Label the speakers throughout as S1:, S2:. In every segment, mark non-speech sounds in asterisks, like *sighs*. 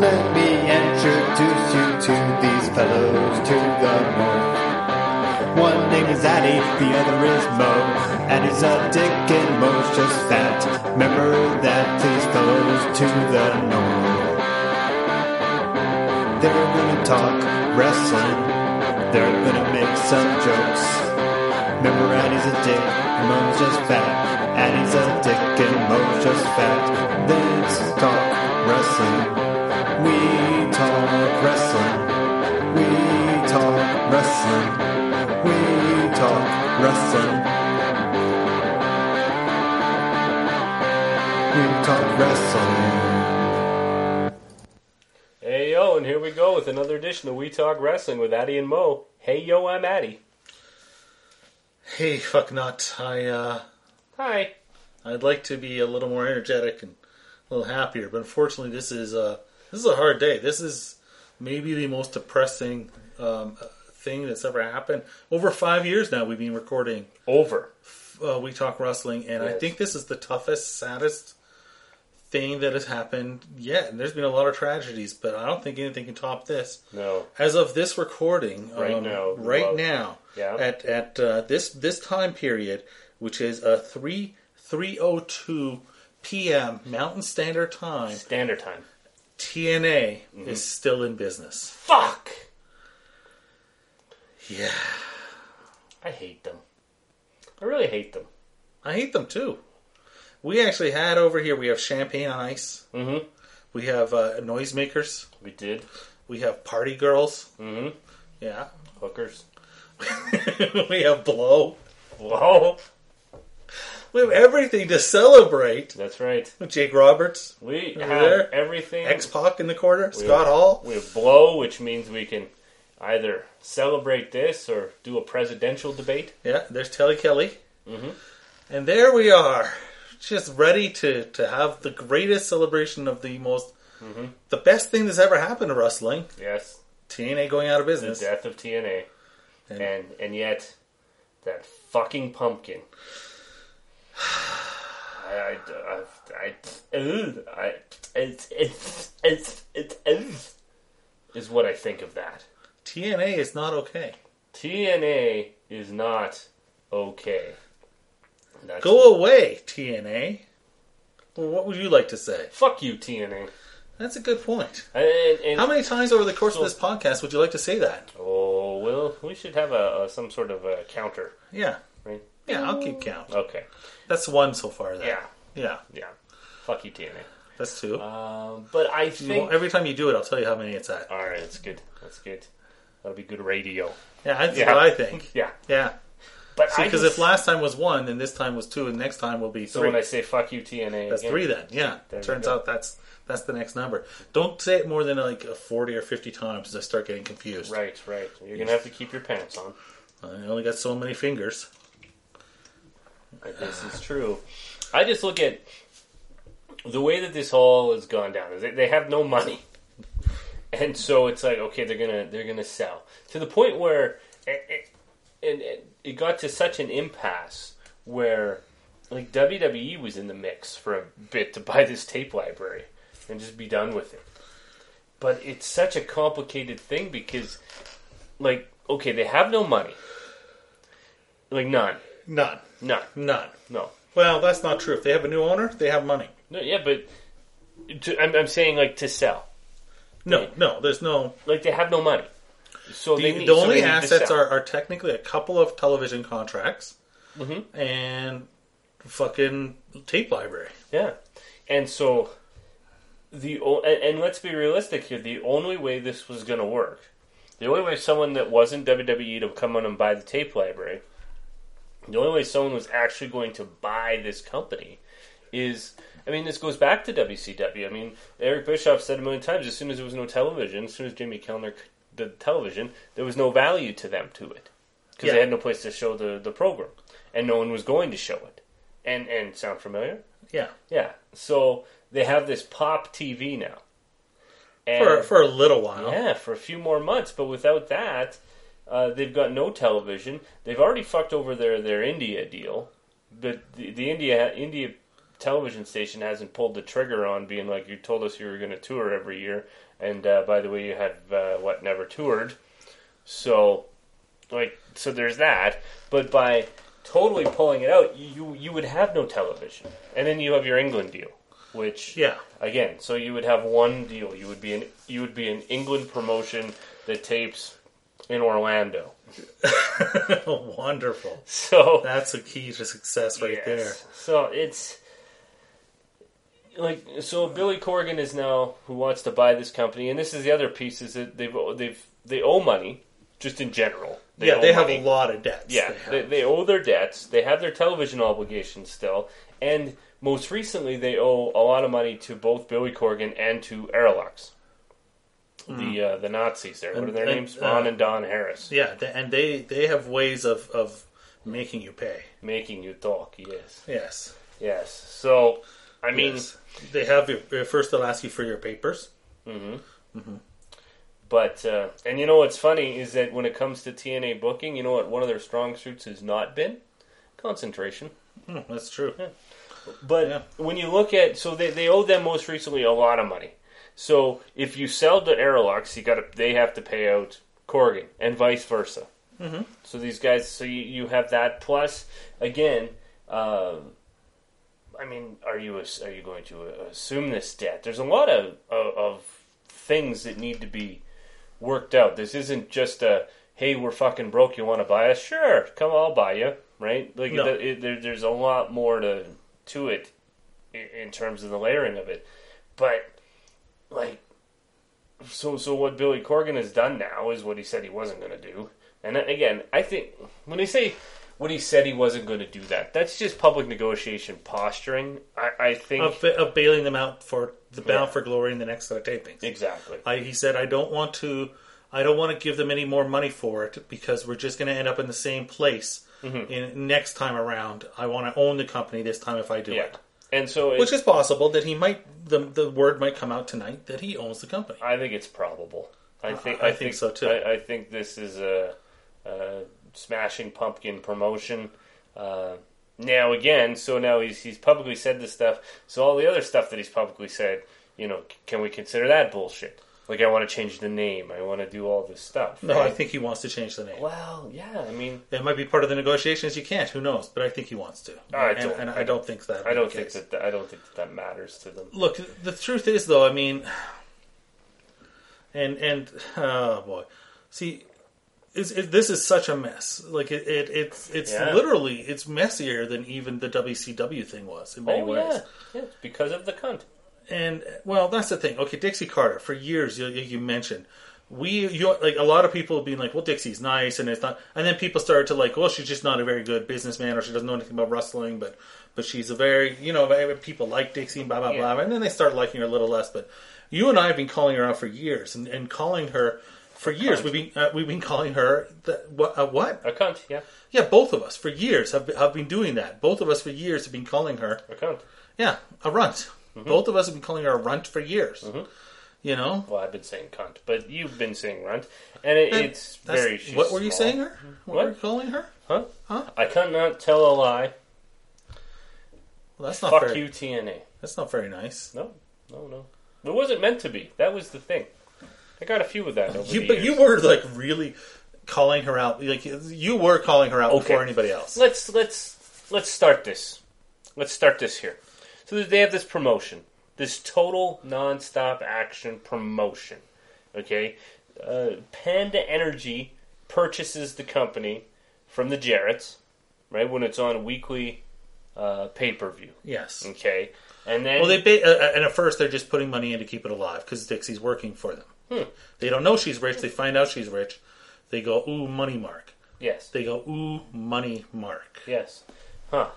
S1: Let me introduce you to these fellows to the north. One name is Addy, the other is Mo. Addy's a dick and Mo's just fat. Remember that, these fellows to the north. They're gonna talk wrestling. They're gonna make some jokes. Remember Addy's a dick and Mo's just fat. Addy's a dick and Mo's just fat. Let's talk wrestling. We talk wrestling. We talk wrestling. We talk wrestling. We talk wrestling.
S2: Hey yo, and here we go with another edition of We Talk Wrestling with Addy and Mo. Hey yo, I'm Addy.
S3: Hey, fuck nut. I uh,
S2: Hi.
S3: I'd like to be a little more energetic and a little happier, but unfortunately, this is uh, this is a hard day. This is maybe the most depressing um, uh, thing that's ever happened. Over five years now, we've been recording
S2: Over.
S3: uh, We Talk Wrestling, and I
S2: Yes.
S3: think this is the toughest, saddest thing that has happened yet. And there's been a lot of tragedies, but I don't think anything can top this.
S2: No.
S3: As of this recording,
S2: Right
S3: um,
S2: now,
S3: right
S2: well,
S3: now,
S2: yeah.
S3: at at uh, this this time period, which is uh, three three o two p.m. Mountain Standard Time,
S2: Standard time.
S3: TNA
S2: Mm-hmm.
S3: is still in business.
S2: Fuck!
S3: Yeah,
S2: I hate them. I really hate them.
S3: I hate them too. We actually had over here. We have Champagne on Ice.
S2: Mhm.
S3: We have uh, Noisemakers.
S2: We did.
S3: We have Party Girls.
S2: Mhm.
S3: Yeah. *laughs*
S2: Hookers.
S3: we have Blow.
S2: Whoa!
S3: We have everything to celebrate.
S2: That's right.
S3: Jake Roberts,
S2: We
S3: Over
S2: have
S3: there.
S2: everything.
S3: X Pac in the corner,
S2: Mm-hmm. We-
S3: Scott Hall.
S2: We have blow, which means we can either celebrate this or do a presidential debate.
S3: Yeah, there's Telly Kelly.
S2: Mm-hmm.
S3: And there we are, just ready to, to have the greatest celebration of the most,
S2: Mm-hmm.
S3: the best thing that's ever happened to wrestling.
S2: Yes.
S3: TNA going out of
S2: The
S3: business.
S2: death of TNA.
S3: And-
S2: And and yet, that fucking pumpkin. *sighs* I I I, I, ugh, I it's it's it's it's it's is what I think of that.
S3: TNA is not okay.
S2: TNA is not okay. That's-
S3: Go away, TNA. Well, what would you like to say?
S2: Fuck you, TNA.
S3: That's a good point.
S2: And, and,
S3: How many times over the course
S2: So-
S3: of this podcast would you like to say that?
S2: oh well, we should have a, a some sort of a counter,
S3: Yeah.
S2: right?
S3: Yeah, I'll keep count.
S2: Okay.
S3: That's one so far, then.
S2: Mm. Yeah.
S3: Yeah,
S2: Yeah. Fuck you, TNA.
S3: that's two.
S2: Um, but I
S3: You
S2: think
S3: won't- every time you do it, I'll tell you how many it's at.
S2: All right, that's good. That's good. That'll be good radio.
S3: Yeah, that's
S2: Yeah.
S3: what I think.
S2: *laughs* Yeah,
S3: Yeah.
S2: but I
S3: Because
S2: just-
S3: if last time was one, then this time was two, and next time will be
S2: so
S3: three.
S2: when I say fuck you TNA,
S3: that's
S2: again,
S3: three then. Yeah.
S2: There you
S3: Turns
S2: go.
S3: out that's that's the next number. Don't say it more than like uh, 40 or 50 times because I start getting confused.
S2: Right, right. You're gonna have to keep your pants on.
S3: I only got so many fingers.
S2: This is true. I just look at the way that this all has gone down. Is they, they have no money, and so it's like okay, they're gonna they're gonna sell to the point where it, it, and it, it got to such an impasse where like WWE was in the mix for a bit to buy this tape library and just be done with it. But it's such a complicated thing because like okay, they have no money, like none,
S3: None.
S2: none,
S3: None.
S2: no.
S3: Well, that's not true. If they have a new owner, they have money.
S2: No, yeah, but to, I'm, I'm saying like to sell.
S3: No, no, there's no.
S2: Like they have no money, so
S3: The,
S2: they need,
S3: the
S2: so
S3: only
S2: they need to
S3: assets
S2: sell.
S3: are, are technically a couple of television contracts
S2: Mm-hmm.
S3: and fucking tape library.
S2: yeah, and so the o- and, and let's be realistic here. The only way this was going to work, the only way someone that wasn't WWE to come in and buy the tape library, the only way someone was actually going to buy this company is. I mean, this goes back to WCW. I mean, Eric Bischoff said a million times: as soon as there was no television, as soon as Jimmy Kellner c- did television, there was no value to them to it. because
S3: Yeah.
S2: they had no place to show the, the program, and no one was going to show it. And and sound familiar?
S3: Yeah.
S2: Yeah. So they have this pop TV now, and
S3: For, for a little while.
S2: yeah, for a few more months. But without that, uh, they've got no television. They've already fucked over their, their India deal, but the, the India India television station hasn't pulled the trigger on being like, you told us you were going to tour every year, and uh, by the way, you have uh, what never toured. So, like, so there's that. But by totally pulling it out, you you would have no television, and then you have your England deal, which
S3: Yeah.
S2: again, so you would have one deal. You would be an you would be an England promotion that tapes in Orlando. *laughs*
S3: *laughs* Wonderful.
S2: So
S3: That's a key to success right
S2: Yes.
S3: there.
S2: So it's like so Billy Corgan is now who wants to buy this company, and this is the other piece is that they've they've they owe money just in general.
S3: yeah,
S2: owe
S3: they have
S2: money.
S3: a lot of debts.
S2: Yeah,
S3: they have.
S2: they, they owe their debts. They have their television obligations still, and most recently they owe a lot of money to both Billy Corgan and to Aerolux, the uh, the Nazis there. What are their
S3: Hmm. And-
S2: names?
S3: and,
S2: Ron
S3: uh,
S2: and Don Harris,
S3: Yeah, th- and they they have ways of of making you pay.
S2: making you talk. Yes,
S3: Yes.
S2: yes. So, I mean.
S3: yes. they have your first. They'll ask you for your papers. *laughs*
S2: But uh, and you know what's funny is that when it comes to TNA booking, you know what one of their strong suits has not been concentration.
S3: Hmm, that's true.
S2: But
S3: Yeah.
S2: when you look at so they they owe them most recently a lot of money. So if you sell to Aerolux, you got to they have to pay out Corgan and vice versa. Mm-hmm. So these guys, so you, you have that plus again. Um, I mean, are you ass- are you going to uh, assume this debt? There's a lot of, of of things that need to be worked out. This isn't just a hey, we're fucking broke. You want to buy us? Sure, come, I'll buy you. Right? Like
S3: No.
S2: it, it, there, there's a lot more to to it in, in terms of the layering of it. But like, so so what Billy Corgan has done now is what he said he wasn't going to do. And a- again, I think when they say what he said he wasn't going to do that, that's just public negotiation posturing. I, I think
S3: Of, ba- of bailing them out for the Bound
S2: Yeah.
S3: for Glory and the next set of tapings.
S2: exactly.
S3: I, he said, "I don't want to. I don't want to give them any more money for it because we're just going to end up in the same place
S2: Mm-hmm.
S3: in, next time around. I want to own the company this time if I do
S2: Yeah.
S3: it,
S2: And so it,
S3: which is possible that he might. The the word might come out tonight that he owns the company.
S2: I think it's probable. I think
S3: I- I think so, too.
S2: I, I think this is a, a smashing pumpkin promotion. Uh, now again, so now he's he's publicly said this stuff. So all the other stuff that he's publicly said, you know, c- can we consider that bullshit? Like I want to change the name. I want to do all this stuff.
S3: No, I
S2: right?
S3: think he wants to change the name.
S2: Well, yeah. I mean,
S3: That might be part of the negotiations. You can't. Who knows? But I think he wants to.
S2: I
S3: and,
S2: don't-
S3: and I don't think that.
S2: I don't think that I don't think that, that matters to them.
S3: Look, the truth is though. I mean, and and oh boy, see, is it, this is such a mess. Like it, it it's it's
S2: Yeah.
S3: literally it's messier than even the WCW thing was in many
S2: Oh
S3: ways.
S2: yeah, yeah. It's because of the cunt.
S3: And well, that's the thing. Okay, Dixie Carter. For years, you, you mentioned we you like a lot of people being like, "Well, Dixie's nice," and it's not. And then people started to like, "Well, she's just not a very good businessman, or she doesn't know anything about wrestling." But but she's a very you know very- people like Dixie and blah blah
S2: Yeah.
S3: blah. And then they start liking her a little less. But you and I have been calling her out for years, and, and calling her for years. We've been uh, we've been calling her the, what, uh, what?
S2: A cunt. Yeah,
S3: Yeah, both of us for years have have been doing that. Both of us for years have been calling her
S2: a cunt.
S3: yeah, a runt.
S2: Mm-hmm.
S3: Both of us have been calling her a runt for years. You know,
S2: Well, I've been saying cunt, but you've been saying runt, and it, it's
S3: That's-
S2: very. she's
S3: What were you
S2: small.
S3: saying her? What,
S2: What?
S3: were you calling her?
S2: Huh?
S3: Huh?
S2: I cannot tell a lie.
S3: Well, that's not
S2: Fuck
S3: very.
S2: you, TNA.
S3: That's not very nice.
S2: No, no, no. It wasn't meant to be. That was the thing. I got a few of that over
S3: You,
S2: the
S3: but
S2: years.
S3: you were like really calling her out. Like you were calling her out before anybody else.
S2: Let's let's let's start this. Let's start this here. So they have this promotion, this total non-stop action promotion. Okay, uh, Panda Energy purchases the company from the Jarretts, right when it's on weekly uh, pay-per-view.
S3: Yes.
S2: Okay, and then
S3: Well, they ba- uh, uh, and at first they're just putting money in to keep it alive because Dixie's working for them.
S2: Hmm.
S3: They don't know she's rich. They find out she's rich. They go ooh money mark.
S2: yes,
S3: They go ooh money mark.
S2: yes, huh?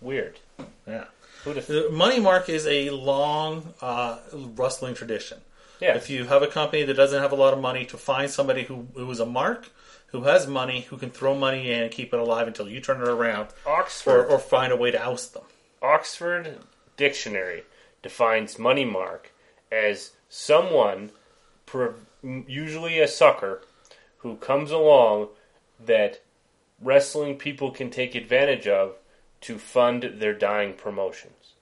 S2: Weird.
S3: Yeah.
S2: Who'd have?
S3: The money mark is a long uh, wrestling tradition.
S2: Yeah.
S3: If you have a company that doesn't have a lot of money, to find somebody who, who is a mark, who has money, who can throw money in and keep it alive until you turn it around
S2: Oxford
S3: or, or find a way to oust them.
S2: Oxford Dictionary defines money mark as someone, pro- usually a sucker, who comes along that wrestling people can take advantage of to fund their dying promotions.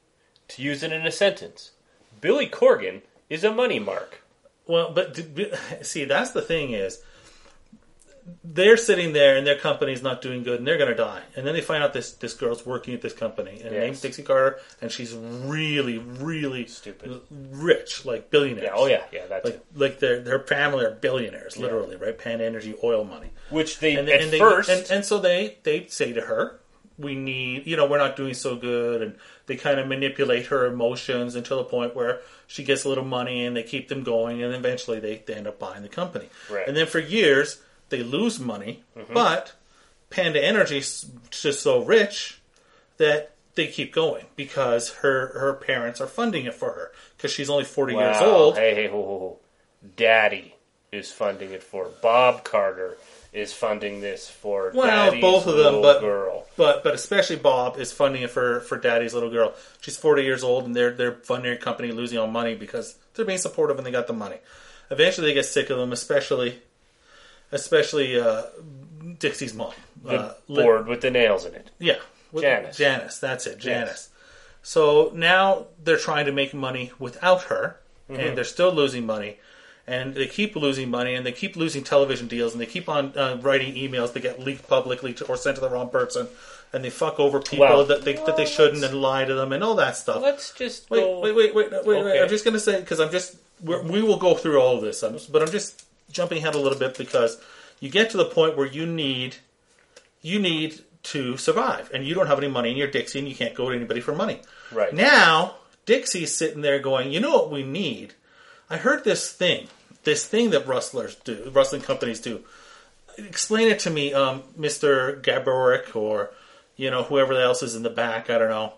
S2: To use it in a sentence, Billy Corgan is a money mark.
S3: Well, but d- see, that's the thing is, they're sitting there and their company's not doing good and they're going to die. And then they find out this this girl's working at this company and her
S2: Yes.
S3: name's Dixie Carter and she's really, really
S2: Stupid.
S3: rich, like billionaires.
S2: Yeah, oh yeah, yeah, that's
S3: Like,
S2: it.
S3: like their their family are billionaires, literally, right? Pan Energy, oil money,
S2: Which they
S3: and,
S2: at
S3: and they,
S2: first
S3: and, and so they they say to her, "We need, you know, we're not doing so good," and they kind of manipulate her emotions until the point where she gets a little money, and they keep them going, and eventually they, they end up buying the company.
S2: Right. Mm-hmm.
S3: And then for years they lose money, but Panda Energy's just so rich that they keep going because her her parents are funding it for her because she's only forty years
S2: Wow.
S3: old.
S2: Hey, hey, ho, ho, ho. Daddy is funding it for Bob Carter is funding this for
S3: Well,
S2: Daddy's
S3: both of them,
S2: little
S3: but-
S2: girl.
S3: But but especially Bob is funding it for for Daddy's little girl. She's forty years old, and they're they're funding a company losing all money because they're being supportive and they got the money. Eventually, they get sick of them, especially especially uh, Dixie's mom. Uh, Lin-
S2: Board with the nails in it.
S3: yeah, With-
S2: Janice.
S3: Janice, that's it, Janice. So now they're trying to make money without her,
S2: Mm-hmm.
S3: and they're still losing money, and they keep losing money, and they keep losing television deals, and they keep on uh, writing emails that get leaked publicly to, or sent to the wrong person, and they fuck over people
S2: Well-
S3: that they that they shouldn't and lie to them and all that stuff.
S2: Let's just
S3: wait,
S2: go.
S3: wait, wait, wait, no, wait, wait!
S2: Okay.
S3: I'm just gonna say because I'm just we're, we will go through all of this, I'm just, but I'm just jumping ahead a little bit because you get to the point where you need you need to survive, and you don't have any money, and you're Dixie, and you can't go to anybody for money.
S2: Right.
S3: now, Dixie's sitting there going, "You know what we need? I heard this thing, this thing that rustlers do, rustling companies do. Explain it to me, um, Mister Gaborik, or you know whoever else is in the back. I don't know.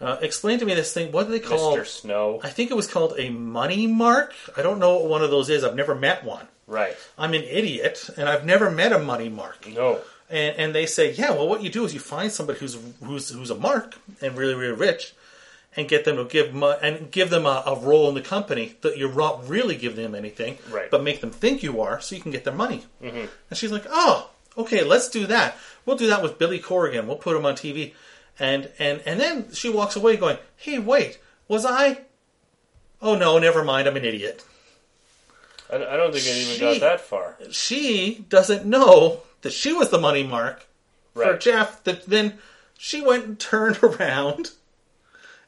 S3: Uh, explain to me this thing. What do they call?
S2: Mr. Snow.
S3: Oh. I think it was called a money mark. I don't know what one of those is. I've never met one.
S2: Right.
S3: I'm an idiot, and I've never met a money mark
S2: No.
S3: and and they say, yeah, well, what you do is you find somebody who's who's who's a mark and really really rich, and get them to give mo- and give them a, a role in the company that you're not really giving them anything,
S2: Right.
S3: But make them think you are, so you can get their money. Mm-hmm. And she's like, oh, okay, let's do that. We'll do that with Billy Corrigan. We'll put him on TV, and and and then she walks away going, hey, wait, was I? Oh no, never mind. I'm an idiot.
S2: I, I don't think it even
S3: She-
S2: got that far.
S3: She doesn't know that she was the money mark for
S2: Right.
S3: Jeff that then she went and turned *laughs* around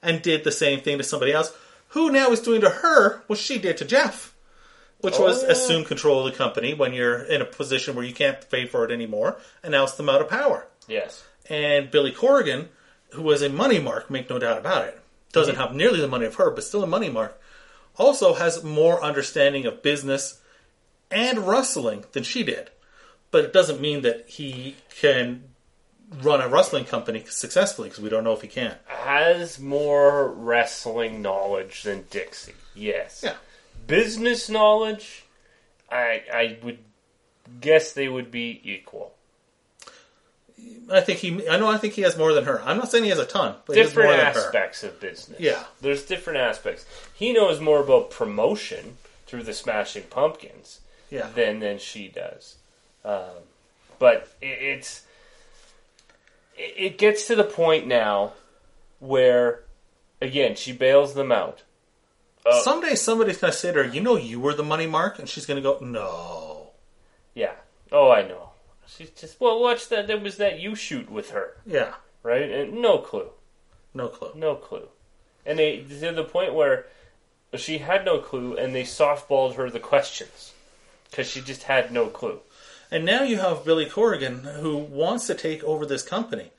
S3: and did the same thing to somebody else who now is doing to her what she did to Jeff, which was
S2: Oh.
S3: assume control of the company when you're in a position where you can't pay for it anymore and oust them out of power.
S2: Yes.
S3: And Billy Corrigan, who was a money mark, make no doubt about it, doesn't have nearly the money of her, but still a money mark, also has more understanding of business and rustling than she did. But it doesn't mean that he can run a rustling company successfully because we don't know if he can.
S2: Has more wrestling knowledge than Dixie. Yes.
S3: Yeah.
S2: Business knowledge, I I would guess they would be equal.
S3: I think he. I know. I think he has more than her. I'm not saying he has a ton, but
S2: different
S3: he has more than her.
S2: aspects of business.
S3: Yeah.
S2: There's different aspects. He knows more about promotion through the Smashing Pumpkins
S3: Yeah.
S2: than than she does. Um, but it, it's it, it gets to the point now where again she bails them out.
S3: Uh, Someday somebody's gonna say to her, "You know, you were the money mark," and she's gonna go, "No."
S2: Yeah. Oh, I know. She's just well. What's that? There was that you shoot with her,
S3: Yeah.
S2: right? And no clue.
S3: No clue.
S2: No clue. And they to the point where she had no clue, and they softballed her the questions because she just had no clue.
S3: And now you have Billy Corrigan who wants to take over this company.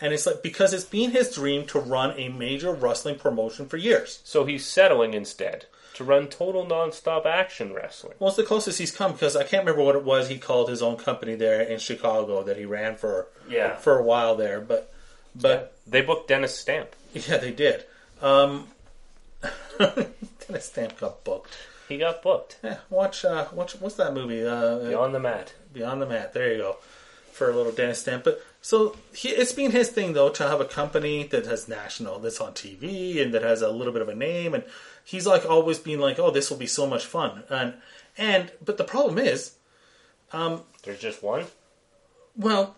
S3: And it's like because it's been his dream to run a major wrestling promotion for years.
S2: So he's settling instead to run total nonstop action wrestling.
S3: Well, it's the closest he's come because I can't remember what it was he called his own company there in Chicago that he ran for
S2: Yeah.
S3: for a while there, but but
S2: They booked Dennis Stamp.
S3: yeah, they did. Um *laughs* Dennis Stamp got booked.
S2: He got booked.
S3: Yeah, watch uh watch what's that movie? Uh
S2: Beyond the mat.
S3: Beyond the Mat. There you go. For a little Dennis Stamp. But so he, it's been his thing, though, to have a company that has national, that's on TV, and that has a little bit of a name. And he's like always been like, oh, this will be so much fun. And, and, but the problem is,
S2: There's just one.
S3: *sighs* well,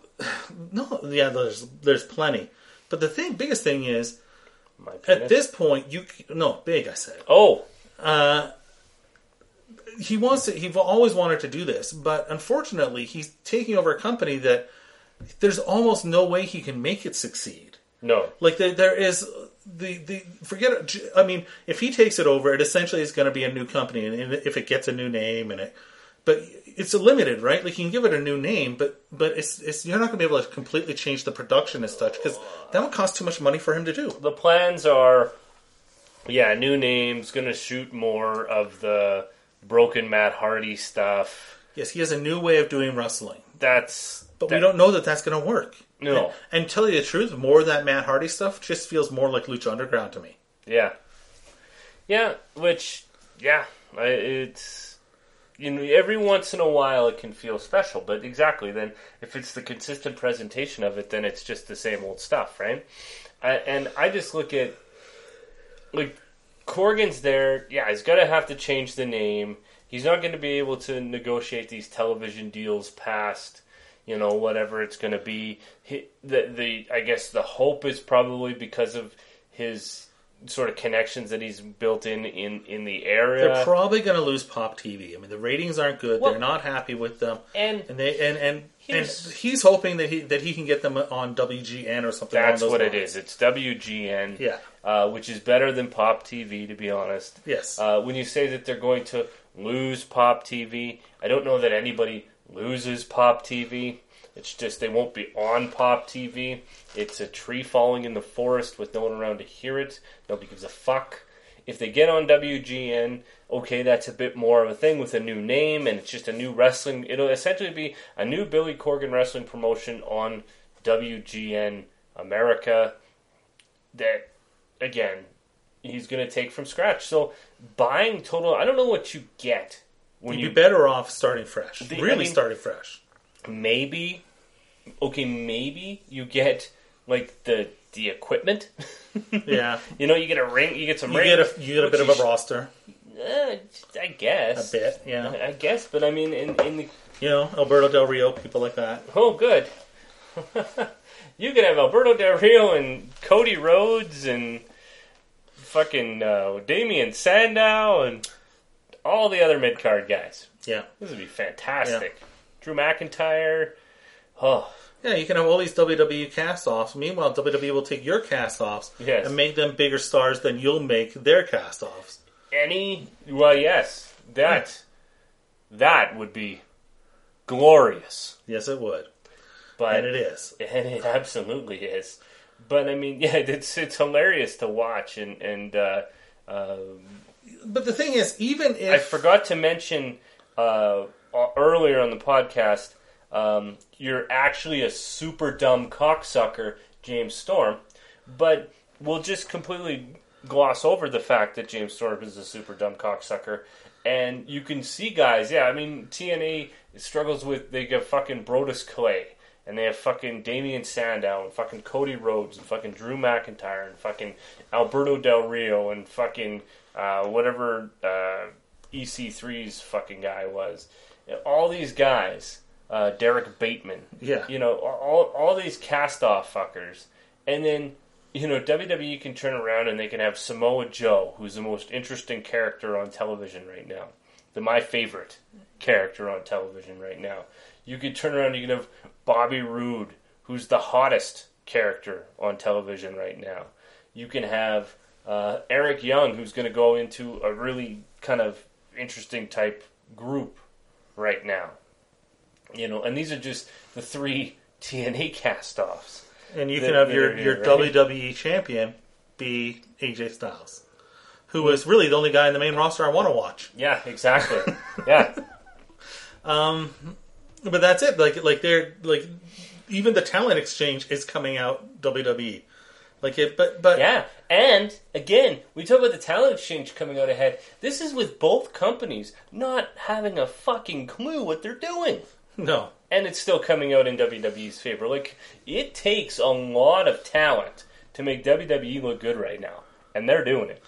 S3: no, yeah, there's, there's plenty. But the thing, biggest thing is,
S2: My penis.
S3: At this point, you c- no big. I said
S2: oh,
S3: he wants to. He's always wanted to do this, but unfortunately, he's taking over a company that there's almost no way he can make it succeed.
S2: no.
S3: Like there, there is the the forget. it, j- I mean, if he takes it over, it essentially is going to be a new company, and- and if it gets a new name and it, but it's limited, right? Like you can give it a new name, but but it's it's you're not going to be able to completely change the production as such because that would cost too much money for him to do.
S2: The plans are, yeah, new names, gonna shoot more of the broken Matt Hardy stuff.
S3: Yes, he has a new way of doing wrestling,
S2: That's
S3: but we
S2: that-
S3: don't know that that's going to work.
S2: No.
S3: And, and tell you the truth, more of that Matt Hardy stuff just feels more like Lucha Underground to me.
S2: Yeah, yeah. Which, yeah, I- it's you know every once in a while it can feel special, but exactly then if it's the consistent presentation of it, then it's just the same old stuff, right? I, and I just look at like Corgan's there. Yeah, he's gonna have to change the name. He's not gonna be able to negotiate these television deals past. You know whatever it's going to be. He, the the I guess the hope is probably because of his sort of connections that he's built in in in the area.
S3: They're probably going to lose pop TV. I mean, the ratings aren't good.
S2: Uh, Well-
S3: They're not happy with them,
S2: And-
S3: they and and he's,
S2: Here's-
S3: and he's hoping that he that he can get them on WGN or something. along
S2: That's
S3: those
S2: what it
S3: lines.
S2: is. It's WGN,
S3: Yeah.
S2: uh, which is better than Pop TV, to be honest.
S3: Yes.
S2: Uh, when you say that they're going to lose Pop TV, I don't know that anybody loses Pop TV. It's just they won't be on Pop TV. It's a tree falling in the forest with no one around to hear it. Nobody gives a fuck. If they get on WGN, okay, that's a bit more of a thing with a new name, and it's just a new wrestling. It'll essentially be a new Billy Corgan wrestling promotion on WGN America that again he's going to take from scratch. So buying total, I don't know what you get when
S3: You'd
S2: you
S3: be better off starting fresh.
S2: The- I
S3: really
S2: mean- *laughs*
S3: starting fresh.
S2: maybe okay maybe you get like the the equipment. *laughs*
S3: Yeah.
S2: you know you get a ring, you get some
S3: You
S2: rings.
S3: get a you get a
S2: which
S3: bit of
S2: you
S3: a roster,
S2: sh- eh, I
S3: a
S2: guess
S3: bit. Yeah.
S2: I guess, but I mean in in the
S3: You know, Alberto Del Rio, people like that.
S2: oh good. *laughs* You could have Alberto Del Rio and Cody Rhodes and fucking uh, Damian Sandow and all the other mid card guys.
S3: Yeah.
S2: This would be fantastic. Drew McIntyre. Oh,
S3: Yeah, you can have all these WWE cast offs. Meanwhile, WWE will take your cast offs
S2: Yes.
S3: and make them bigger stars than you'll make their cast offs.
S2: any? Well, yes, that that would be glorious.
S3: Yes, it would.
S2: But
S3: And it is.
S2: *laughs* and it absolutely is. But I mean, *laughs* yeah, it's it's hilarious to watch, and and uh, uh,
S3: But the thing is, even if
S2: I forgot to mention uh, o- earlier on the podcast, um, you're actually a super dumb cocksucker, James Storm. But we'll just completely gloss over the fact that James Storm is a super dumb cocksucker. And you can see guys, yeah, I mean, TNA struggles with, they get fucking Brodus Clay. And they have fucking Damian Sandow and fucking Cody Rhodes and fucking Drew McIntyre and fucking Alberto Del Rio and fucking uh, whatever uh, EC3's fucking guy was. All these guys, uh, Derek Bateman,
S3: Yeah.
S2: you know, all all these cast off fuckers, and then you know WWE can turn around and they can have Samoa Joe, who's the most interesting character on television right now, the my favorite character on television right now. You could turn around, you can have Bobby Roode, who's the hottest character on television right now. You can have uh, Eric Young, who's going to go into a really kind of interesting type group right now you know, and these are just the three *laughs* TNA cast-offs.
S3: And you
S2: that-
S3: can have
S2: that
S3: your,
S2: are here,
S3: your
S2: right?
S3: WWE champion be AJ Styles, who is really the only guy in the main roster I want to watch.
S2: Yeah, exactly. yeah,
S3: But that's it. Like like they're like even the talent exchange is coming out WWE. Like it, but but
S2: yeah. And again, we talk about the talent exchange coming out ahead. This is with both companies not having a fucking clue what they're doing.
S3: no.
S2: and it's still coming out in WWE's favor. Like it takes a lot of talent to make WWE look good right now, and they're doing it.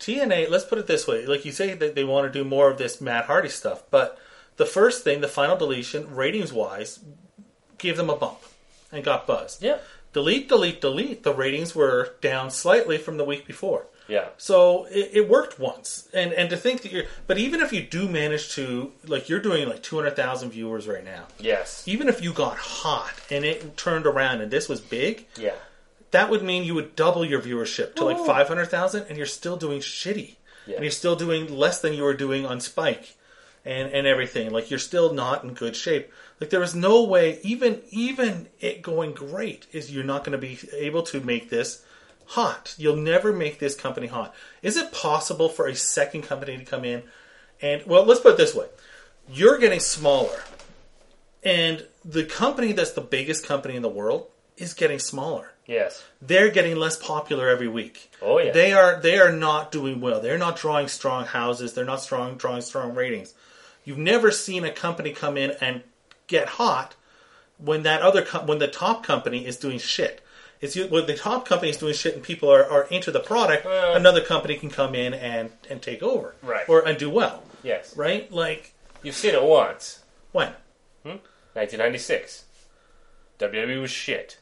S3: TNA, let's put it this way. Like you say that they want to do more of this Matt Hardy stuff, but the first thing, the final deletion, ratings wise, gave them a bump and got buzzed.
S2: Yeah.
S3: delete, delete, delete, the ratings were down slightly from the week before.
S2: Yeah.
S3: So it, it worked once, and and to think that you're, but even if you do manage to, like you're doing like two hundred thousand viewers right now,
S2: Yes.
S3: even if you got hot and it turned around and this was big,
S2: Yeah.
S3: that would mean you would double your viewership to like 500,000 and you're still doing shitty.
S2: Yeah.
S3: And you're still doing less than you were doing on Spike and and everything. Like you're still not in good shape. Like there is no way even even it going great is you're not going to be able to make this hot. You'll never make this company hot. Is it possible for a second company to come in and well, let's put it this way. You're getting smaller and the company that's the biggest company in the world is getting smaller
S2: Yes.
S3: they're getting less popular every week.
S2: Oh, yeah.
S3: They are they are not doing well. They're not drawing strong houses. They're not strong drawing strong ratings. You've never seen a company come in and get hot when that other co- when the top company is doing shit. It's you- when the top company is doing shit and people are, are into the product, another company can come in and, and take over.
S2: Right.
S3: Or and do well.
S2: Yes.
S3: Right? Like
S2: You've seen it once.
S3: when?
S2: 1996. WWE E was shit.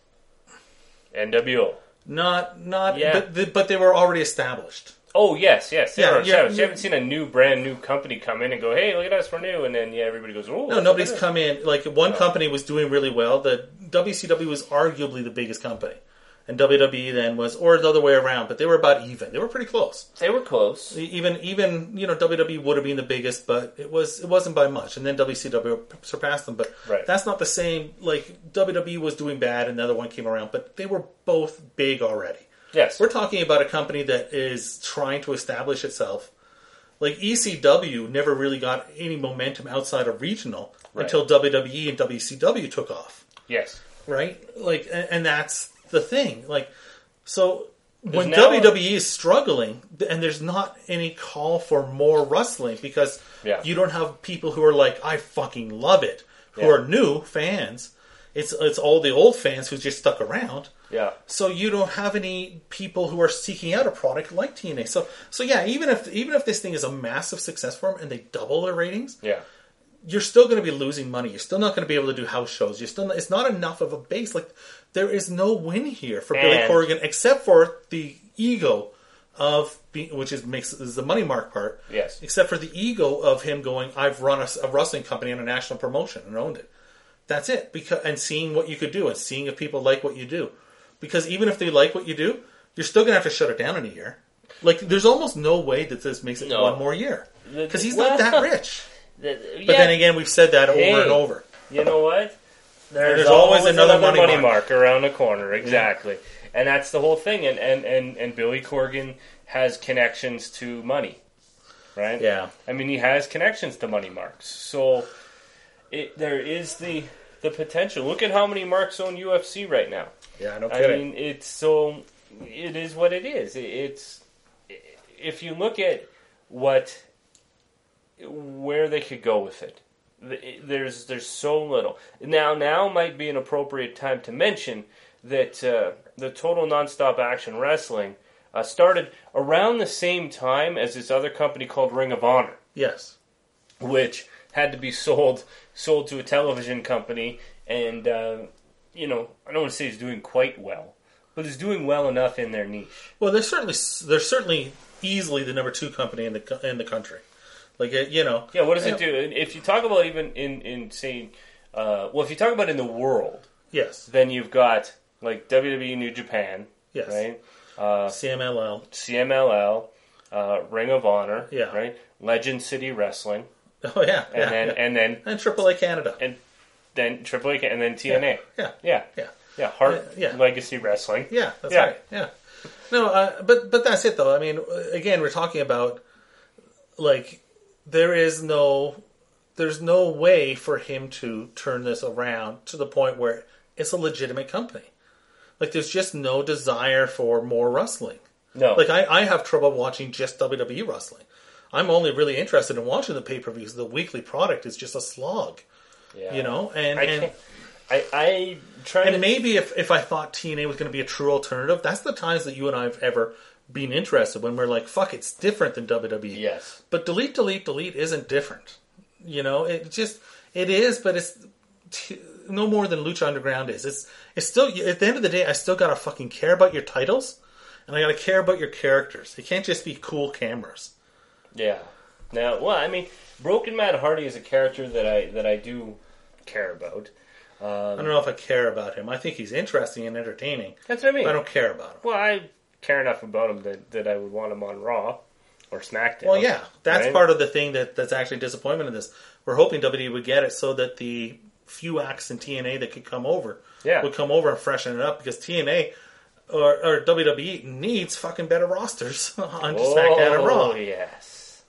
S2: NWO.
S3: Not not
S2: Yeah.
S3: but, the, but they were already established.
S2: Oh yes, yes. Yeah,
S3: Yeah, yeah,
S2: You
S3: yeah.
S2: haven't seen a new, brand new company come in and go, "Hey, look at us, we're new," and then yeah, everybody goes, "Oh,
S3: No, nobody's come in. Like one company was doing really well. The WCW was arguably the biggest company, and WWE then was, or the other way around. But they were about even. They were pretty close.
S2: They were close.
S3: Even even you know WWE would have been the biggest, but it was it wasn't by much. And then WCW surpassed them. But
S2: Right.
S3: that's not the same. Like WWE was doing bad, and the other one came around. But they were both big already.
S2: Yes,
S3: We're talking about a company that is trying to establish itself. Like ECW never really got any momentum outside of regional
S2: Right.
S3: until WWE and WCW took off,
S2: yes,
S3: right? Like, and, and that's the thing. Like, so when
S2: now-
S3: WWE is struggling th- and there's not any call for more wrestling because
S2: Yeah.
S3: you don't have people who are like, I fucking love it, who
S2: Yeah.
S3: are new fans. It's it's all the old fans who just stuck around
S2: yeah,
S3: so you don't have any people who are seeking out a product like TNA. So so yeah, even if even if this thing is a massive success for them and they double their ratings,
S2: yeah,
S3: you're still going to be losing money. You're still not going to be able to do house shows. You're still not, it's not enough of a base. Like there is no win here for Billy
S2: And-
S3: Corrigan except for the ego of being, which is makes is the money mark part.
S2: Yes.
S3: Except for the ego of him going, I've run a, a wrestling company on a national promotion and owned it. That's it. Because and seeing what you could do and seeing if people like what you do. Because even if they like what you do, you're still going to have to shut it down in a year. Like there's almost no way that this makes it
S2: No.
S3: one more year
S2: The-
S3: because he's
S2: well-
S3: not
S2: *laughs*
S3: that rich.
S2: Th- yeah.
S3: But then again, we've said that over
S2: Hey.
S3: and over.
S2: you know what?
S3: There's, always, another, money, mark.
S2: around the corner, exactly. And that's the whole thing. And, and and and Billy Corgan has connections to money, right?
S3: Yeah.
S2: I mean, he has connections to money marks, so it, there is the the potential. Look at how many marks own UFC right now.
S3: Yeah, no
S2: I mean, it's so it is what it is. It- It's if you look at what where they could go with it, th- there's there's so little. Now, now might be an appropriate time to mention that uh, the total nonstop action wrestling uh, started around the same time as this other company called Ring of Honor
S3: yes.
S2: which had to be sold sold to a television company, and uh, you know I don't want to say it's doing quite well, but it's doing well enough in their niche.
S3: Well, they're certainly they're certainly easily the number two company in the co- in the country. Like it, you know,
S2: Yeah, what does it do? And If you talk about even in in saying, uh, well, if you talk about in the world,
S3: yes,
S2: then you've got like WWE New Japan,
S3: Yes.
S2: right?
S3: CMLL.
S2: CMLL, uh, Ring of Honor,
S3: Yeah.
S2: right? Legend City Wrestling,
S3: *laughs* Oh yeah,
S2: and
S3: yeah,
S2: then
S3: yeah.
S2: and then
S3: and AAA Canada.
S2: and then AAA, and then TNA,
S3: yeah,
S2: yeah,
S3: yeah,
S2: yeah, Heart
S3: Yeah, yeah.
S2: Legacy Wrestling,
S3: yeah. That's
S2: Yeah.
S3: right. Yeah. No, uh, but but that's it though. I mean, again, we're talking about like there is no there's no way for him to turn this around to the point where it's a legitimate company. Like there's just no desire for more wrestling.
S2: No,
S3: Like I, I have trouble watching just WWE wrestling. I'm only really interested in watching the pay per views. The weekly product is just a slog,
S2: Yeah.
S3: you know. And
S2: I
S3: and,
S2: can't. I I try to
S3: and maybe if, if I thought TNA was going to be a true alternative, that's the times that you and I have ever been interested when we're like, fuck, it's different than WWE.
S2: yes.
S3: But delete, delete, delete isn't different. You know, it just it is, but it's t- no more than Lucha Underground is. It's it's still at the end of the day, I still gotta fucking care about your titles, and I gotta care about your characters. It can't just be cool cameras.
S2: Yeah. Now, well, I mean, Broken Matt Hardy is a character that I that I do care about.
S3: I don't know if I care about him. I think he's interesting and entertaining.
S2: That's what I mean.
S3: But I don't care about him.
S2: well, I care enough about him that, that I would want him on Raw or SmackDown.
S3: Well, yeah, that's
S2: Right?
S3: part of the thing that that's actually disappointment in this. We're hoping WWE would get it so that the few acts in TNA that could come over
S2: Yeah.
S3: would come over and freshen it up because TNA or, or WWE needs fucking better rosters *laughs* on SmackDown and
S2: Oh
S3: Raw.
S2: yes.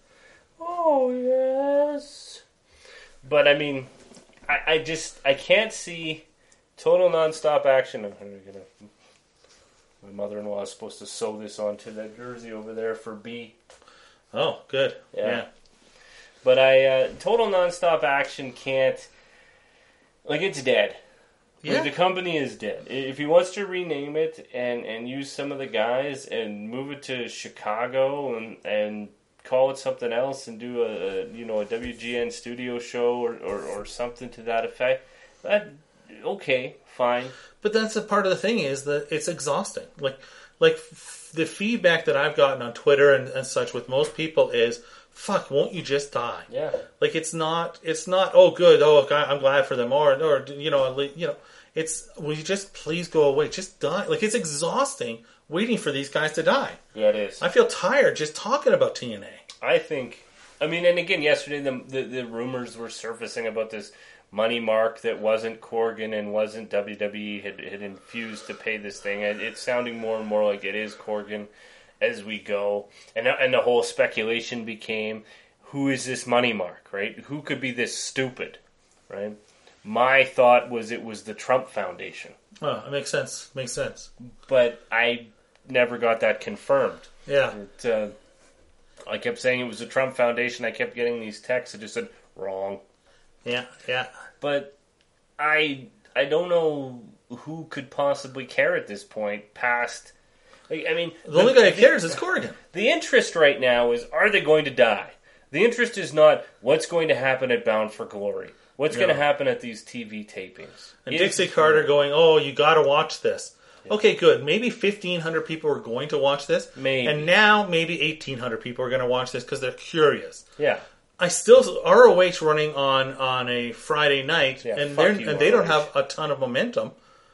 S2: Oh yes. But I mean, I, I just I can't see total nonstop action. I'm gonna. My mother-in-law is supposed to sew this onto that jersey over there for B.
S3: Oh, good.
S2: Yeah.
S3: Yeah.
S2: But I uh, total nonstop action can't. Like it's dead. Like,
S3: Yeah.
S2: the company is dead. I- If he wants to rename it and and use some of the guys and move it to Chicago and and call it something else and do a, a you know a WGN studio show or, or, or something to that effect, that okay, fine.
S3: But that's the part of the thing is that it's exhausting. Like, like f- the feedback that I've gotten on Twitter and, and such with most people is, "Fuck, won't you just die?"
S2: Yeah.
S3: Like it's not, it's not. Oh, good. Oh, okay, I'm glad for them. Or, or you know, at lea- you know, it's. Will you just please go away? Just die. Like it's exhausting waiting for these guys to die.
S2: Yeah, it is.
S3: I feel tired just talking about TNA.
S2: I think. I mean, and again, yesterday the, the the rumors were surfacing about this money mark that wasn't Corgan and wasn't WWE had had infused to pay this thing. And it's sounding more and more like it is Corgan as we go, and and the whole speculation became, who is this money mark, right? Who could be this stupid, right? My thought was it was the Trump Foundation,
S3: Oh, it makes sense. Makes sense.
S2: but I never got that confirmed.
S3: Yeah.
S2: It, uh, I kept saying it was the Trump Foundation. I kept getting these texts that just said wrong.
S3: Yeah. Yeah.
S2: But I I don't know who could possibly care at this point. Past, like, I mean,
S3: The only guy that cares is Corrigan.
S2: the interest right now is are they going to die? The interest is not what's going to happen at Bound for Glory. What's going to
S3: No.
S2: happen at these TV tapings?
S3: And
S2: Is-
S3: Dixie Carter going, oh, you got to watch this. Okay, good. Maybe 1,500 people are going to watch this.
S2: Maybe.
S3: And now maybe 1,800 people are going to watch this because they're curious.
S2: Yeah.
S3: I still ROH running on on a Friday night,
S2: Yeah,
S3: and
S2: fuck
S3: they're
S2: you,
S3: and they don't
S2: ROH.
S3: have a ton of momentum.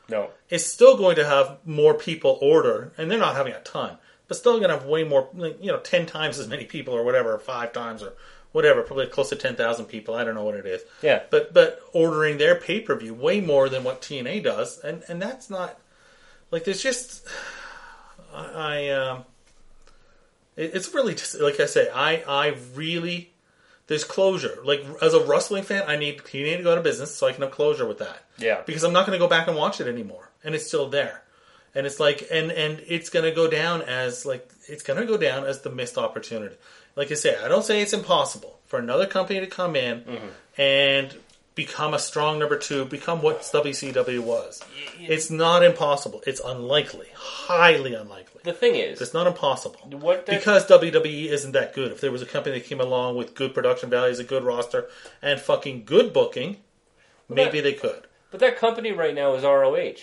S2: No.
S3: It's still going to have more people order, and they're not having a ton, but still going to have way more, like, you know, ten times as many people or whatever, five times or whatever, probably close to ten thousand people. I don't know what it is.
S2: Yeah.
S3: But but ordering their pay per view way more than what TNA does, and and that's not like there's just I, I um it, it's really just like I say I I really there's closure like as a wrestling fan I need TNA to go out of business so I can have closure with that
S2: Yeah.
S3: because I'm not going to go back and watch it anymore and it's still there and it's like and and it's going to go down as like it's going to go down as the missed opportunity like i say i don't say it's impossible for another company to come in and become a strong number two become what wcw was it's not impossible it's unlikely highly unlikely
S2: The thing is,
S3: it's not impossible
S2: What the-
S3: because WWE isn't that good. If there was a company that came along with good production values, a good roster, and fucking good booking, maybe
S2: that-
S3: they could.
S2: But that company right now is ROH.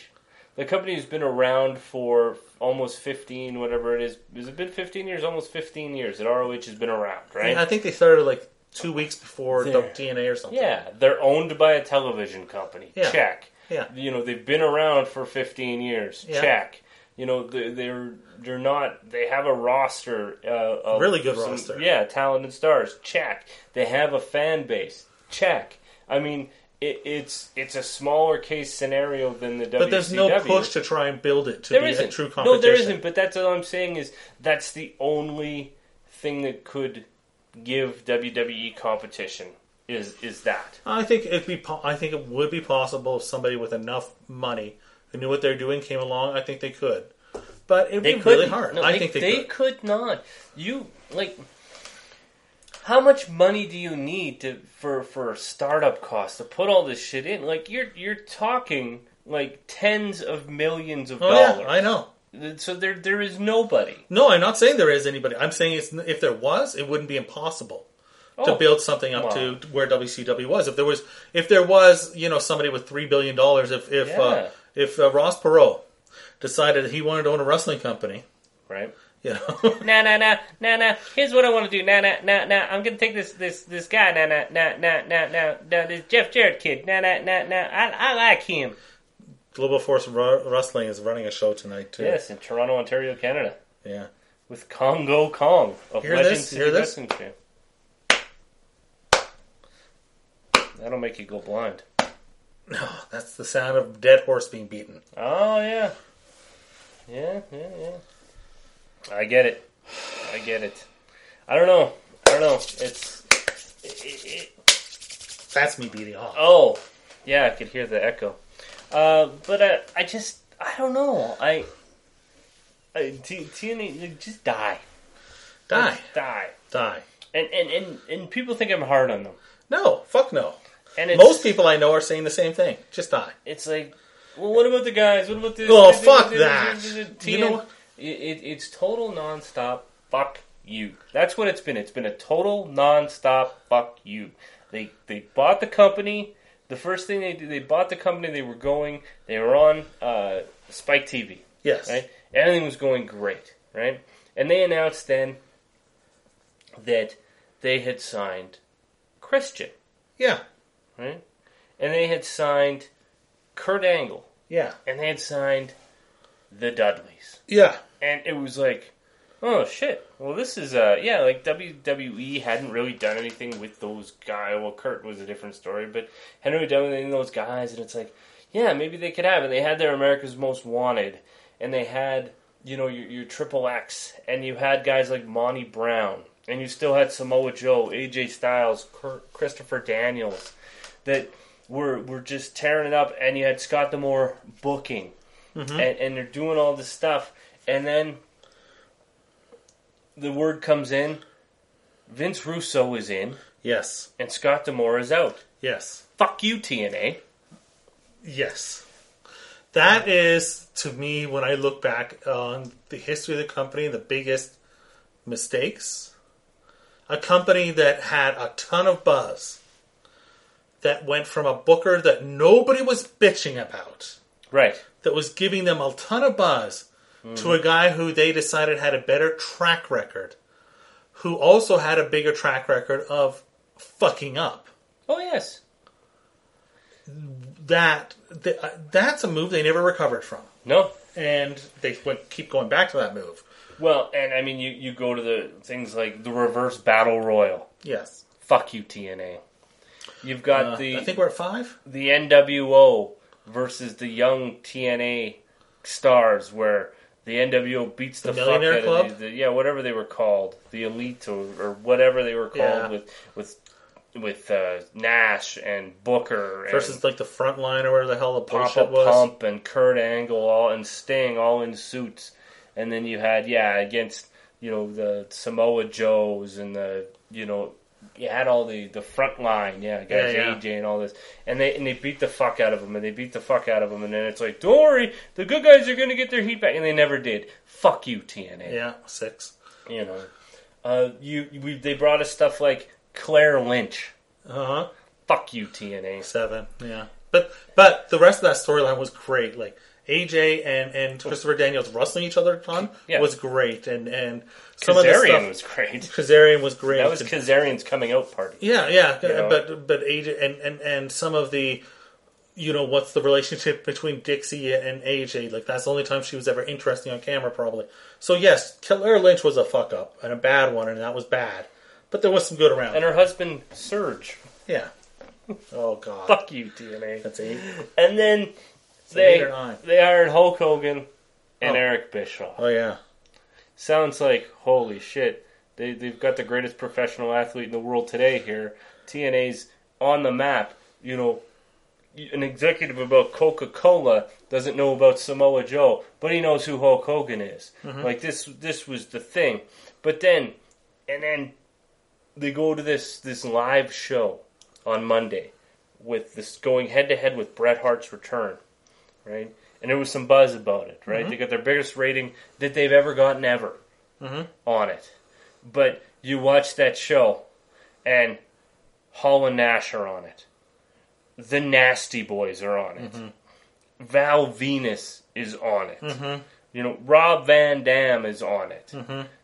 S2: The company has been around for almost 15, whatever it is. Has it been 15 years? Almost 15 years that ROH has been around, right?
S3: I
S2: Yeah,
S3: think they started like two weeks before
S2: There.
S3: the DNA or something.
S2: they're owned by a television company.
S3: Yeah.
S2: Check.
S3: Yeah.
S2: You know, they've been around for 15 years.
S3: Yeah.
S2: Check. You know, they- they're they're not. They have a roster, uh, of
S3: Really good roster.
S2: Yeah, talented stars. Check. They have a fan base. Check. I mean, it, it's it's a smaller case scenario than the WCW.
S3: But there's no push to try and build it to
S2: There
S3: be
S2: isn't
S3: a true
S2: No,
S3: competition.
S2: there isn't. But that's all I'm saying is that's the only thing that could give WWE competition is is that.
S3: I think it'd be. Po- I think it would be possible if somebody with enough money who knew what they're doing came along. I think they could, but it'd
S2: They
S3: be
S2: could
S3: really hard.
S2: No,
S3: I
S2: they,
S3: think they,
S2: they
S3: could.
S2: could not. You like how much money do you need to for for startup costs to put all this shit in? Like you're you're talking like tens of millions of
S3: Oh
S2: dollars.
S3: yeah, I know.
S2: So there there is nobody.
S3: No, I'm not saying there is anybody. I'm saying it's, if there was, it wouldn't be impossible
S2: Oh.
S3: to build something up
S2: Wow.
S3: to where WCW was. If there was, if there was, you know, somebody with three billion dollars, if if
S2: Yeah.
S3: uh, if uh, Ross Perot decided he wanted to own a wrestling company, *laughs*
S2: right?
S3: you know,
S2: Nah, nah, nah, nah, nah. Here's what I want to do. Nah, nah, nah, nah. I'm gonna take this, this, this guy. Nah, nah, nah, nah, nah, nah. nah this Jeff Jarrett kid. Nah, nah, nah, nah. I, I like him.
S3: Global Force Ru- Wrestling is running a show tonight too.
S2: Yes, in Toronto, Ontario, Canada,
S3: Yeah.
S2: with Congo Kong of
S3: Hear
S2: Legend
S3: this?
S2: City
S3: Hear this?
S2: Wrestling Champ. That'll make you go blind.
S3: No, that's the sound of dead horse being beaten.
S2: Oh yeah, yeah, yeah, yeah. I get it. I get it. I don't know. I don't know. It's. It, it,
S3: That's me beating off.
S2: Oh, yeah, I could hear the echo. Uh, but uh, I just, I don't know. I, I T- TNA, like, just die,
S3: Die.
S2: die,
S3: Die.
S2: and and and and people think I'm hard on them,
S3: No, fuck no.
S2: and it's,
S3: Most people I know are saying the same thing. Just die.
S2: It's like, well, what about the guys? What about this?
S3: Oh,
S2: This-
S3: fuck
S2: this-
S3: that.
S2: this- this- this-
S3: You know what?
S2: It, it, it's total nonstop. Fuck you. That's what it's been. It's been a total nonstop. Fuck you. They they bought the company. The first thing they did, they bought the company. They were going. They were on uh, Spike TV.
S3: Yes.
S2: Right. Everything was going great. Right. And they announced then that they had signed Christian.
S3: Yeah.
S2: Right. And they had signed Kurt Angle
S3: Yeah.
S2: and they had signed the Dudleys,
S3: Yeah.
S2: and it was like, oh shit. Well, this is uh yeah, like WWE hadn't really done anything with those guys. Well, Kurt was a different story, but hadn't really done anything with those guys, and it's like, yeah, maybe they could have. And they had their America's Most Wanted, and they had you know your, your Triple X, and you had guys like Monty Brown, and you still had Samoa Joe, AJ Styles, Kurt, Christopher Daniels, that. were were just tearing it up, and you had Scott Demore booking,
S3: Mm-hmm.
S2: and, and they're doing all this stuff, and then the word comes in, Vince Russo is in,
S3: Yes.
S2: and Scott Demore is out.
S3: Yes.
S2: Fuck you, TNA.
S3: Yes. That is, to me, when I look back on the history of the company, the biggest mistakes. A company that had a ton of buzz that went from a booker that nobody was bitching about.
S2: Right.
S3: that was giving them a ton of buzz to a guy who they decided had a better track record, who also had a bigger track record of fucking up.
S2: Oh yes.
S3: That th- uh, that's a move they never recovered from,
S2: No.
S3: and they went, keep going back to that move.
S2: Well, and I mean, you you go to the things like the reverse battle royal.
S3: Yes,
S2: Fuck you, TNA. You've got
S3: Uh,
S2: the
S3: I think we're at five.
S2: the NWO versus the young TNA stars, where the NWO beats the,
S3: The
S2: fuck
S3: Millionaire
S2: out
S3: Club?
S2: of the, the- yeah, whatever they were called, the Elite or, or whatever they were called
S3: Yeah.
S2: with with with uh, Nash and Booker and
S3: Versus like the front line or whatever the hell the
S2: Papa
S3: bullshit was.
S2: Pump and Kurt Angle all and Sting all in suits, and then you had yeah against you know the Samoa Joes and the you know you had all the the front line yeah guys
S3: Yeah, yeah.
S2: AJ and all this and they and they beat the fuck out of them and they beat the fuck out of them and then it's like don't worry the good guys are gonna get their heat back and they never did fuck you TNA
S3: Yeah, six.
S2: you know uh, you we, they brought us stuff like Claire Lynch
S3: Uh huh.
S2: fuck you TNA
S3: Seven. Yeah. But but the rest of that storyline was great. Like AJ and, and Christopher Daniels wrestling each other a ton
S2: Yeah.
S3: was great, and and some of the
S2: Kazarian
S3: stuff
S2: was great
S3: Kazarian was great.
S2: that was Kazarian's coming out party.
S3: yeah, yeah.
S2: know.
S3: But but AJ and, and and some of the you know what's the relationship between Dixie and AJ? Like that's the only time she was ever interesting on camera, probably. So yes, Killer Lynch was a fuck up and a bad one, and that was bad. But there was some good around.
S2: and her husband Serge. *laughs*
S3: yeah. Oh god.
S2: Fuck you, TNA.
S3: That's eight.
S2: And then
S3: eight
S2: they
S3: or nine.
S2: they hired Hulk Hogan and
S3: Oh.
S2: Eric Bischoff.
S3: Oh yeah.
S2: Sounds like holy shit. They they've got the greatest professional athlete in the world today here. TNA's on the map. You know, an executive about Coca Cola doesn't know about Samoa Joe, but he knows who Hulk Hogan is. Like this this was the thing. But then and then they go to this this live show on Monday with this going head to head with Bret Hart's return, right? And there was some buzz about it, right? They got their biggest rating that they've ever gotten ever on it. But you watch that show, and Hall and Nash are on it. The Nasty Boys are on it. Val Venus is on it. You know, Rob Van Dam is on it.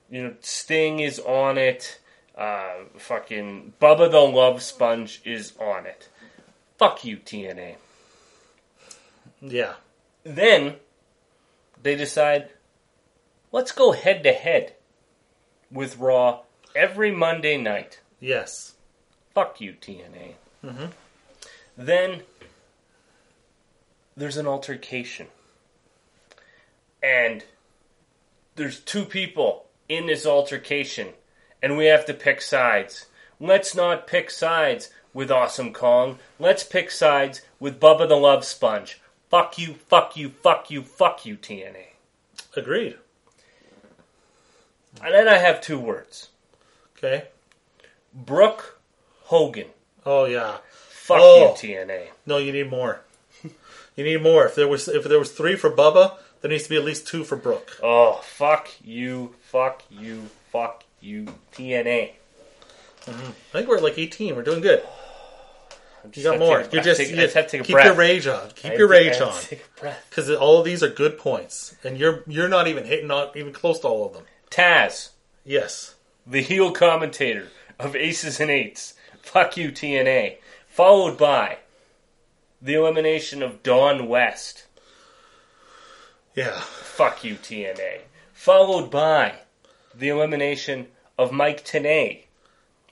S2: You know, Sting is on it. Uh, fucking Bubba the Love Sponge is on it. Fuck you, TNA.
S3: Yeah.
S2: Then they decide, let's go head to head with Raw every Monday night.
S3: Yes.
S2: Fuck you, TNA. Then there's an altercation. And there's two people in this altercation, and we have to pick sides. Let's not pick sides with Awesome Kong. Let's pick sides with Bubba the Love Sponge. Fuck you, fuck you, fuck you, fuck you, TNA.
S3: Agreed.
S2: And then I have two words
S3: Okay.
S2: Brooke Hogan.
S3: Oh yeah.
S2: Fuck
S3: Oh.
S2: you, TNA.
S3: No, you need more. You need more. If there was if there was three for Bubba, there needs to be at least two for Brooke.
S2: Oh, fuck you, fuck you, fuck you, TNA.
S3: I think we're at like eighteen. We're doing good.
S2: I'm just
S3: You got
S2: gonna
S3: more.
S2: take a-
S3: You're just
S2: take-
S3: you
S2: I just have to take a
S3: keep
S2: breath.
S3: your rage on.
S2: I
S3: Keep
S2: have
S3: your
S2: to-
S3: rage
S2: I have
S3: on.
S2: to Take a breath.
S3: Because all of these are good points, and you're you're not even hitting not even close to all of them.
S2: Taz,
S3: Yes.
S2: the heel commentator of Aces and Eights. Fuck you, TNA. Followed by the elimination of Don West.
S3: Yeah.
S2: Fuck you, TNA. Followed by the elimination of Mike Tenay.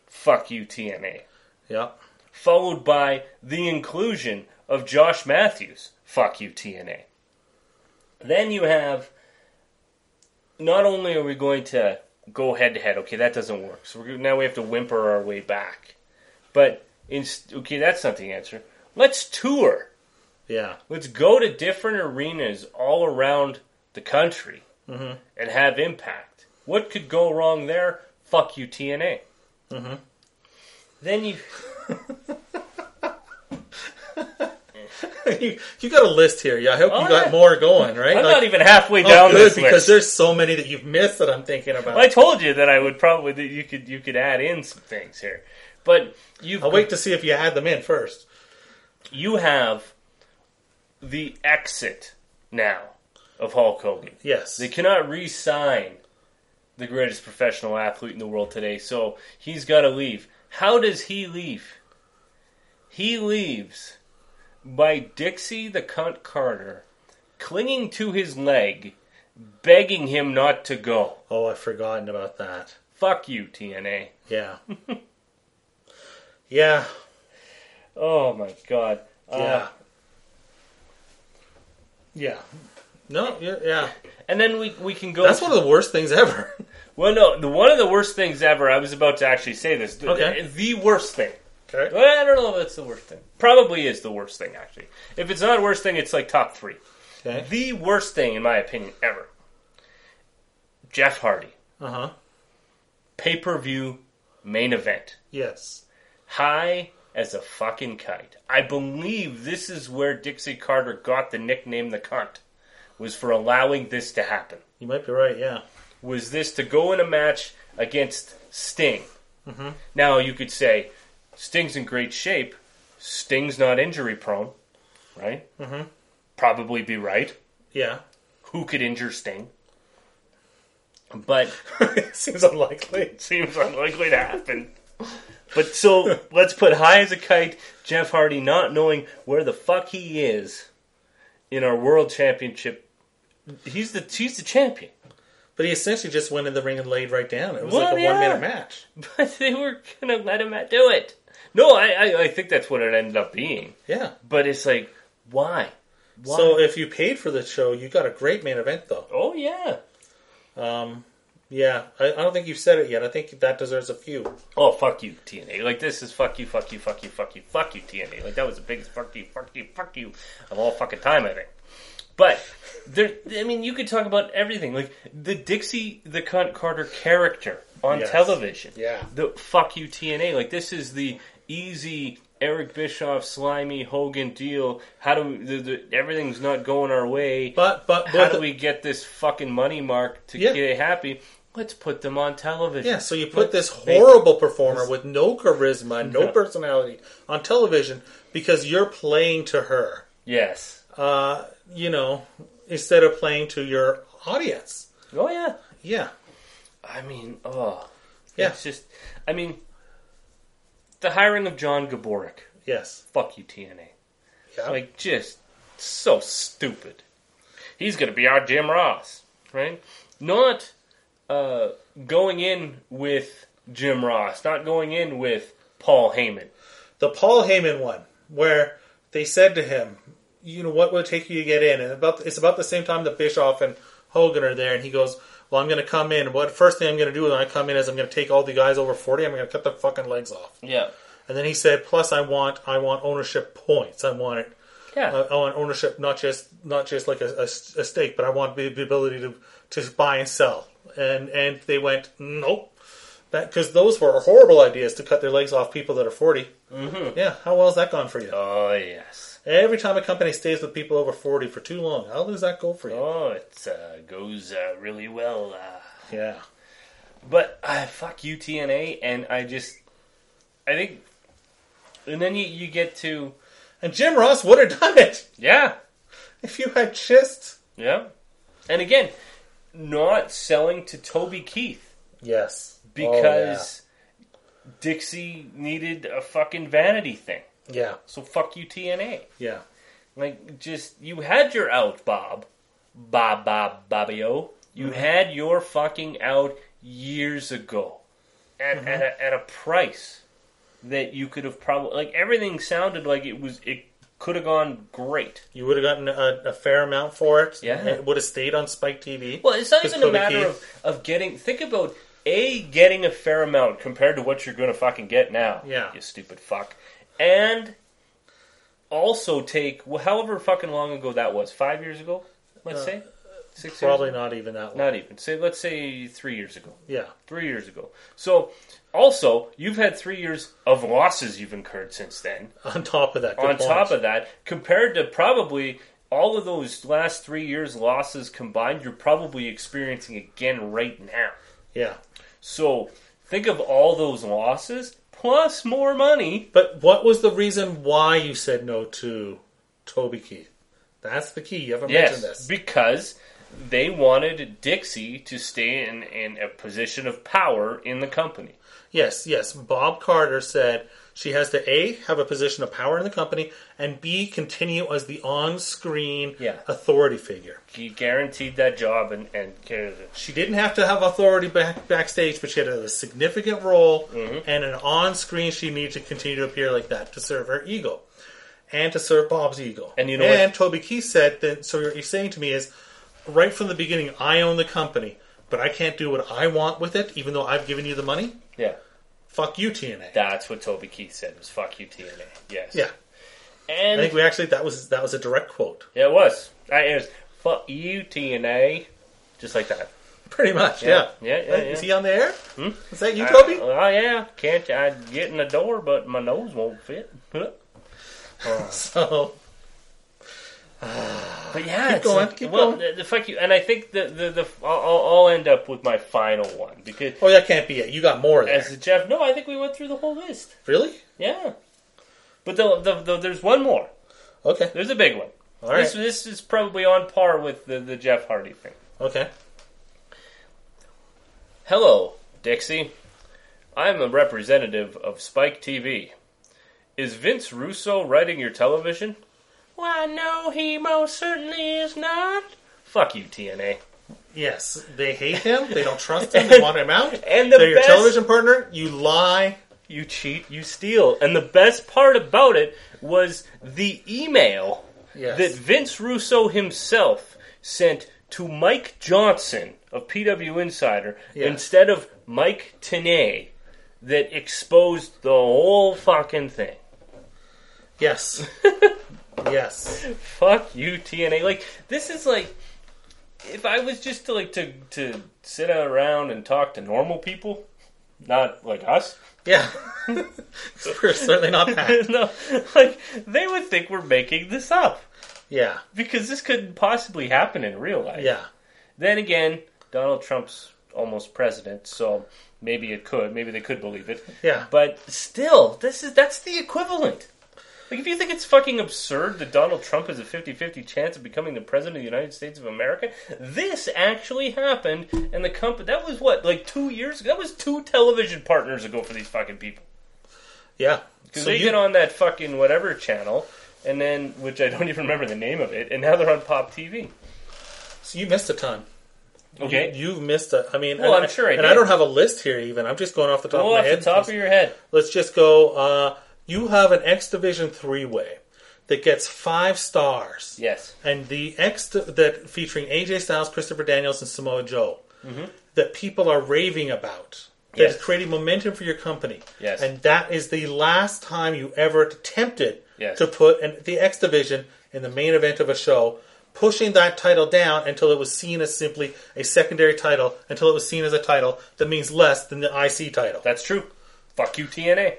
S2: Fuck you, TNA.
S3: Yeah.
S2: followed by the inclusion of Josh Matthews. Fuck you, TNA. Then you have not only are we going to go head to head, okay, that doesn't work. So we're, gonna- now we have to whimper our way back. But in, okay, that's not the answer. Let's tour.
S3: Yeah. *laughs*
S2: Let's go to different arenas all around the country and have impact. What could go wrong there? Fuck you, TNA. Then you
S3: you, you got a list here. Yeah. I hope
S2: Oh,
S3: you got
S2: yeah.
S3: more going. Right.
S2: I'm
S3: Like-
S2: not even halfway
S3: Oh,
S2: down
S3: good,
S2: this
S3: because
S2: list.
S3: there's so many that you've missed that I'm thinking about.
S2: I told you that I would probably that you could you could add in some things here, but you've
S3: I'll wait to see if you had them in first.
S2: you have the exit now of Hulk Hogan.
S3: Yes.
S2: They cannot re-sign the greatest professional athlete in the world today, so he's got to leave. How does he leave? He leaves by Dixie the Cunt Carter clinging to his leg, begging him not to go.
S3: Oh, I've forgotten about that.
S2: Fuck you, TNA. *laughs*
S3: Yeah. yeah.
S2: Oh my god. Uh,
S3: Yeah. Yeah. No, yeah, yeah.
S2: And then we, we can go.
S3: That's one of the worst things ever.
S2: well, no, the, one of the worst things ever. I was about to actually say this. The-
S3: Okay.
S2: The, worst thing.
S3: Okay.
S2: Well, I don't know if it's the worst thing. Probably is the worst thing, actually. If it's not worst thing, it's like top three.
S3: Okay.
S2: The worst thing, in my opinion, ever. Jeff Hardy.
S3: Uh huh.
S2: Pay per view main event.
S3: Yes.
S2: High as a fucking kite. I believe this is where Dixie Carter got the nickname the cunt, was for allowing this to happen.
S3: You might be right, yeah.
S2: was this to go in a match against Sting. Mm-hmm. Now you could say Sting's in great shape. Sting's not injury prone, right? Mm-hmm. Probably be right. *laughs*
S3: Yeah.
S2: Who could injure Sting? But
S3: Seems unlikely.
S2: *laughs* seems unlikely to happen. But *laughs* so let's put high as a kite Jeff Hardy not knowing where the fuck he is in our world championship. He's the he's the champion.
S3: But he essentially just went in the ring and laid right down. It was
S2: Well,
S3: like a
S2: yeah.
S3: one minute match.
S2: *laughs* but they were gonna let him do it. No, I, I, I think that's what it ended up being.
S3: Yeah.
S2: But it's like, why? Why?
S3: So if you paid for the show, you got a great main event, though.
S2: oh yeah.
S3: Yeah. I, I don't think you've said it yet. I think that deserves a few.
S2: Oh fuck you, TNA. Like this is fuck you, fuck you, fuck you, fuck you, fuck you, TNA. Like that was the biggest fuck you, fuck you, fuck you of all fucking time, I think. But there, I mean, you could talk about everything, like the Dixie the Cunt Carter character on
S3: Yes.
S2: television.
S3: Yeah.
S2: the fuck you TNA. Like this is the easy Eric Bischoff, slimy Hogan deal. How do we, the, the, everything's not going our way?
S3: But, but,
S2: How
S3: but
S2: do we get this fucking money mark to
S3: Yeah.
S2: get it happy? Let's put them on television.
S3: Yeah, so you
S2: Let's
S3: put this
S2: make-
S3: horrible performer with no charisma, no
S2: No.
S3: personality on television because you're playing to her,
S2: Yes.
S3: uh, you know, instead of playing to your audience.
S2: Oh yeah.
S3: Yeah.
S2: I mean, oh.
S3: Yeah.
S2: It's just, I mean, the hiring of John Gaborik.
S3: Yes.
S2: Fuck you, TNA.
S3: Yeah.
S2: Like, just so stupid. He's going to be our Jim Ross, right? Not uh, going in with Jim Ross, not going in with Paul Heyman.
S3: the Paul Heyman one, where they said to him, "You know what would it take you to get in?" And about it's about the same time that Bischoff and Hogan are there, and he goes, "Well, I'm going to come in. What first thing I'm going to do when I come in is I'm going to take all the guys over 40. I'm going to cut their fucking legs off."
S2: Yeah.
S3: And then he said, "Plus, I want I want ownership points. I want it."
S2: Yeah.
S3: I I want ownership, not just not just like a, a, a stake, but I want the, the ability to to buy and sell. And and they went nope, that because those were horrible ideas to cut their legs off people that are 40 Mm-hmm. Yeah, how well has that gone for you?
S2: oh, yes.
S3: Every time a company stays with people over forty for too long, how does that go for you?
S2: Oh, it uh, goes uh, really well. Uh,
S3: Yeah,
S2: But I fuck you TNA, and I just, I think, and then you you get to
S3: and Jim Ross would have done it *laughs*
S2: yeah
S3: if you had just
S2: yeah, and again, not selling to Toby Keith
S3: yes
S2: because Dixie needed a fucking vanity thing.
S3: yeah.
S2: So fuck you TNA.
S3: yeah
S2: Like just you had your out, Bob, Bob Bob Bobbio. You had your fucking out years ago, at at, a, at a price that you could have probably like everything sounded like it was it could have gone great.
S3: you would have gotten a, a fair amount for it.
S2: Yeah.
S3: it would have stayed on Spike TV.
S2: Well, it's not
S3: 'Cause
S2: even a
S3: Kobe
S2: matter
S3: Keith-
S2: of, of getting. Think about a getting a fair amount compared to what you're going to fucking get now.
S3: Yeah.
S2: you stupid fuck, and also take well, however fucking long ago that was. Five years ago, let's say. Six
S3: Uh, Probably
S2: years?
S3: not even that long.
S2: Not even. Say let's say three years ago.
S3: Yeah. *laughs*
S2: Three years ago. So also you've had three years of losses you've incurred since then.
S3: On top of that. good
S2: on
S3: point.
S2: top of that, compared to probably all of those last three years losses combined, you're probably experiencing again right now.
S3: Yeah.
S2: So think of all those losses plus more money.
S3: But what was the reason why you said no to Toby Keith? That's the key. You haven't mentioned
S2: Yes,
S3: this.
S2: because they wanted Dixie to stay in, in a position of power in the company.
S3: Yes, yes. Bob Carter said she has to A, have a position of power in the company, and B, continue as the on screen
S2: Yeah.
S3: authority figure.
S2: He guaranteed that job and, and carried it.
S3: She didn't have to have authority back, backstage, but she had a significant role
S2: Mm-hmm.
S3: and an on screen she needed to continue to appear like that to serve her ego and to serve Bob's ego.
S2: And you know
S3: and Toby Keith said that. So what you're saying to me is, right from the beginning, I own the company, but I can't do what I want with it, even though I've given you the money.
S2: Yeah.
S3: Fuck you, TNA.
S2: That's what Toby Keith said was fuck you TNA. Yes.
S3: yeah, I
S2: And
S3: think we actually that was that was a direct quote, *laughs*
S2: Yeah, it was. I, it was fuck you, TNA, just like that.
S3: pretty much. Yeah,
S2: Yeah, yeah,
S3: Uh,
S2: yeah. Hmm?
S3: Is he on the air? Is that you,
S2: I-
S3: Toby?
S2: oh yeah, can't I get in the door, but my nose won't fit. *laughs* but
S3: *laughs* so
S2: yeah, it's
S3: going,
S2: like-
S3: keep
S2: well,
S3: going.
S2: The, the fuck you, and I think the the, the I'll- I'll, I'll end up with my final one because
S3: oh, that can't be it. You got more there.
S2: as a Jeff, no, I think we went through the whole list.
S3: really?
S2: Yeah, but the, the, the, there's one more.
S3: Okay.
S2: There's a big one.
S3: All right.
S2: This this is probably on par with the, the Jeff Hardy thing.
S3: Okay.
S2: Hello, Dixie. I'm a representative of Spike TV. Is Vince Russo writing your television? Why, no, he most certainly is not. Fuck you, TNA.
S3: Yes, they hate him. They don't trust him. They want him out.
S2: *laughs* And the
S3: They're your
S2: best-
S3: television partner. You lie.
S2: You cheat, you steal. And the best part about it was the email
S3: Yes.
S2: that Vince Russo himself sent to Mike Johnson of PW Insider
S3: Yeah.
S2: instead of Mike Tanay that exposed the whole fucking thing. *laughs*
S3: Yes. yes.
S2: fuck you TNA. Like this is like if I was just to like to to sit around and talk to normal people, not like us. *laughs*
S3: Yeah. *laughs* We're certainly not that.
S2: no, like they would think we're making this up
S3: Yeah.
S2: because this couldn't possibly happen in real life.
S3: Yeah.
S2: Then again, Donald Trump's almost president, so maybe it could. Maybe they could believe it.
S3: Yeah.
S2: But still, this is that's the equivalent. Like, if you think it's fucking absurd that Donald Trump has a 50 50 chance of becoming the president of the United States of America, this actually happened, and the company. That was what, like two years ago? That was two television partners ago for these fucking people.
S3: Yeah.
S2: Because
S3: So
S2: they
S3: you-
S2: get on that fucking whatever channel, and then, which I don't even remember the name of it, and now they're on Pop TV.
S3: so you missed a ton.
S2: Okay?
S3: You, have missed a. I mean,
S2: Well,
S3: and
S2: I'm sure I
S3: and
S2: did.
S3: I don't have a list here. Even I'm just going off the top
S2: Go
S3: of
S2: off
S3: my
S2: the
S3: head.
S2: top of your head.
S3: Let's just go. Uh, you have an X Division three way that gets five stars.
S2: Yes.
S3: and the X that featuring AJ Styles, Christopher Daniels, and Samoa Joe that people are raving about. That is
S2: Mm-hmm. Yes.
S3: creating momentum for your company.
S2: Yes.
S3: And that is the last time you ever attempted
S2: Yes.
S3: to put an, the X Division in the main event of a show, pushing that title down until it was seen as simply a secondary title, until it was seen as a title that means less than the IC title.
S2: That's true. Fuck you, TNA.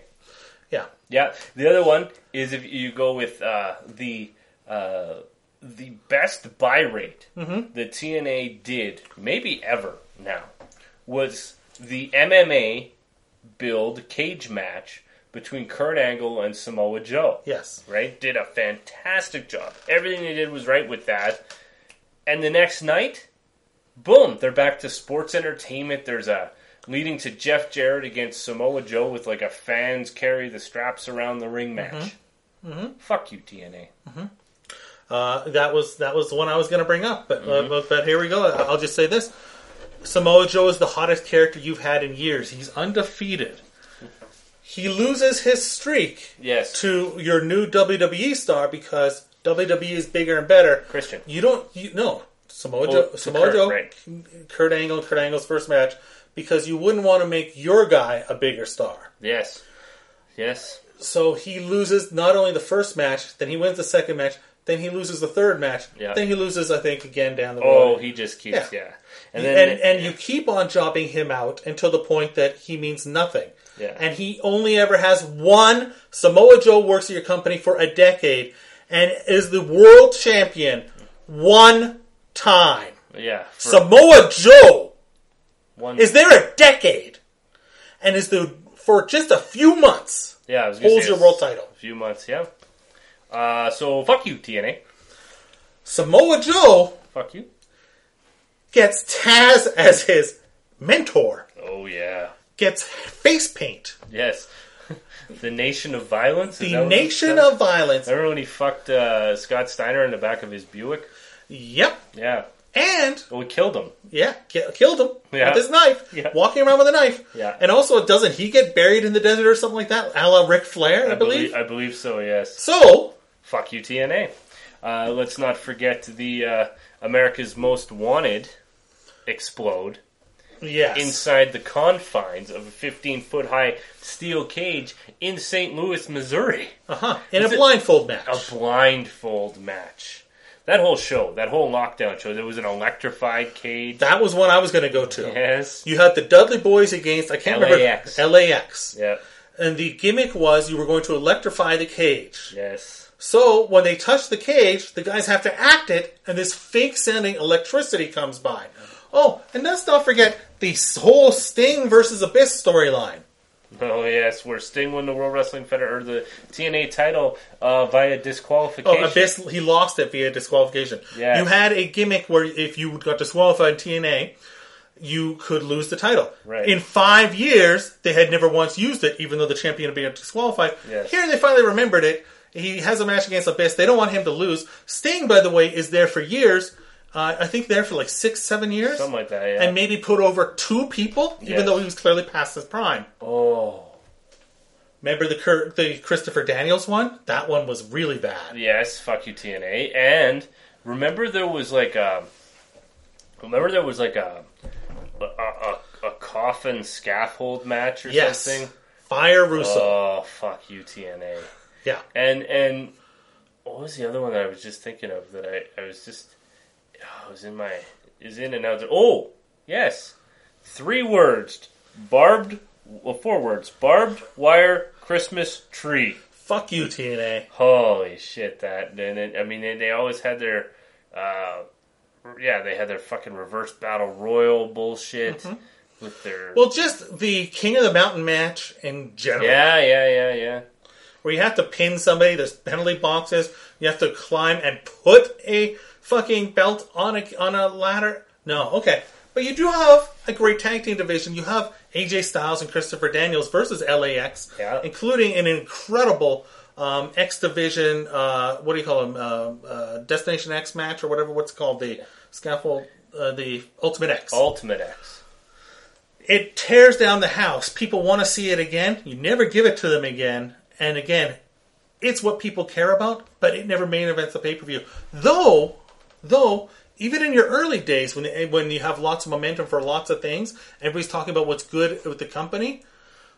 S3: yeah.
S2: Yeah. The other one is if you go with uh, the uh, the best buy rate that TNA did, maybe ever now, was the MMA build cage match between Kurt Angle and Samoa Joe.
S3: Yes.
S2: Right? Did a fantastic job. Everything they did was right with that. And the next night, boom, they're back to sports entertainment. There's a leading to Jeff Jarrett against Samoa Joe with like a fans carry the straps around the ring match.
S3: Mm-hmm.
S2: Fuck you, TNA.
S3: Uh, that was that was the one I was going to bring up, but
S2: Mm-hmm.
S3: uh, but- but here we go. I- I'll just say this: Samoa Joe is the hottest character you've had in years. He's undefeated. He loses his streak
S2: Yes.
S3: to your new WWE star because WWE is bigger and better.
S2: Christian.
S3: you don't you no Samoa
S2: Oh,
S3: Joe,
S2: to
S3: Samoa
S2: Kurt,
S3: Joe,
S2: right.
S3: Kurt Angle, Kurt Angle's first match because you wouldn't want to make your guy a bigger star.
S2: Yes. Yes.
S3: So he loses not only the first match, then he wins the second match, then he loses the third match,
S2: Yeah.
S3: then he loses, I think, again down the
S2: Oh,
S3: road.
S2: he just keeps, yeah.
S3: Yeah.
S2: And
S3: and
S2: then
S3: and you keep on jobbing him out until the point that he means nothing.
S2: Yeah.
S3: And he only ever has one. Samoa Joe works at your company for a decade and is the world champion one time.
S2: yeah, for
S3: Samoa Joe
S2: one,
S3: is there a decade and is the for just a few months
S2: yeah, I was gonna
S3: holds
S2: say
S3: your
S2: it's
S3: world title.
S2: A few months, yeah. Uh, so fuck you, TNA.
S3: Samoa Joe
S2: Fuck you.
S3: gets Taz as his mentor,
S2: Oh yeah.
S3: gets face paint.
S2: Yes. *laughs* the Nation of Violence. Is that
S3: The
S2: what it's
S3: Nation
S2: called?
S3: of Violence.
S2: Remember when he fucked uh, Scott Steiner in the back of his Buick?
S3: Yep.
S2: Yeah.
S3: And,
S2: Well, he killed him.
S3: yeah, ki- killed him
S2: Yeah.
S3: with his knife.
S2: Yeah.
S3: Walking around with a knife.
S2: Yeah.
S3: And also, doesn't he get buried in the desert or something like that? A la Ric Flair, I, believe.
S2: I believe so. Yes.
S3: So,
S2: Fuck you, TNA. Uh, let's not forget the uh, America's Most Wanted explode
S3: yes.
S2: inside the confines of a 15 foot high steel cage in St. Louis, Missouri.
S3: uh-huh. In a
S2: it-
S3: blindfold match.
S2: a blindfold match. That whole show, that whole lockdown show, there was an electrified cage.
S3: that was one I was going to go to.
S2: Yes.
S3: You had the Dudley Boys against, I can't
S2: LAX.
S3: remember. LAX.
S2: Yep.
S3: And the gimmick was you were going to electrify the cage.
S2: Yes. *laughs*
S3: So when they touch the cage, the guys have to act it, and this fake sounding electricity comes by. Oh, and let's not forget the whole Sting versus Abyss storyline.
S2: Oh yes, where Sting won the World Wrestling Federation or the TNA title uh, via
S3: Oh,
S2: disqualification.
S3: Abyss, he lost it via disqualification.
S2: Yes.
S3: You had a gimmick where if you got disqualified in TNA, you could lose the title.
S2: Right.
S3: In five years, they had never once used it, even though the champion had been disqualified.
S2: Yes.
S3: Here they finally remembered it. He has a match against Abyss. They don't want him to lose. Sting, by the way, is there for years. Uh, I think there for like six, seven years.
S2: Something like that. Yeah.
S3: and maybe put over two people, even
S2: Yes.
S3: though he was clearly past his prime.
S2: oh
S3: Remember the Cur- the Christopher Daniels one? That one was really bad.
S2: yes, fuck you TNA. And remember there was like a remember there was like a a, a, a coffin scaffold match or
S3: Yes,
S2: something.
S3: Fire Russo.
S2: Oh fuck you TNA.
S3: yeah,
S2: And and what was the other one that I was just thinking of that I, I was just oh, I was in my is in and out. Oh yes, three words barbed well, four words barbed wire Christmas tree.
S3: fuck you TNA.
S2: Holy shit! That and it, I mean they, they always had their uh, yeah, they had their fucking reverse battle royal bullshit with their
S3: Well, just the King of the Mountain match in general,
S2: yeah, yeah, yeah, yeah.
S3: where you have to pin somebody. There's penalty boxes. You have to climb and put a fucking belt on a on a ladder. No, okay, but you do have a great tag team division. You have AJ Styles and Christopher Daniels versus LAX,
S2: Yeah.
S3: including an incredible. Um, X Division, uh, what do you call them? Uh, uh, Destination X match or whatever. What's it called the scaffold, uh, the Ultimate X.
S2: Ultimate X.
S3: it tears down the house. People want to see it again. You never give it to them again. And again, it's what people care about, but it never main events the pay per view. Though, though, even in your early days when when you have lots of momentum for lots of things, everybody's talking about what's good with the company.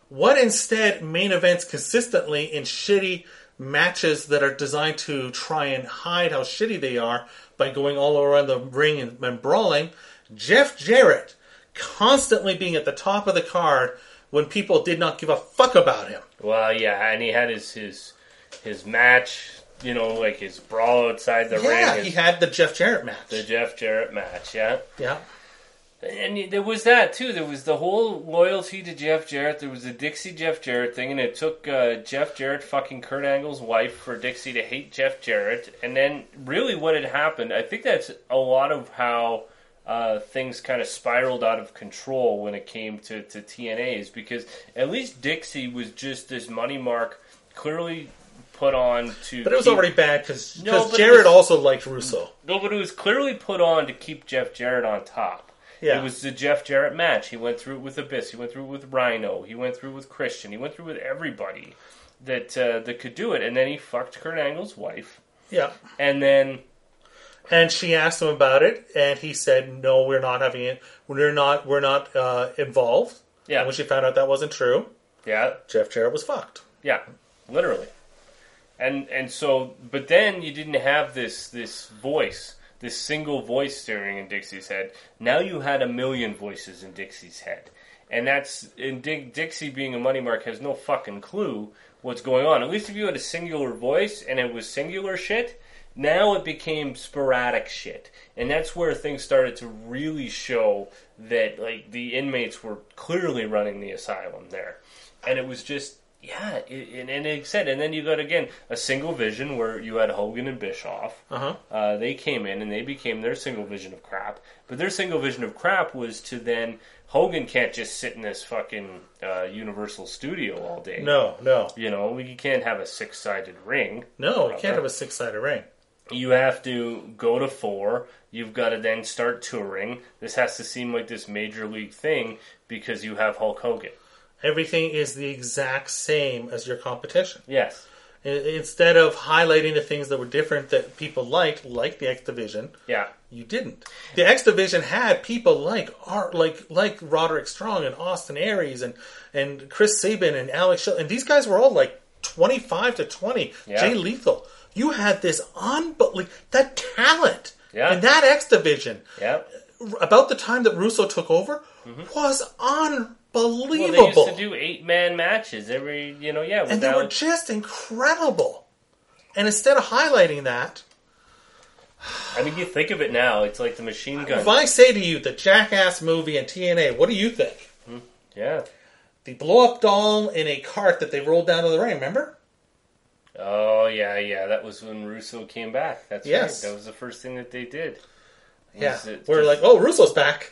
S3: What instead main events consistently in shitty matches that are designed to try and hide how shitty they are by going all around the ring and, and brawling? Jeff Jarrett constantly being at the top of the card when people did not give a fuck about him.
S2: Well, yeah, and he had his his his match, you know, like his brawl outside the
S3: Yeah,
S2: ring,
S3: he
S2: his,
S3: had the Jeff Jarrett match.
S2: the Jeff Jarrett match, yeah.
S3: yeah.
S2: And there was that too. There was the whole loyalty to Jeff Jarrett. There was the Dixie Jeff Jarrett thing, and it took uh, Jeff Jarrett fucking Kurt Angle's wife for Dixie to hate Jeff Jarrett. And then, really, what had happened? I think that's a lot of how uh, things kind of spiraled out of control when it came to to TNA is because at least Dixie was just this money mark, clearly put on to.
S3: But it was
S2: keep-
S3: already bad because
S2: No, but it
S3: Jarrett
S2: was-
S3: also liked Russo.
S2: no, but it was clearly put on to keep Jeff Jarrett on top.
S3: Yeah.
S2: It was the Jeff Jarrett match. He went through it with Abyss. He went through it with Rhino. He went through it with Christian. He went through it with everybody that uh, that could do it. And then he fucked Kurt Angle's wife.
S3: Yeah.
S2: And then
S3: And she asked him about it, and he said, "No, we're not having it. We're not. We're not uh, involved."
S2: Yeah.
S3: And when she found out that wasn't true,
S2: yeah,
S3: Jeff Jarrett was fucked.
S2: yeah, literally. And and so, but then you didn't have this this voice, this single voice staring in Dixie's head. Now you had a million voices in Dixie's head, and that's and Dick, Dixie being a money mark has no fucking clue what's going on. At least if you had a singular voice and it was singular shit. Now it became sporadic shit, and that's where things started to really show that like the inmates were clearly running the asylum there, and it was just yeah, it, and, and it said, and then you got again a single vision where you had Hogan and Bischoff.
S3: Uh-huh.
S2: Uh, they came in and they became their single vision of crap. But their single vision of crap was to then Hogan can't just sit in this fucking uh, Universal studio all day.
S3: No, no,
S2: You know, we can't have a six sided ring.
S3: no. You can't have a six-sided ring.
S2: You have to go to four. You've got to then start touring. This has to seem like this major league thing because you have Hulk Hogan.
S3: Everything is the exact same as your competition.
S2: Yes.
S3: I- Instead of highlighting the things that were different that people liked, like the X Division,
S2: Yeah.
S3: you didn't. The X Division had people like Art, like like Roderick Strong and Austin Aries and and Chris Sabin and Alex Shell, and these guys were all like twenty five to twenty.
S2: Yeah.
S3: Jay Lethal. You had this unbelievable that talent
S2: Yeah.
S3: in that X Division
S2: Yeah.
S3: about the time that Russo took over was
S2: Mm-hmm. Well, they
S3: unbelievable,
S2: used to do eight man matches every, you know, yeah.
S3: and they were
S2: Without,
S3: just incredible. And instead of highlighting that,
S2: I mean, you think of it now, it's like the machine gun.
S3: if I say to you the Jackass movie and TNA, what do you think?
S2: Yeah.
S3: the blow up doll in a cart that they rolled down to the ring. Remember?
S2: Oh yeah, yeah. That was when Russo came back. That's
S3: Yes.
S2: right. That was the first thing that they did.
S3: Yeah,
S2: Was it
S3: we're
S2: just-
S3: like, oh, Russo's back.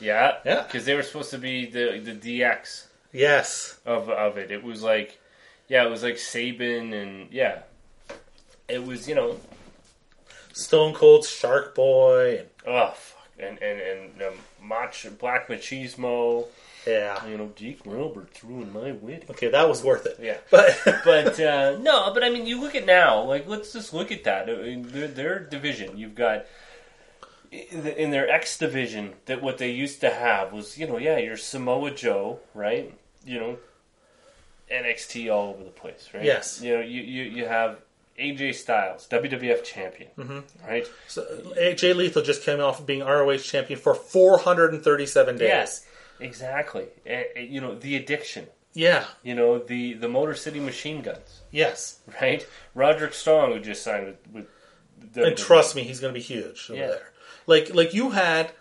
S2: Yeah,
S3: Yeah.
S2: Because they were supposed to be the the DX
S3: Yes,
S2: of of it. It was like, yeah, it was like Sabin and yeah, it was you know,
S3: Stone Cold Shark Boy. And,
S2: oh fuck, and and and um, mach, Black Machismo.
S3: yeah.
S2: You know, Jake Roberts ruined my wedding.
S3: Okay, that was worth it.
S2: Yeah.
S3: but *laughs*
S2: but uh, no, but I mean, you look at now. Like, let's just look at that. I mean, their, their division, you've got in, the, in their X division that what they used to have was, you know, yeah, your Samoa Joe, right? You know, NXT all over the place, right?
S3: Yes.
S2: You know, you you, you have AJ Styles, WWF champion, right?
S3: Mm-hmm. so, uh, Jay Lethal just came off of being ROH champion for 437 days.
S2: Yes, exactly. And, and, you know, the addiction.
S3: Yeah.
S2: You know, the the Motor City Machine Guns, *laughs*
S3: Yes.
S2: right? Roderick Strong, who just signed with. with
S3: And trust me, he's going to be huge over
S2: Yeah.
S3: there. Like like you had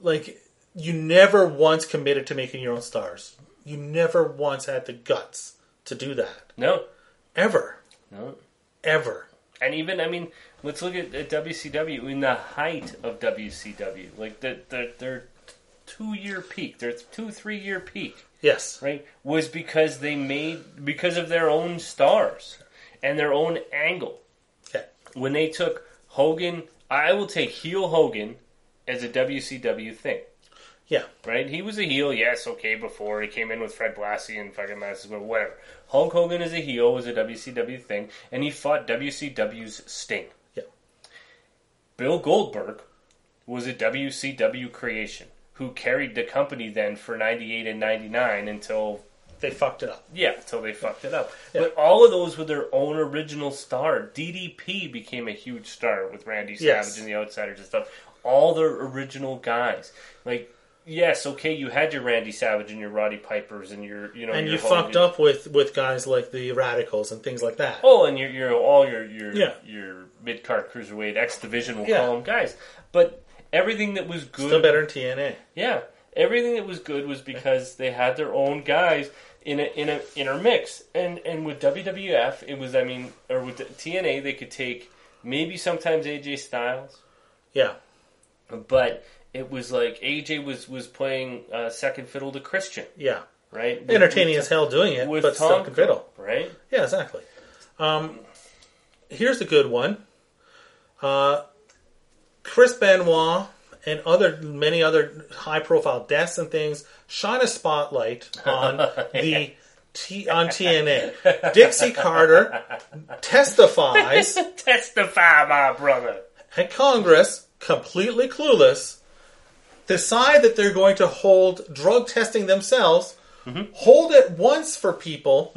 S3: like you never once committed to making your own stars. You never once had the guts to do that.
S2: No,
S3: Ever.
S2: no.
S3: Ever.
S2: And even I mean, let's look at, at WCW in the height of WCW, like the, the, their two year peak, their two three year peak,
S3: Yes.
S2: right, was because they made because of their own stars and their own angle.
S3: Okay.
S2: When they took Hogan, I will take heel Hogan as a WCW thing.
S3: Yeah.
S2: Right? He was a heel, yes, okay, before. He came in with Fred Blassie and fucking Madison Square, whatever. Hulk Hogan as a heel was a WCW thing, and he fought WCW's Sting.
S3: Yeah.
S2: Bill Goldberg was a WCW creation who carried the company then for 98 and 99 until,
S3: They fucked it up.
S2: yeah, until they fucked it up. But all of those were their own original star. DDP became a huge star with Randy
S3: Yes.
S2: Savage and the Outsiders and stuff. All their original guys. Like, yes, okay, you had your Randy Savage and your Roddy Pipers and your, you know,
S3: And
S2: your
S3: you
S2: Hogan-
S3: fucked up with with guys like the radicals and things like that.
S2: Oh, and your your all your your
S3: Yeah.
S2: your mid card cruiserweight X division, we'll
S3: Yeah.
S2: call them guys. But everything that was good,
S3: Still better in TNA.
S2: yeah, everything that was good was because they had their own guys in a in a intermix. And and with WWF, it was I mean, or with the TNA, they could take maybe sometimes AJ Styles,
S3: Yeah.
S2: but it was like AJ was was playing uh, second fiddle to Christian,
S3: Yeah.
S2: right?
S3: Entertaining as hell doing it,
S2: with
S3: but still
S2: Tonka,
S3: can fiddle.
S2: right? *laughs*
S3: Yeah, exactly. Um, here's a good one. Uh, Chris Benoit and other many other high profile deaths and things shine a spotlight
S2: *laughs*
S3: on the T on TNA.
S2: *laughs*
S3: Dixie Carter testifies
S2: Testify, my brother.
S3: at Congress, completely clueless, decide that they're going to hold drug testing themselves, hold it once for people,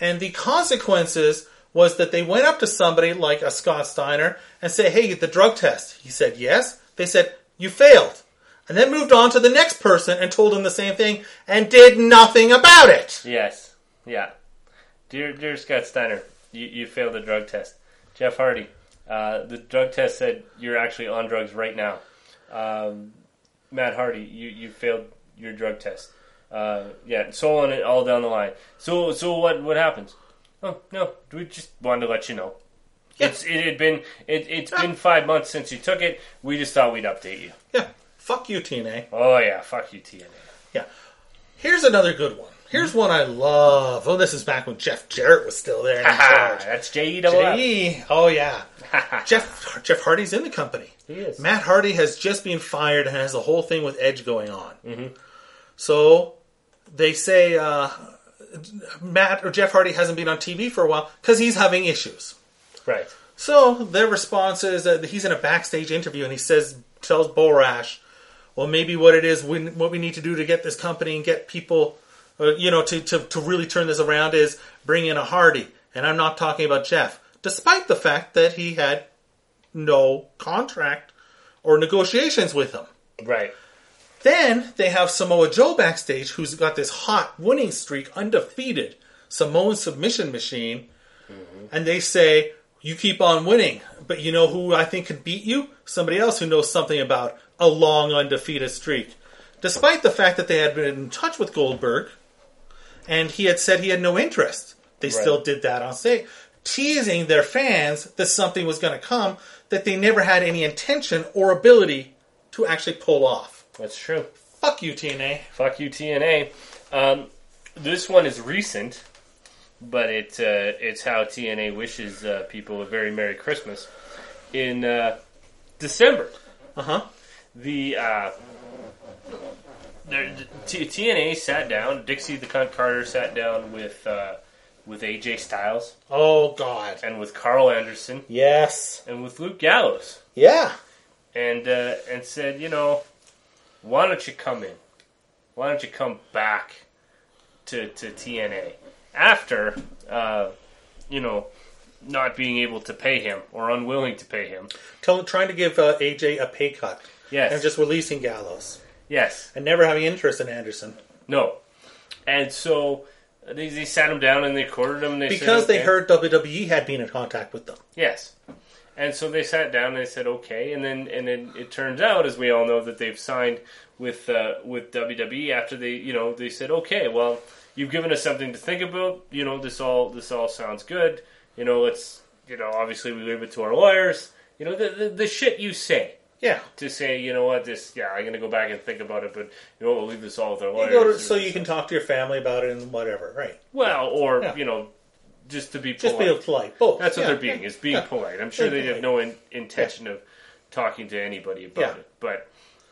S3: and the consequences was that they went up to somebody like a Scott Steiner and say, "Hey, get the drug test." He said, "Yes." They said, "You failed." And then moved on to the next person and told him the same thing and did nothing about it.
S2: Yes. Yeah. Dear, dear Scott Steiner, you, you failed the drug test. Jeff Hardy, uh, the drug test said you're actually on drugs right now. Um, Matt Hardy, you, you failed your drug test. Uh, yeah, and so on and all down the line. So so what what happens? Oh no, we just wanted to let you know. It's it had been it it's been five months since you took it. We just thought we'd update you.
S3: Yeah. Fuck you, TNA.
S2: Oh yeah, fuck you, TNA.
S3: Yeah. Here's another good one. Here's
S2: Mm-hmm.
S3: one I love. Oh, this is back when Jeff Jarrett was still there. in
S2: Ah,
S3: charge.
S2: that's J E double F.
S3: Hey, oh yeah. Jeff Jeff Hardy's in the company.
S2: He is.
S3: Matt Hardy has just been fired and has the whole thing with Edge going on.
S2: Mm-hmm.
S3: So they say uh, Matt or Jeff Hardy hasn't been on TV for a while because he's having issues.
S2: Right.
S3: So their response is that he's in a backstage interview and he says tells Borash, "Well, maybe what it is, we, what we need to do to get this company and get people, uh, you know, to, to to really turn this around is bring in a Hardy." And I'm not talking about Jeff, despite the fact that he had no contract or negotiations with him.
S2: Right.
S3: Then they have Samoa Joe backstage, who's got this hot winning streak, undefeated Samoan submission machine, and they say, "You keep on winning, but you know who I think could beat you? Somebody else who knows something about a long undefeated streak." Despite the fact that they had been in touch with Goldberg, and he had said he had no interest, they still did that on stage, teasing their fans that something was going to come that they never had any intention or ability to actually pull off.
S2: That's true.
S3: Fuck you, TNA.
S2: Fuck you, TNA. Um, this one is recent, but it uh, it's how TNA wishes uh, people a very Merry Christmas. In uh, December,
S3: Uh huh.
S2: the uh, there, T- TNA sat down. Dixie the Cunt Carter sat down with uh, with AJ Styles
S3: Oh God.
S2: and with Carl Anderson
S3: Yes.
S2: and with Luke Gallows,
S3: Yeah.
S2: and uh, and said, you know, why don't you come in? Why don't you come back to to TNA after uh, you know not being able to pay him or unwilling to pay him?
S3: Tell, trying to give uh, AJ a pay cut
S2: Yes,
S3: and just releasing Gallows
S2: yes,
S3: and never having interest in Anderson
S2: no, and so. They, they sat him down and they quartered him. and They said,
S3: because they
S2: "Okay."
S3: heard WWE had been in contact with them.
S2: yes, And so they sat down and they said, okay. And then and then it turns out, as we all know, that they've signed with uh, with WWE after they you know they said, okay, well you've given us something to think about. You know this all this all sounds good. You know let's you know obviously we leave it to our lawyers. You know the the, the shit you say
S3: Yeah.
S2: to say you know what this yeah I'm gonna go back and think about it, but you know what, we'll leave this all with our
S3: You
S2: lawyers.
S3: go to, so
S2: Or-
S3: you can talk to your family about it and whatever, right?
S2: well or
S3: Yeah.
S2: you know just to be polite.
S3: Just be polite. Both.
S2: That's what
S3: Yeah.
S2: they're being is being
S3: Yeah.
S2: polite. I'm sure
S3: They're
S2: they have no in, intention of talking to anybody about
S3: Yeah.
S2: it. But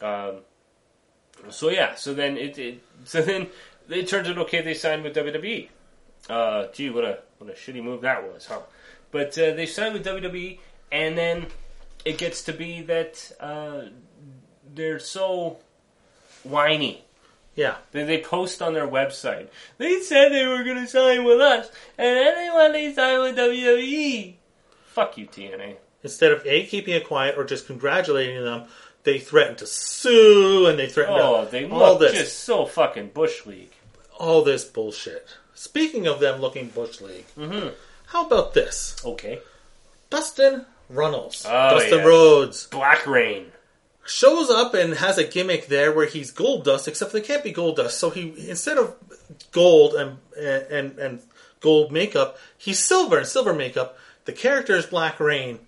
S2: um, so yeah, so then it, it so then it turns out okay. They signed with WWE. Uh, gee, what a what a shitty move that was, huh? But uh, they signed with WWE, and then it gets to be that uh, they're so whiny.
S3: Yeah.
S2: They, they post on their website. They said they were going to sign with us, and then they want to sign with WWE. Fuck you, TNA.
S3: Instead of A, keeping it quiet or just congratulating them, they threaten to sue and they threaten
S2: Oh,
S3: to.
S2: they look
S3: all this.
S2: just so fucking bush league.
S3: All this bullshit. Speaking of them looking Bush League,
S2: Mm-hmm.
S3: how about this?
S2: Okay.
S3: Dustin Runnels,
S2: Oh,
S3: Dustin
S2: yes.
S3: Rhodes,
S2: Black Rain.
S3: shows up and has a gimmick there where he's gold dust, except they can't be gold dust. So he instead of gold and and and gold makeup, he's silver and silver makeup. The character is Black Rain.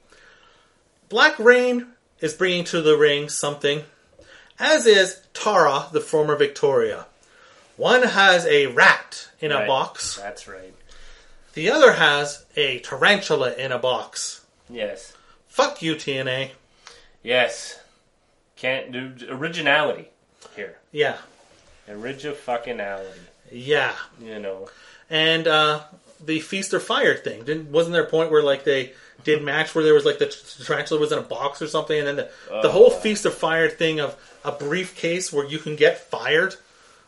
S3: Black Rain is bringing to the ring something, as is Tara, the former Victoria. One has a rat in a
S2: Right.
S3: box.
S2: That's right.
S3: The other has a tarantula in a box.
S2: Yes.
S3: Fuck you, TNA.
S2: Yes. Can't do originality here.
S3: Yeah,
S2: Origi fucking ality.
S3: yeah.
S2: You know.
S3: and uh, the feast or fire thing. Didn't, wasn't there a point where like they did match where there was like the t- tarantula was in a box or something, and then the, the whole feast or fire thing of a briefcase where you can get fired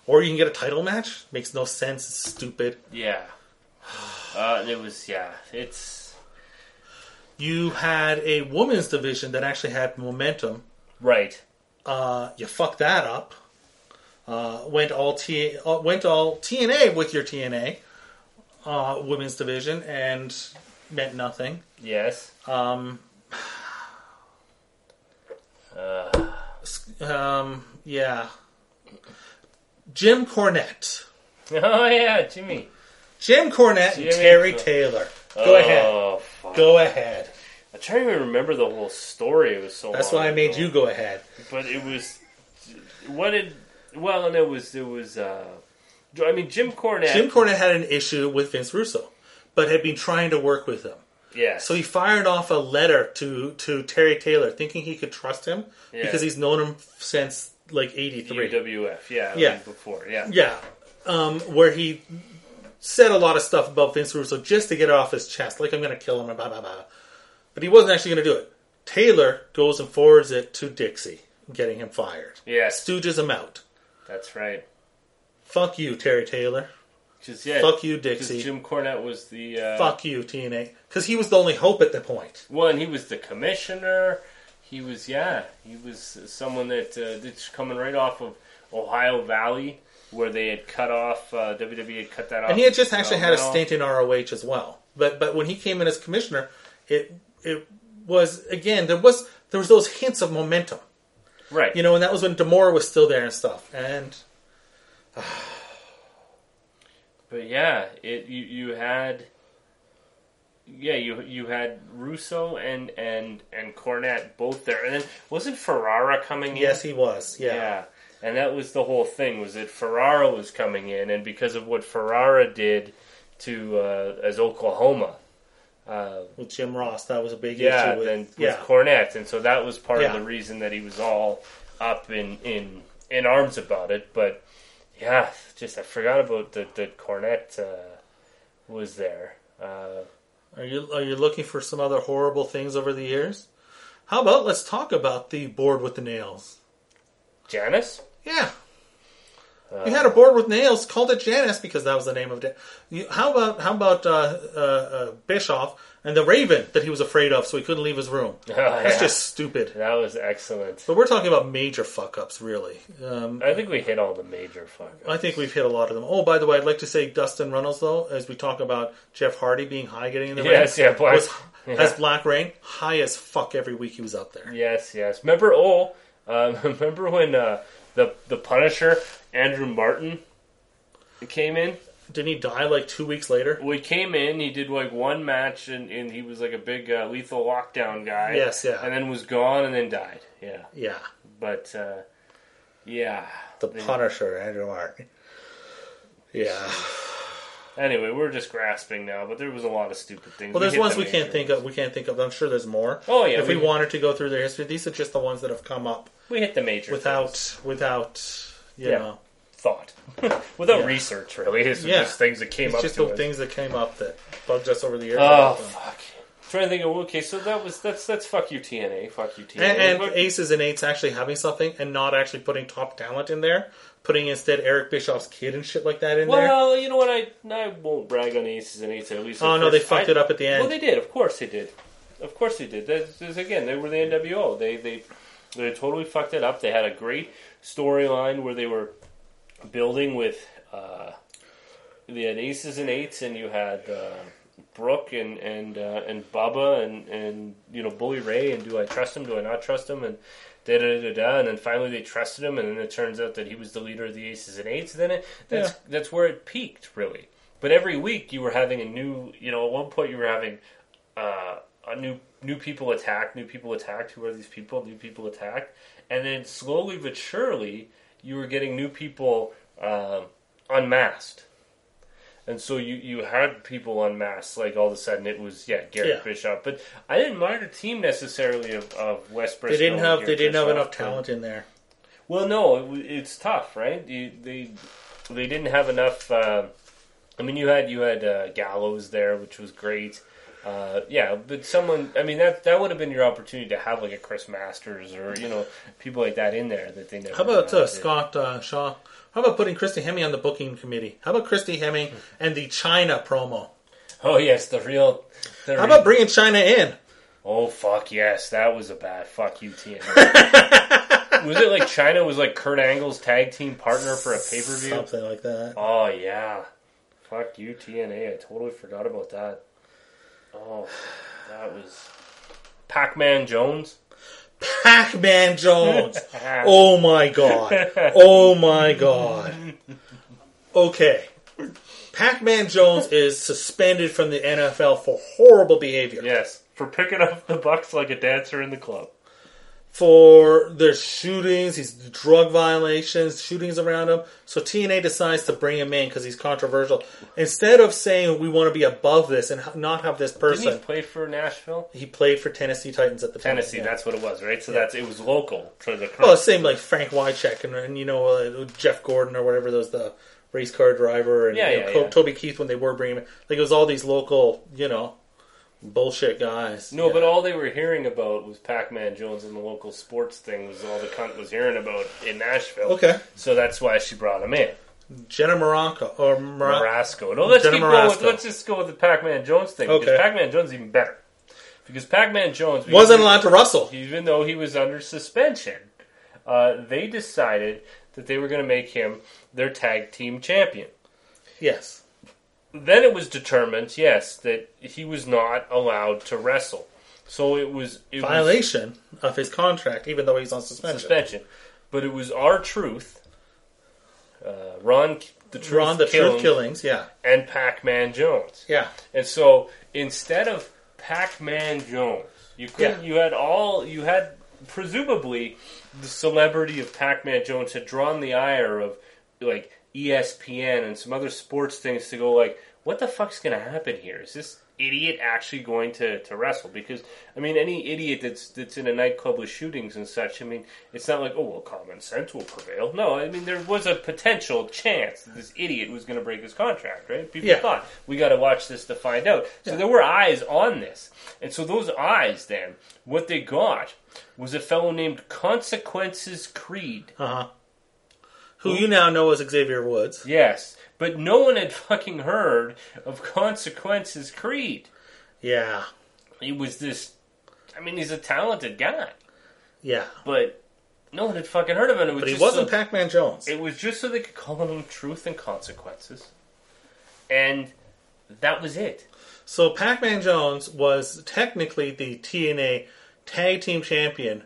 S3: or you can get a title match makes no sense. It's stupid.
S2: Yeah. *sighs* Uh, it was yeah. It's
S3: You had a women's division that actually had momentum.
S2: right.
S3: Uh, you fucked that up. Uh, went all T uh, went all TNA with your TNA uh, women's division and meant nothing.
S2: Yes. *laughs*
S3: Um, yeah. Jim Cornette.
S2: Oh yeah, Jimmy.
S3: Jim Cornette
S2: Jimmy
S3: and Terry
S2: Cor-
S3: Taylor. Go ahead.
S2: Oh fuck.
S3: Go ahead.
S2: I trying to remember the whole story. It was so.
S3: That's
S2: long
S3: why I made
S2: ago.
S3: you go ahead.
S2: But it was what did well, and it was it was. uh I mean, Jim Cornette.
S3: Jim Cornette had an issue with Vince Russo, but had been trying to work with him.
S2: yeah.
S3: So he fired off a letter to, to Terry Taylor, thinking he could trust him
S2: Yeah.
S3: because he's known him since like '83.
S2: UWF. E Yeah.
S3: Yeah.
S2: like Before. Yeah.
S3: Yeah, um, where he said a lot of stuff about Vince Russo just to get it off his chest, like I'm going to kill him and blah blah blah. But he wasn't actually going to do it. Taylor goes and forwards it to Dixie, getting him fired.
S2: Yes.
S3: Stooges him out.
S2: That's right.
S3: Fuck you, Terry Taylor.
S2: Because yeah.
S3: Fuck you,
S2: 'cause
S3: Dixie.
S2: Jim Cornette was the uh,
S3: Fuck you, TNA. Because he was the only hope at the point.
S2: Well, and he was the commissioner. He was yeah. He was someone that uh, that's coming right off of Ohio Valley. Where they had cut off uh, WWE had cut that off,
S3: And he had just actually had a
S2: Well,
S3: stint in ROH as well. But but when he came in as commissioner, it it was again there was there was those hints of momentum.
S2: right?
S3: You know, and that was when Demora was still there and stuff. And
S2: But yeah, it you you had yeah you you had Russo and and and Cornette both there, and then wasn't Ferrara coming in?
S3: Yes, he was. Yeah.
S2: yeah. And that was the whole thing was that Ferrara was coming in, and because of what Ferrara did to uh, as Oklahoma, uh,
S3: With Jim Ross, that was a big
S2: yeah,
S3: issue. With,
S2: then
S3: yeah.
S2: with Cornette, and so that was part
S3: Yeah.
S2: of the reason that he was all up in in in arms about it. But yeah, just I forgot about that that Cornette uh, was there. Uh,
S3: Are you are you looking for some other horrible things over the years? How about let's talk about the board with the nails?
S2: Janice,
S3: Yeah. you had a board with nails, called it Janice because that was the name of it. How about how about uh, uh, uh, Bischoff and the Raven that he was afraid of, so he couldn't leave his room?
S2: *laughs*
S3: That's
S2: Oh, yeah.
S3: just stupid.
S2: that was excellent.
S3: But we're talking about major fuck ups, really. Um,
S2: I think we hit all the major fuck.
S3: I think we've hit a lot of them. Oh, by the way, I'd like to say Dustin Runnels, though, as we talk about Jeff Hardy being high getting in the
S2: Yes, *laughs*
S3: ring,
S2: yeah, Black-
S3: was, That's Black Rain, high as fuck every week he was out there.
S2: Yes, yes. Remember, oh, uh, *laughs* remember when uh, the the Punisher Andrew Martin came in?
S3: Didn't he die like two weeks later?
S2: Well, he came in. He did like one match, and, and he was like a big uh, lethal lockdown guy.
S3: Yes, yeah.
S2: And then was gone, and then died. Yeah,
S3: Yeah.
S2: but uh, yeah.
S3: The Punisher, Andrew Martin. Yeah.
S2: Anyway, we're just grasping now, but there was a lot of stupid things.
S3: Well, there's
S2: hit
S3: ones
S2: the
S3: we
S2: major
S3: can't think of. We can't think of. I'm sure there's more.
S2: Oh, yeah,
S3: If we,
S2: we-
S3: wanted to go through their history, these are just the ones that have come up
S2: ones. We hit the major things.
S3: without, without, you
S2: Yeah.
S3: know,
S2: thought, *laughs* without
S3: Yeah.
S2: research. Really, it's
S3: Yeah.
S2: just things that came
S3: it's
S2: up.
S3: just
S2: to
S3: the
S2: us.
S3: things that came up that bugged us over the years.
S2: Oh fuck! trying to think of okay, so that was that's that's fuck you TNA, fuck you TNA,
S3: and,
S2: fuck-
S3: and aces and eights actually having something and not actually putting top talent in there, putting instead Eric Bischoff's kid and shit like that in there.
S2: well, you know what? I I won't brag on aces and eights. At least
S3: Oh
S2: at
S3: no, they
S2: first.
S3: fucked
S2: I-
S3: it up at the end.
S2: Well, they did. Of course they did. Of course they did. That's, that's- again, they were the NWO. They they they totally fucked it up. They had a great storyline where they were building with. Uh, they had aces and eights, and you had uh, Brooke and and uh, and Bubba and and you know Bully Ray and do I trust him? Do I not trust him? And da da da da. And then finally they trusted him, and then it turns out that he was the leader of the aces and eights. And then it, that's that's where it peaked really. But every week you were having a new, you know, at one point you were having uh, a new new people attacked, new people attacked. Who are these people? New people attacked, and then slowly but surely you were getting new people um, unmasked. And so you, you had people unmasked, like all of a sudden it was yeah Garrett
S3: Yeah.
S2: Bishop, but I didn't mind the team necessarily of, of West
S3: They
S2: Bristol.
S3: didn't
S2: and
S3: have they
S2: Garrett
S3: didn't have
S2: Bischoff.
S3: enough talent in there.
S2: Well, no, it, w- it's tough, right? You, they they didn't have enough. Uh, I mean, you had you had uh, Gallows there, which was great. Uh, yeah, but someone. I mean, that that would have been your opportunity to have like a Chris Masters or you know people like that in there that they never.
S3: How about
S2: had.
S3: uh, Scott uh, Shaw? How about putting Christy Hemme on the booking committee? How about Christy Hemme and the China promo?
S2: Oh yes, the real. The
S3: How
S2: real-
S3: about bringing China in?
S2: Oh fuck yes, that was a bad fuck you TNA.
S3: *laughs*
S2: was it like China was like Kurt Angle's tag team partner for a pay per view?
S3: Something like that.
S2: Oh yeah, fuck you TNA. I totally forgot about that. Oh, that was Pac-Man Jones.
S3: Pac-Man Jones.
S2: Ah.
S3: oh my god. Oh my god. Okay. Pac-Man Jones is suspended from the NFL for horrible behavior.
S2: Yes, for picking up the bucks like a dancer in the club.
S3: For their shootings, his drug violations, shootings around him. So TNA decides to bring him in because he's controversial. Instead of saying we want to be above this and ha- not have this
S2: Didn't he
S3: person,
S2: play for Nashville?
S3: he played for Tennessee Titans at the time.
S2: Tennessee,
S3: yeah.
S2: that's what it was, right? So that's it was local to the
S3: Well, Oh, same like Frank Wycheck and, and you know uh, Jeff Gordon or whatever those the race car driver and
S2: Yeah,
S3: you know,
S2: yeah,
S3: Co-
S2: yeah.
S3: Toby Keith when they were bringing him. Like it was all these local, you know, bullshit guys.
S2: No,
S3: Yeah.
S2: but all they were hearing about was Pac-Man Jones and the local sports thing was all the cunt was hearing about in Nashville.
S3: Okay.
S2: so that's why she brought him in.
S3: Jenna Morocco or Mor-
S2: Marasco. No, let's
S3: Jenna
S2: keep going with,
S3: Marasco.
S2: let's just go with the Pac-Man Jones thing
S3: Okay.
S2: because Pac-Man Jones is even better because Pac-Man Jones
S3: wasn't allowed to wrestle.
S2: even though he was under suspension, uh, they decided that they were going to make him their tag team champion.
S3: Yes,
S2: Then it was determined, yes, that he was not allowed to wrestle. So it was it was
S3: violation of his contract, even though he's on suspension.
S2: suspension. But it was our truth. Uh, Ron, the truth,
S3: Ron, the
S2: Killing,
S3: truth killings. Yeah,
S2: and Pac-Man Jones.
S3: yeah.
S2: And so instead of Pac-Man Jones, you couldn't.
S3: Yeah.
S2: You had all. You had presumably the celebrity of Pac-Man Jones had drawn the ire of like E ESPN and some other sports things to go like, what the fuck's going to happen here? Is this idiot actually going to, to wrestle? Because I mean, any idiot that's that's in a nightclub with shootings and such. I mean, it's not like oh well, common sense will prevail. No, I mean there was a potential chance that this idiot was going to break his contract, right? People
S3: Yeah.
S2: thought on. We got to watch this to find out. So there were eyes on this. And so those eyes then, what they got was a fellow named Consequences Creed.
S3: Uh huh. Who you now know as Xavier Woods,
S2: Yes. But no one had fucking heard of Consequences Creed.
S3: yeah,
S2: He was this, I mean, he's a talented guy,
S3: yeah,
S2: but no one had fucking heard of him. It was
S3: but he
S2: just
S3: wasn't
S2: so-
S3: Pac-Man Jones.
S2: It was just so they could call him Truth and Consequences. And That was it.
S3: So Pac Man Jones was technically the TNA Tag Team Champion.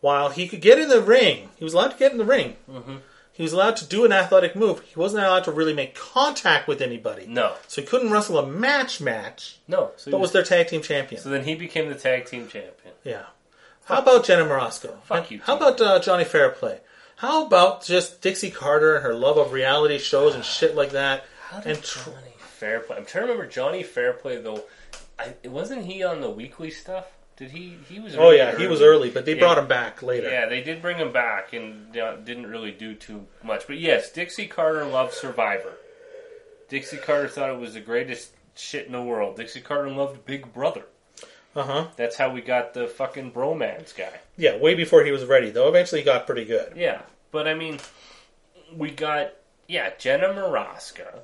S3: While he could get in the ring, he was allowed to get in the ring.
S2: Mm-hmm.
S3: He was allowed to do an athletic move. He wasn't allowed to really make contact with anybody.
S2: No.
S3: So he couldn't wrestle a match match,
S2: No. So, he
S3: but was
S2: was-
S3: their tag team champion.
S2: so then he became the tag team champion.
S3: Yeah. How about Jenna Morosco?
S2: Fuck you,
S3: How
S2: Tina.
S3: about uh, Johnny Fairplay? How about just Dixie Carter and her love of reality shows and shit like that? And tr-
S2: Johnny Fairplay. I'm trying to remember Johnny Fairplay though. I, wasn't he on the weekly stuff? Did he? He was.
S3: oh yeah, he was early, but they
S2: Yeah.
S3: brought him back later.
S2: Yeah, they did bring him back and uh, didn't really do too much. But yes, Dixie Carter loved Survivor. Dixie Carter thought it was the greatest shit in the world. Dixie Carter loved Big Brother.
S3: Uh huh.
S2: That's how we got the fucking bromance guy.
S3: Yeah, way before he was ready though. Eventually, he got pretty good.
S2: Yeah, but I mean, we got yeah Jenna Maraska,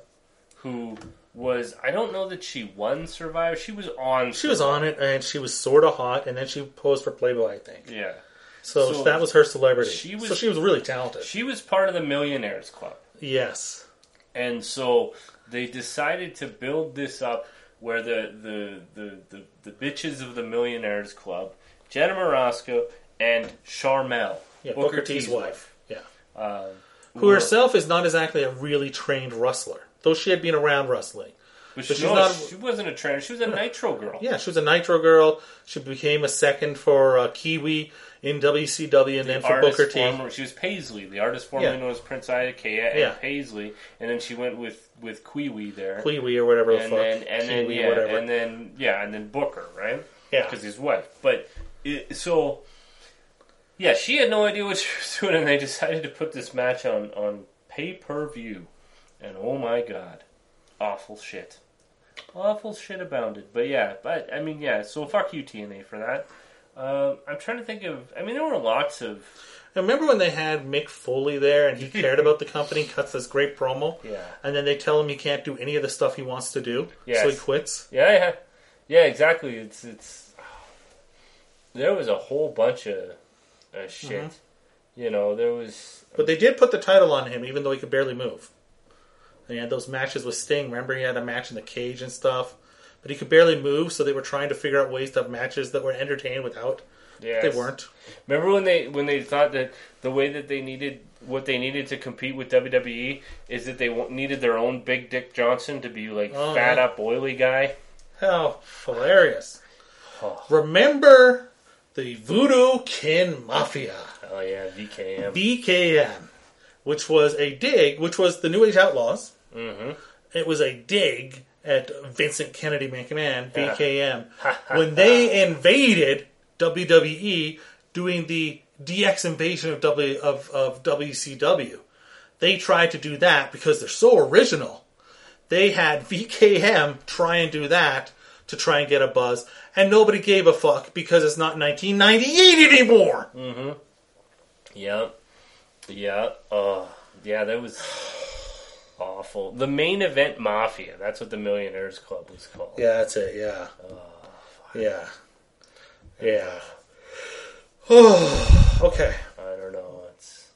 S2: who was I don't know that she won Survivor. She was on.
S3: She was on it, and she was sort of hot, and then she posed for Playboy, I think.
S2: Yeah,
S3: So,
S2: So-
S3: that was her celebrity.
S2: She was-
S3: so she was really talented.
S2: she was part of the Millionaires Club.
S3: yes.
S2: and so they decided to build this up where the the the, the, the bitches of the millionaires club jenna Morosco and charmel
S3: Yeah, Booker, T's, wife. Yeah.
S2: uh,
S3: Who herself is not exactly a really trained wrestler, though she had been around wrestling.
S2: but
S3: she's
S2: she, no,
S3: not-
S2: she wasn't a trainer she was a nitro girl
S3: Yeah, she was a Nitro girl. She became a second for uh, Kiwi in WCW, and then for
S2: Artist
S3: Booker T.
S2: former- she was Paisley, the artist formerly
S3: Yeah.
S2: known as Prince Iakea and
S3: Yeah.
S2: Paisley, and then she went with with Queewee there,
S3: Kiwi or whatever the
S2: and
S3: fuck.
S2: then and then
S3: Kiwi,
S2: yeah,
S3: whatever.
S2: and then yeah, and then Booker, right?
S3: Yeah.
S2: because his wife. But it, so yeah, she had no idea what *laughs* she was doing, and they decided to put this match on on pay per view, and oh my god, awful shit, awful shit abounded. But yeah, but I mean yeah, so fuck you TNA for that. Um, I'm trying to think of. I mean, there were lots of.
S3: I remember when they had Mick Foley
S2: *laughs*
S3: there and he cared about the company, cuts this great promo,
S2: Yeah.
S3: and then they tell him he can't do any of the stuff he wants to do, so
S2: Yes.
S3: he quits.
S2: Yeah, yeah, yeah. Exactly. It's it's. There was a whole bunch of uh, shit.
S3: Mm-hmm.
S2: You know, there was.
S3: But they did put the title on him, even though he could barely move. And he had those matches with Sting. Remember, he had a match in the cage and stuff, but he could barely move, so they were trying to figure out ways to have matches that were entertained without.
S2: Yes.
S3: They weren't.
S2: Remember when they when they thought that the way that they needed what they needed to compete with WWE is that they wa- needed their own Big Dick Johnson to be like
S3: Oh,
S2: fat
S3: yeah.
S2: up oily guy.
S3: How hilarious.
S2: Oh.
S3: Remember the Voodoo Kin Mafia,
S2: Oh yeah, VKM.
S3: BKM, which was a dig, which was the New Age Outlaws.
S2: Mhm.
S3: It was a dig at Vincent Kennedy McMahon,
S2: Yeah.
S3: BKM, when they invaded WWE doing the DX invasion of, w, of, of WCW. They tried to do that because they're so original they had *laughs* VKM try and do that to try and get a buzz, and nobody gave a fuck because it's not 1998 anymore.
S2: Yep. Yeah. Uh, yeah, that was awful. The main event mafia. That's what the Millionaires Club was called.
S3: Yeah, that's it. Yeah, Oh, yeah, yeah. *sighs* Oh, okay.
S2: I don't know. It's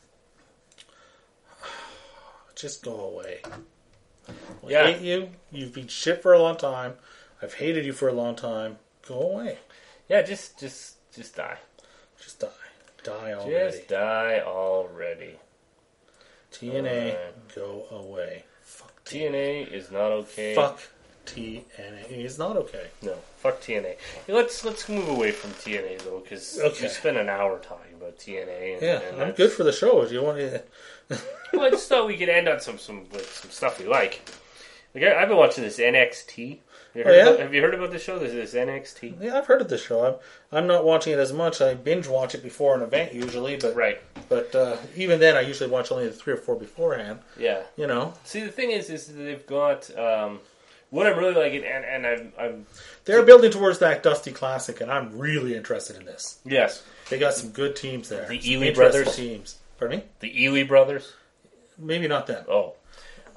S3: Just go away. I
S2: Yeah.
S3: hate you. You've been shit for a long time. I've hated you for a long time. Go away.
S2: yeah, just just just die.
S3: Just die. Die already.
S2: Just die already.
S3: TNA,
S2: Alright.
S3: go away. Fuck TNA.
S2: TNA is not okay.
S3: Fuck TNA. It's not okay.
S2: No, fuck TNA. Hey, Let's let's move away from TNA though, because
S3: Okay.
S2: we spent an hour talking about TNA. And,
S3: Yeah,
S2: and
S3: I'm
S2: that's-
S3: good for the show. If you want to,
S2: well, I just thought we could end on some some with some stuff we like. Like I, I've been watching this NXT. You heard
S3: Oh, yeah?
S2: about, have you heard about this show? This is NXT.
S3: yeah, I've heard of this show. I'm I'm not watching it as much. I binge watch it before an event usually, but
S2: Right.
S3: But uh, even then, I usually watch only the three or four beforehand.
S2: Yeah.
S3: You know,
S2: See, the thing is, is that they've got um, what I'm really liking, and and I'm, I'm
S3: they're building towards that Dusty Classic, and I'm really interested in this.
S2: yes,
S3: They got some good teams there.
S2: The
S3: Some
S2: Ely
S3: interesting
S2: brothers?
S3: teams. Pardon me?
S2: the Ely brothers.
S3: Maybe not them,
S2: Oh.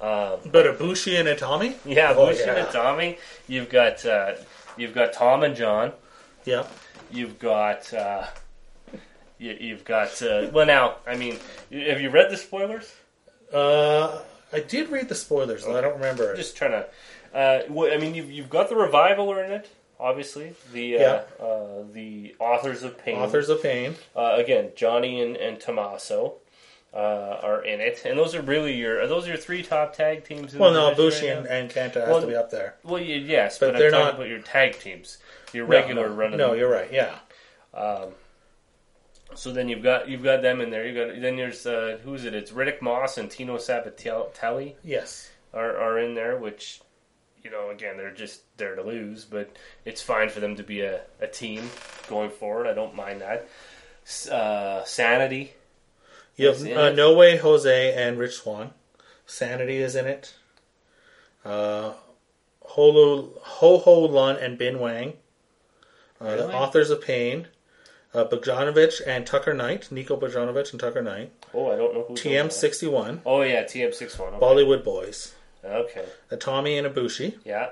S2: Um,
S3: but Ibushi and Itami.
S2: *laughs* yeah,
S3: Oh,
S2: Bush
S3: yeah.
S2: and Tommy. You've got uh, you've got Tom and John.
S3: Yeah,
S2: You've got. Uh, you, you've got. Uh, well, now, I mean, y- have you read the spoilers?
S3: uh, I did read the spoilers. though I don't remember
S2: I'm
S3: it.
S2: just trying to. Uh, wh- I mean, you've, you've got the revivaler in it, obviously. The uh, uh, the authors of pain.
S3: Authors of Pain.
S2: uh, again, Johnny and, and Tommaso uh, are in it, and those are really your are those your three top tag teams. In
S3: Well,
S2: the
S3: no,
S2: division
S3: Bushi
S2: right
S3: and,
S2: now?
S3: and Kenta has
S2: Well,
S3: to be up there.
S2: well, you, yes, but,
S3: but
S2: I'm
S3: they're
S2: talking
S3: not-
S2: about your tag teams, your
S3: No,
S2: regular
S3: no,
S2: run. Of
S3: No, you're right. Yeah,
S2: So then you've got you've got them in there. You got then there's uh, who's it? It's Riddick Moss and Tino Sabatelli
S3: yes.
S2: are are in there, which you know again they're just there to lose, but it's fine for them to be a, a team going forward. I don't mind that. S- Uh, Sanity,
S3: You
S2: Is
S3: have
S2: in
S3: uh,
S2: it.
S3: No Way Jose and Rich Swan. Sanity is in it. Uh, Holo, Ho Ho Lun and Bin Wang. Uh,
S2: Really?
S3: The authors of Pain. Uh, Bogdanovich and Tucker Knight. Nico Bogdanovich and Tucker Knight.
S2: Oh, I don't know who
S3: TM61.
S2: Oh yeah, TM six one. Okay.
S3: Bollywood Boys.
S2: okay,
S3: Atami and Ibushi.
S2: yeah,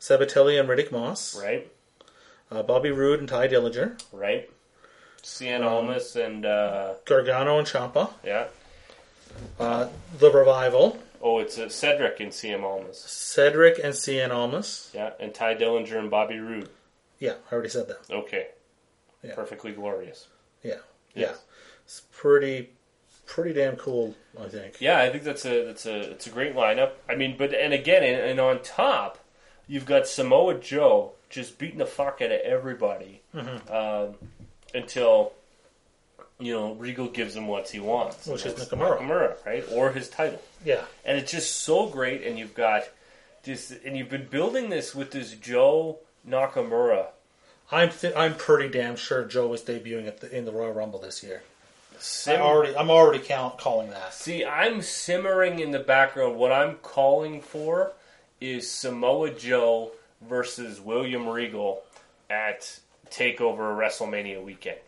S3: Sabatelli and Riddick Moss.
S2: right,
S3: Uh, Bobby Roode and Ty Dillinger.
S2: right. Cian Almas and uh,
S3: Gargano and Champa.
S2: yeah.
S3: Uh, the Revival.
S2: Oh, it's uh, Cedric and CM Almas.
S3: Cedric and CN Almas.
S2: Yeah, and Ty Dillinger and Bobby Roode.
S3: Yeah, I already said that.
S2: Okay,
S3: Yeah.
S2: perfectly glorious.
S3: Yeah. Yeah.
S2: Yes.
S3: It's pretty pretty damn cool, I think.
S2: Yeah, I think that's a that's a it's a great lineup. I mean, but and again, and, and on top, you've got Samoa Joe just beating the fuck out of everybody
S3: Mm-hmm.
S2: um, until you know Regal gives him what he wants,
S3: Which
S2: and
S3: is
S2: that's
S3: Nakamura.
S2: Nakamura, right, or his title.
S3: Yeah.
S2: and it's just so great. And you've got this, and you've been building this with this Joe Nakamura.
S3: I'm th- I'm pretty damn sure Joe is debuting at the, in the Royal Rumble this year.
S2: Sim-
S3: I'm already I'm already count, calling that.
S2: See, I'm simmering in the background. What I'm calling for is Samoa Joe versus William Regal at Takeover WrestleMania weekend.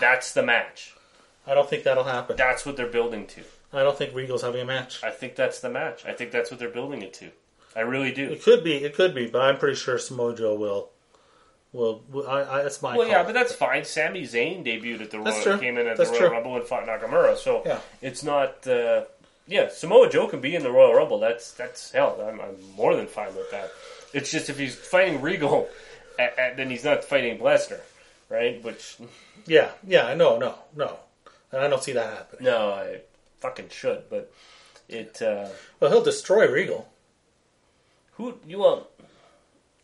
S2: That's the match.
S3: I don't think that'll happen.
S2: That's what they're building to.
S3: I don't think Regal's having a match.
S2: I think that's the match. I think that's what they're building it to. I really do.
S3: It could be, it could be, but I'm pretty sure Samoa Joe will will, will I, I that's my
S2: Well,
S3: call.
S2: yeah, but that's fine. Sami Zayn debuted at the
S3: That's
S2: Royal,
S3: true.
S2: came in at
S3: That's
S2: the Royal
S3: true.
S2: Rumble and fought Nakamura. So
S3: Yeah.
S2: it's not. Uh, yeah, Samoa Joe can be in the Royal Rumble. That's that's hell. I'm, I'm more than fine with that. It's just if he's fighting Regal, a a- then he's not fighting Lesnar, right? Which
S3: Yeah, yeah, no, no, no. And I don't see that happening.
S2: no, I fucking should. But it. Uh,
S3: Well, he'll destroy Regal.
S2: who you want?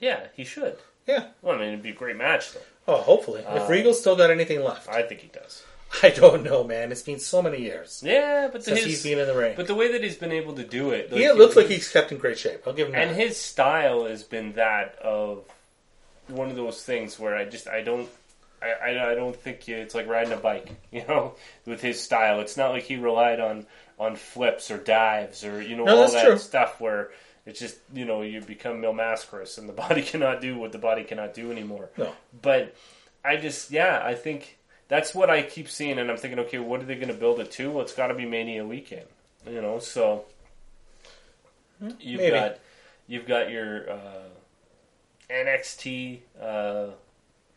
S2: Yeah, he should.
S3: Yeah.
S2: Well, I mean, it'd be a great match, though.
S3: Oh, hopefully.
S2: Uh,
S3: if Regal's still got anything left. I,
S2: I think he does.
S3: don't know, man. It's been so many years
S2: Yeah, but the,
S3: since
S2: his,
S3: he's been in the ring.
S2: but the way that he's been able to do it,
S3: yeah, it looks like he's kept in great shape. I'll give him
S2: and
S3: that.
S2: his style has been that of one of those things where I just I don't I, I, I don't think you, it's like riding a bike *laughs* you know with his style it's not like he relied on on flips or dives or you know
S3: No,
S2: all
S3: that's
S2: that
S3: true.
S2: stuff where it's just you know you become milmascarous and the *laughs* body cannot do what the body cannot do anymore
S3: No.
S2: but I just yeah I think that's what I keep seeing and I'm thinking okay what are they going to build it to well it's got to be Mania weekend you know so you've
S3: Hmm, maybe.
S2: got you've got your uh, NXT. Uh,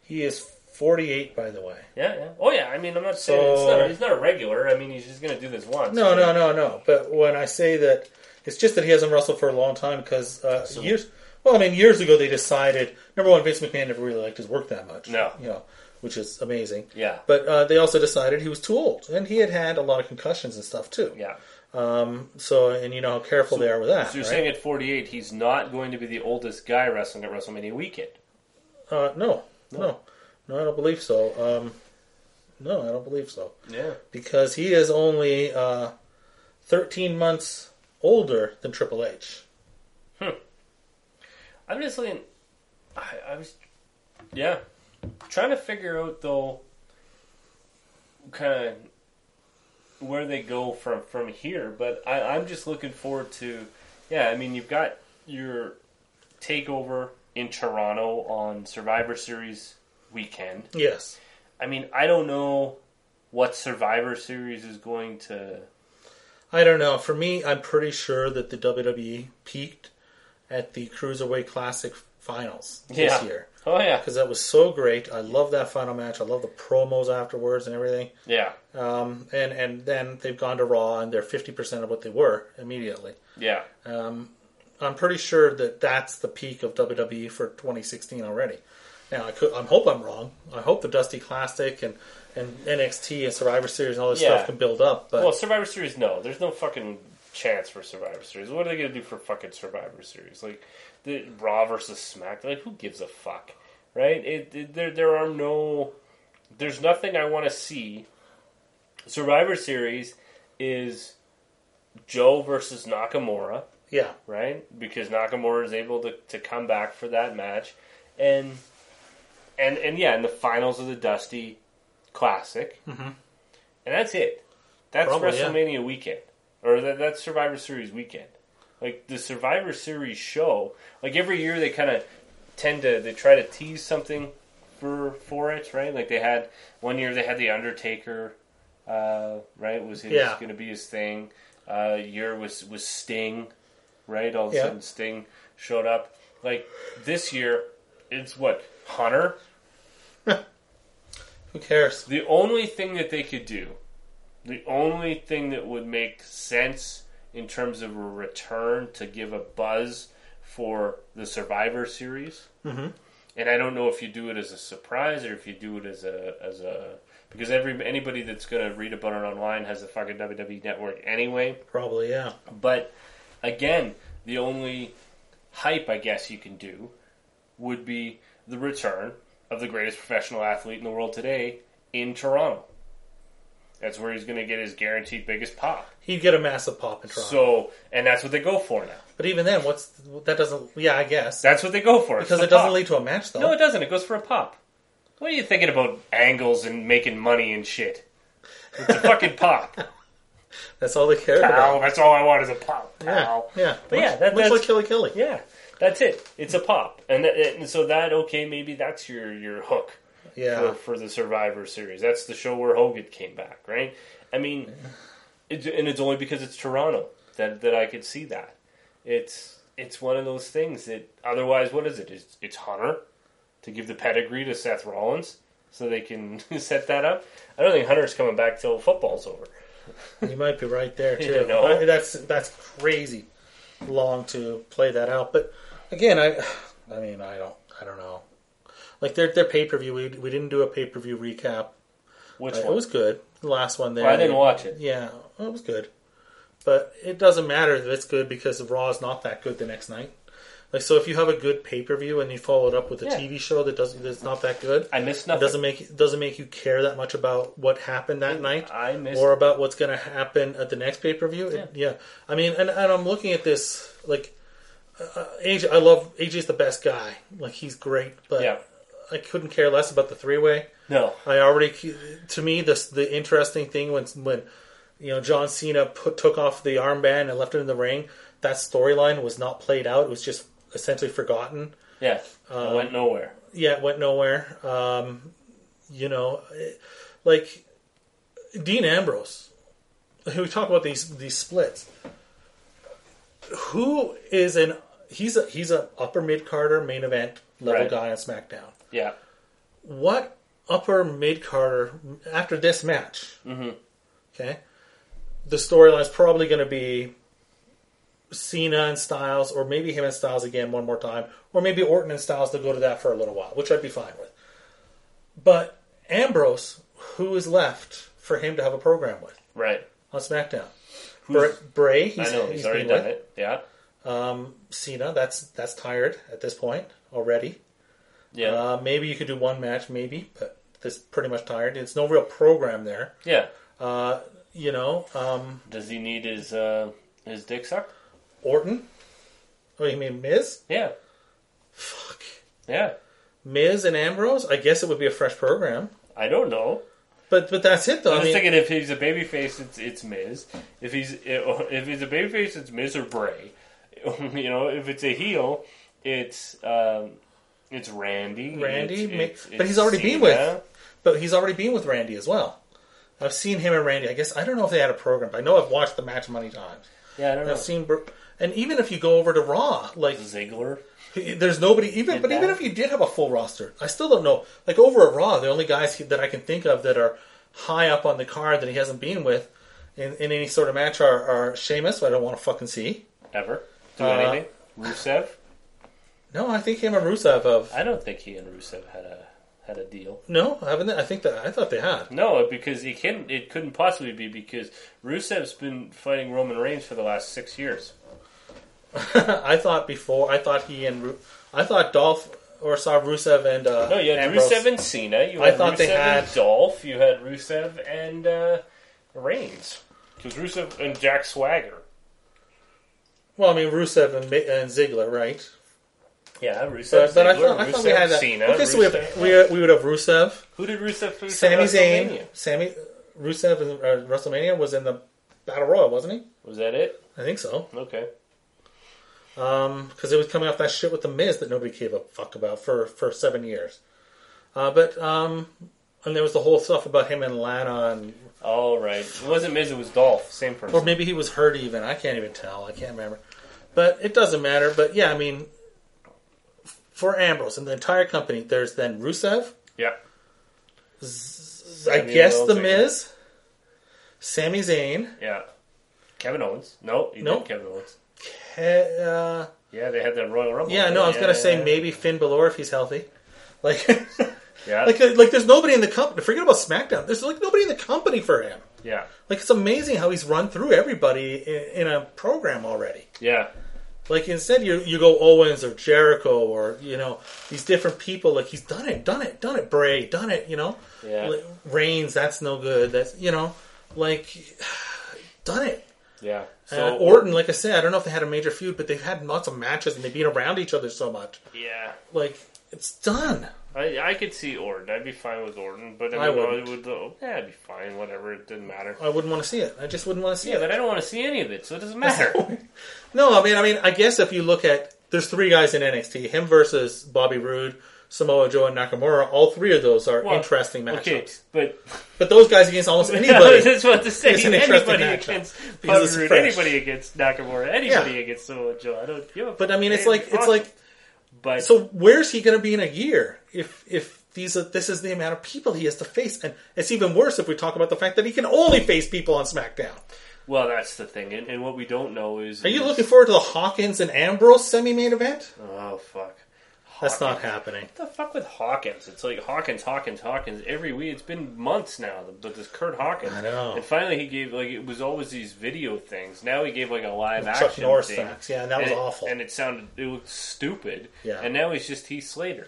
S3: He is 48, by the way.
S2: yeah, yeah. Oh, yeah. I mean, I'm not saying it's
S3: So-
S2: not, he's not a regular. I mean, he's just going to do this once.
S3: No, no, no, no. But when I say that, it's just that he hasn't wrestled for a long time because uh, years. Well, I mean, years ago they decided. Number one, Vince McMahon never really liked his work that much.
S2: No.
S3: you know, which is amazing.
S2: Yeah.
S3: But uh, they also decided he was too old, and he had had a lot of concussions and stuff too.
S2: Yeah.
S3: So, and you know how careful they are with that.
S2: So you're
S3: right?
S2: saying at 48, he's not going to be the oldest guy wrestling at WrestleMania weekend.
S3: Uh, no, no, no, I don't believe so. Um, no, I don't believe so
S2: Yeah.
S3: because he is only uh, 13 months older than Triple H.
S2: I'm just looking. I, I was, yeah, trying to figure out though, kind of where they go from from here. But I, I'm just looking forward to. Yeah, I mean, you've got your takeover in Toronto on Survivor Series weekend.
S3: Yes,
S2: I mean, I don't know what Survivor Series is going to.
S3: I don't know. For me, I'm pretty sure that the WWE peaked at the Cruiserweight Classic finals
S2: Yeah.
S3: this year.
S2: Oh yeah,
S3: Because that was so great. I love that final match. I love the promos afterwards and everything.
S2: yeah,
S3: Um, and, and then they've gone to Raw and they're 50% of what they were immediately.
S2: yeah.
S3: I'm pretty sure that that's the peak of WWE for 2016 already. Now, I could, I hope I'm wrong. I hope the Dusty Classic and, and NXT and Survivor Series and all this
S2: Yeah.
S3: stuff can build up. But
S2: Well, Survivor Series, no. There's no fucking chance for Survivor Series. What are they gonna do for fucking Survivor Series? Like the Raw versus SmackDown. Like who gives a fuck, right? It, it- there there are no. There's nothing I want to see. Survivor Series is Joe versus Nakamura,
S3: yeah,
S2: right? Because Nakamura is able to, to come back for that match, and and and yeah, in the finals of the Dusty Classic, mm-hmm. and that's it. That's
S3: Probably, yeah.
S2: WrestleMania weekend, or that, that's Survivor Series weekend. Like the Survivor Series show, like every year they kind of tend to they try to tease something for for it, right? Like they had one year they had the Undertaker, uh, right? Was his
S3: Yeah.
S2: going to be his thing? Uh, year was was Sting, right? All of
S3: Yeah.
S2: a sudden Sting showed up. Like this year, it's what Hunter.
S3: who cares?
S2: The only thing that they could do, the only thing that would make sense in terms of a return to give a buzz for the Survivor Series, mm-hmm. and I don't know if you do it as a surprise or if you do it as a as a because every anybody that's going to read about it online has the fucking WWE Network anyway.
S3: Probably, yeah.
S2: But again, the only hype I guess you can do would be the return of the greatest professional athlete in the world today in Toronto. That's where he's going to get his guaranteed biggest pop.
S3: He'd get a massive pop in Toronto.
S2: So, and that's what they go for now.
S3: but even then, what's that doesn't? Yeah, I guess
S2: That's what they go for. It's
S3: because
S2: the
S3: it doesn't
S2: pop.
S3: lead to a match though.
S2: No, it doesn't. It goes for a pop. What are you thinking about angles and making money and shit? It's a fucking
S3: *laughs*
S2: pop.
S3: That's all they care
S2: Ow,
S3: about.
S2: that's all I want is a pop.
S3: Yeah,
S2: Ow.
S3: yeah.
S2: But yeah,
S3: Much-
S2: that-
S3: much
S2: that's-
S3: like Killy Killy.
S2: Yeah, that's it. It's a pop, and, that, and so that okay, maybe that's your your hook
S3: Yeah.
S2: for, for the Survivor Series. That's the show where Hogan came back, right? I mean, it, and it's only because it's Toronto that that I could see that. It's it's one of those things that otherwise, what is it? It's, it's Hunter to give the pedigree to Seth Rollins so they can *laughs* set that up. I don't think Hunter's coming back till football's over.
S3: You might be right there too.
S2: *laughs* You know?
S3: I- that's that's crazy long to play that out. But again, I I mean I don't I don't know. Like their their pay per view, we, we didn't do a pay per view recap.
S2: Which
S3: Uh, It
S2: one?
S3: was good. The last one there.
S2: Well, I didn't watch it.
S3: Yeah, it was good. But it doesn't matter if it's good because Raw is not that good the next night. Like so, if you have a good pay per view and you follow it up with a
S2: Yeah.
S3: TV show that doesn't that's not that good,
S2: I missed
S3: it
S2: nothing.
S3: doesn't make it doesn't make you care that much about what happened that night
S2: I missed
S3: or about what's going to happen at the next pay per view. Yeah. I mean, and, and I'm looking at this like uh, AJ. I love AJ's the best guy. Like he's great, but
S2: Yeah.
S3: I couldn't care less about the three way.
S2: no.
S3: I already to me this the interesting thing when when you know John Cena put took off the armband and left it in the ring. That storyline was not played out. It was just essentially forgotten
S2: Yeah,
S3: Uh,
S2: I went nowhere.
S3: yeah, it went nowhere. Um, you know, it- like Dean Ambrose, who we talk about these these splits. Who is an he's a he's a upper mid carder main event level
S2: Right.
S3: guy on SmackDown.
S2: Yeah.
S3: What upper mid carder after this match? Mm-hmm. Okay, the storyline's probably going to be Cena and Styles, or maybe him and Styles again one more time, or maybe Orton and Styles. They'll go to that for a little while, which I'd be fine with. But Ambrose, who is left for him to have a program with
S2: Right.
S3: on SmackDown? Br- Bray, he's,
S2: I know he's, already
S3: been
S2: done
S3: with.
S2: it. Yeah.
S3: Cena, that's that's tired at this point already.
S2: Yeah.
S3: Uh, maybe you could do one match, maybe, but this pretty much tired. It's no real program there.
S2: yeah.
S3: You know, um,
S2: Does he need his uh, his dick sucked?
S3: Orton. Oh, you mean Miz?
S2: Yeah.
S3: Fuck.
S2: Yeah.
S3: Miz and Ambrose. I guess it would be a fresh program,
S2: I don't know.
S3: but but that's it though.
S2: I
S3: I
S2: was
S3: mean,
S2: thinking if he's a babyface, it's it's Miz. If he's *laughs* if he's a babyface, it's Miz or Bray. *laughs* you know, if it's a heel, it's um, it's Randy.
S3: Randy,
S2: It's-
S3: Ma-
S2: it's-
S3: but
S2: it's
S3: he's already been
S2: Cena.
S3: with. But he's already been with Randy as well. I've seen him and Randy. I guess I don't know if they had a program, but I know I've watched the match many times.
S2: Yeah, I don't know.
S3: I've seen, Br- and even if you go over to Raw, like
S2: Ziggler.
S3: There's nobody even,
S2: Did
S3: but even
S2: that?
S3: if you did have a full roster, I still don't know. Like over at Raw, the only guys he, that I can think of that are high up on the card that he hasn't been with in, in any sort of match are, are Sheamus, who I don't want to fucking see.
S2: Ever do
S3: Uh,
S2: anything? Rusev?
S3: No, I think him and Rusev have.
S2: I don't think he and Rusev had a had a deal.
S3: No, haven't they? I think that I thought they had. *laughs*
S2: No, because it can it couldn't possibly be because Rusev's been fighting Roman Reigns for the last six years.
S3: I thought before. I thought he and Ru- I thought Dolph or saw Rusev and uh,
S2: No, you had
S3: Ambrose.
S2: Rusev and Cena. You
S3: I
S2: had
S3: thought
S2: Rusev
S3: they
S2: and
S3: had-
S2: Dolph. You had Rusev and uh, Reigns. Because Rusev and Jack Swagger.
S3: Well, I mean Rusev and, Ma- and Ziggler, right?
S2: Yeah, Rusev.
S3: But, but I
S2: Ziggler,
S3: thought, I thought
S2: Rusev,
S3: we had that.
S2: Cena.
S3: okay, so we,
S2: Rusev-
S3: have, we, we would have Rusev,
S2: Who did Rusev face? at
S3: Sami Zayn,
S2: WrestleMania?
S3: Sammy Rusev and uh, WrestleMania was in the Battle Royal, wasn't he?
S2: Was that it?
S3: I think so.
S2: Okay.
S3: Um, because it was coming off that shit with the Miz that nobody gave a fuck about for for seven years. Uh, but um, and there was the whole stuff about him and Lana, and
S2: All right. It wasn't Miz. It was Dolph. Same person.
S3: or maybe he was hurt even. I can't even tell. I can't remember. But it doesn't matter. But yeah, I mean, for Ambrose and the entire company, there's then Rusev.
S2: yeah.
S3: I
S2: Sami
S3: guess
S2: Zayn.
S3: the Miz, Sami Zayn,
S2: Yeah. Kevin Owens. No, you
S3: No.
S2: did Kevin Owens.
S3: he- uh,
S2: Yeah, they had that Royal Rumble.
S3: yeah, no, I was gonna say
S2: yeah.
S3: maybe Finn Balor if he's healthy, *laughs*
S2: *laughs*
S3: like,
S2: Yeah.
S3: like, like there's nobody in the company. Forget about SmackDown. There's like nobody in the company for him.
S2: yeah.
S3: Like it's amazing how he's run through everybody in, in a program already.
S2: Yeah.
S3: Like instead you you go Owens or Jericho or you know these different people. Like he's done it, done it, done it. Bray, done it. You know,
S2: Yeah.
S3: Like, Reigns, that's no good. That's you know, like *sighs* done it.
S2: Yeah.
S3: So
S2: So
S3: Orton, like I said, I don't know if they had a major feud, but they've had lots of matches and they've been around each other so much.
S2: Yeah.
S3: Like it's done.
S2: I, I could see Orton. I'd be fine with Orton, but
S3: I
S2: I, mean, I
S3: wouldn't.
S2: would. uh, Yeah, I'd be fine. Whatever. It didn't matter.
S3: I wouldn't want to see it. I just wouldn't want to see
S2: Yeah,
S3: it.
S2: but I don't want to see any of it, so it doesn't matter.
S3: No, I mean, I mean, I guess if you look at there's three guys in NXT, him versus Bobby Roode, Samoa Joe, and Nakamura. All three of those are
S2: *laughs* Well,
S3: interesting matchups.
S2: Okay, but *laughs*
S3: But those guys against almost
S2: I was *laughs*
S3: anybody.
S2: just about to say
S3: It's an interesting
S2: anybody
S3: matchup,
S2: against
S3: because
S2: Bobby
S3: it's
S2: Roode,
S3: fresh.
S2: anybody against Nakamura, anybody against Samoa Joe. I don't give a.
S3: but I mean, it's
S2: fuck.
S3: like it's like.
S2: But
S3: So where's he going to be in a year if if these are, this is the amount of people he has to face? And it's even worse if we talk about the fact that he can only face people on SmackDown.
S2: well, that's the thing, and, and what we don't know is
S3: Are you looking forward to the Hawkins and Ambrose semi-main event?
S2: Oh fuck.
S3: That's not happening.
S2: What the fuck with Hawkins? It's like Hawkins, Hawkins, Hawkins. Every week, it's been months now. But this Kurt Hawkins,
S3: I know.
S2: And finally, he gave like it was always these video things. Now he gave like a live
S3: Chuck
S2: action
S3: Norris
S2: thing.
S3: facts. Yeah, and that was
S2: And it-
S3: awful.
S2: And it sounded it looked stupid.
S3: Yeah.
S2: And now he's just Heath Slater.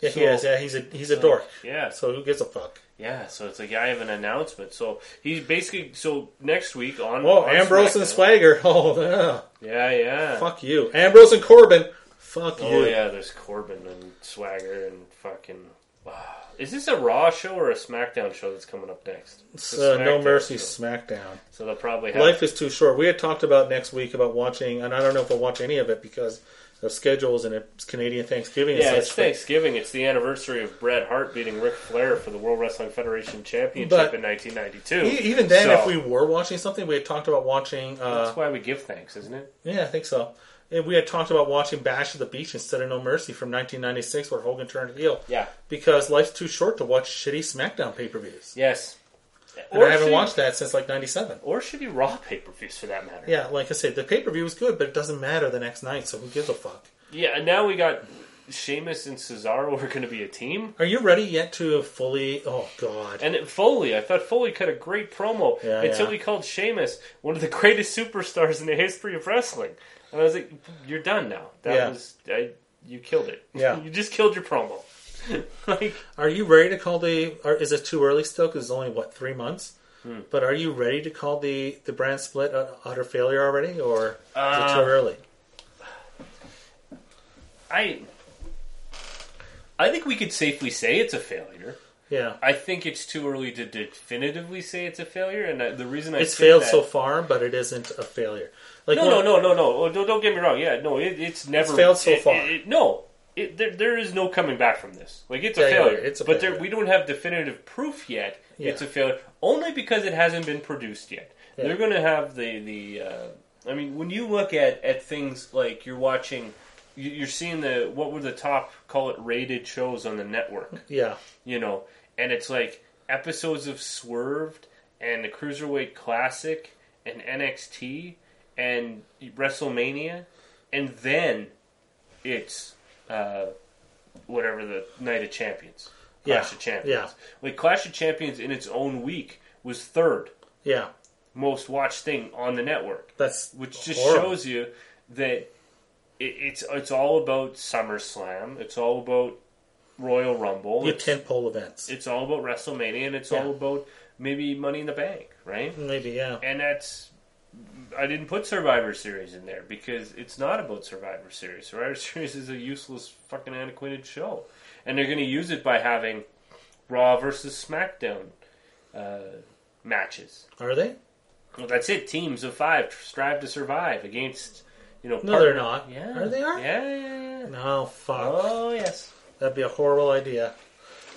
S3: Yeah, he
S2: So-
S3: is. Yeah, he's a he's a dork.
S2: Yeah. So
S3: So who gives a fuck?
S2: yeah. So it's like I have an announcement. So he's basically so next week on.
S3: Oh,
S2: on
S3: Ambrose and
S2: SmackDown-
S3: Swagger. *laughs* Oh, yeah.
S2: Yeah, yeah.
S3: fuck you. Ambrose and Corbin. Fuck
S2: Oh
S3: you.
S2: yeah, there's Corbin and Swagger and fucking. Wow. Is this a Raw show or a SmackDown show that's coming up next? It's
S3: It's,
S2: a
S3: uh, no
S2: SmackDown
S3: mercy,
S2: show.
S3: SmackDown.
S2: So they'll probably have.
S3: Life is too short. We had talked about next week about watching, and I don't know if I'll watch any of it because of schedules and it's Canadian Thanksgiving. and
S2: yeah,
S3: such,
S2: it's Thanksgiving. It's the anniversary of Bret Hart beating Ric Flair for the World Wrestling Federation Championship
S3: But-
S2: in
S3: but
S2: 1992.
S3: e- Even then,
S2: So,
S3: if we were watching something, we had talked about watching. Uh,
S2: that's why we give thanks, isn't it?
S3: yeah, I think so. And we had talked about watching Bash at the Beach instead of No Mercy from 1996, where Hogan turned heel.
S2: Yeah.
S3: Because life's too short to watch shitty SmackDown pay per views.
S2: Yes.
S3: And I haven't
S2: shitty-
S3: watched that since like 97.
S2: Or shitty Raw pay per views for that matter.
S3: Yeah, like I said, the pay per view was good, but it doesn't matter the next night, so who gives a fuck?
S2: Yeah, and now we got Sheamus and Cesaro are going to be a team.
S3: Are you ready yet to fully? Oh God,
S2: And it- Foley, I thought Foley cut a great promo
S3: Yeah,
S2: until
S3: yeah.
S2: he called Sheamus one of the *laughs* greatest superstars in the history of wrestling. And I was like, "You're done now. That
S3: Yeah.
S2: was I, you killed it. *laughs*
S3: Yeah.
S2: you just killed your promo. *laughs* like,
S3: are you ready to call the? Or is it too early still? Because it's only what three months.
S2: Hmm.
S3: But are you ready to call the the brand split an utter failure already, or is it
S2: Uh,
S3: too early?
S2: I I think we could safely say it's a failure.
S3: Yeah,
S2: I think it's too early to definitively say it's a failure, and I, the reason I
S3: it's
S2: say
S3: failed
S2: that-
S3: so far, but it isn't a failure. Like
S2: No,
S3: one-
S2: no, no, no, no. Oh, don't, don't get me wrong. Yeah, no, it, it's never
S3: failed so
S2: it-
S3: far.
S2: it- it- no, it, there, there is no coming back from this. Like it's a
S3: Yeah, yeah,
S2: failure.
S3: it's a
S2: but There,
S3: failure.
S2: we don't have definitive proof yet.
S3: Yeah.
S2: It's a failure only because it hasn't been produced yet. They're going to have the the. Uh, I mean, when you look at at things like you're watching, you- you're seeing the what were the top call it rated shows on the network
S3: Yeah,
S2: you know, and it's like episodes of Swerved and the Cruiserweight Classic and NXT and WrestleMania and then it's uh, whatever the Night of Champions, Clash
S3: Yeah,
S2: of Champions. Like Clash of Champions in its own week was third
S3: Yeah,
S2: most watched thing on the network,
S3: that's
S2: which just
S3: horrible.
S2: shows you that it, it's it's all about SummerSlam. It's all about Royal Rumble.
S3: your
S2: it's,
S3: tentpole events.
S2: it's all about WrestleMania, and it's
S3: Yeah.
S2: all about maybe Money in the Bank, right?
S3: Maybe yeah.
S2: and that's I didn't put Survivor Series in there because it's not about Survivor Series. Survivor *laughs* Series is a useless, fucking antiquated show, and they're going to use it by having Raw versus SmackDown uh, matches.
S3: Are they?
S2: Well, that's it. Teams of five strive to survive against you know.
S3: No,
S2: partner-
S3: they're not.
S2: Yeah,
S3: Are they are?
S2: Yeah, yeah, yeah.
S3: No, fuck.
S2: Oh yes.
S3: That'd be a horrible idea.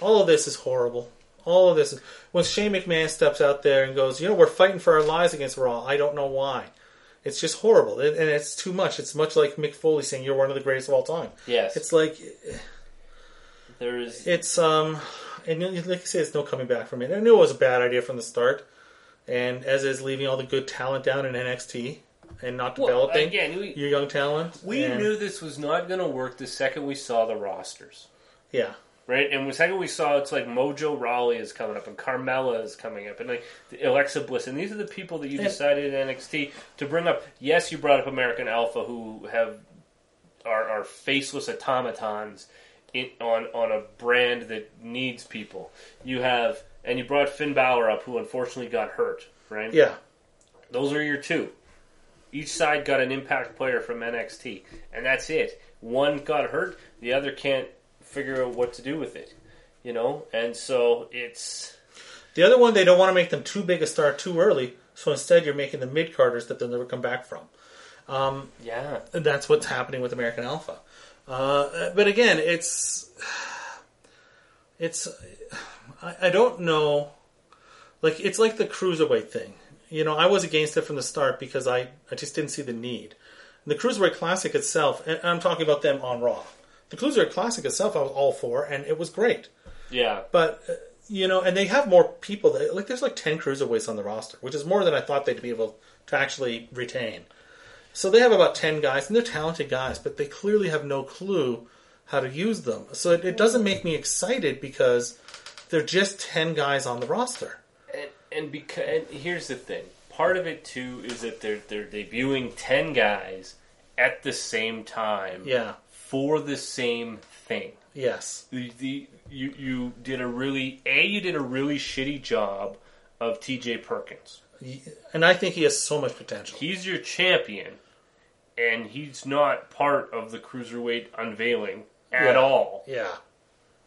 S3: All of this is horrible. All of this is when Shane McMahon steps out there and goes, you know, we're fighting for our lives against Raw. I don't know why. It's just horrible, and and it's too much. It's much like Mick Foley saying you're one of the greatest of all time.
S2: Yes.
S3: It's like
S2: there is.
S3: it's um, and then, like I say, it's no coming back from it. I knew it was a bad idea from the start, and as is leaving all the good talent down in NXT and not
S2: Well,
S3: developing
S2: again, we-
S3: your young talent.
S2: We
S3: and-
S2: knew this was not going to work the second we saw the rosters.
S3: yeah,
S2: right? And the second we saw, it's like Mojo Raleigh is coming up, and Carmella is coming up, and like Alexa Bliss, and these are the people that you
S3: Yeah.
S2: decided in NXT to bring up. Yes, you brought up American Alpha, who have are, are faceless automatons in, on on a brand that needs people. You have, and you brought Finn Balor up, who unfortunately got hurt, right?
S3: yeah,
S2: Those are your two. Each side got an impact player from NXT, and that's it. One got hurt, the other can't figure out what to do with it. You know, and so it's
S3: The other one, they don't want to make them too big a star too early, so instead you're making the mid carders that they'll never come back from.
S2: yeah,
S3: And that's what's happening with American Alpha. Uh, but again, it's it's I, I don't know. Like it's like the cruiserweight thing. You know, I was against it from the start because I I just didn't see the need. The cruiserweight classic itself, and I'm talking about them on Raw. The cruiserweight classic itself, I was all for, and it was great.
S2: yeah,
S3: But uh, you know, and they have more people. That, like, there's like ten cruiserweights on the roster, which is more than I thought they'd be able to actually retain. So they have about ten guys, and they're talented guys, but they clearly have no clue how to use them. So it, it doesn't make me excited because they're just ten guys on the roster.
S2: and and because and here's the thing. Part of it too is that they're they're debuting ten guys at the same time
S3: Yeah.
S2: for the same thing.
S3: Yes.
S2: the, the you you did a really a you did a really shitty job of T.J. Perkins.
S3: And I think he has so much potential.
S2: He's your champion, and he's not part of the cruiserweight unveiling at
S3: Yeah.
S2: all.
S3: Yeah.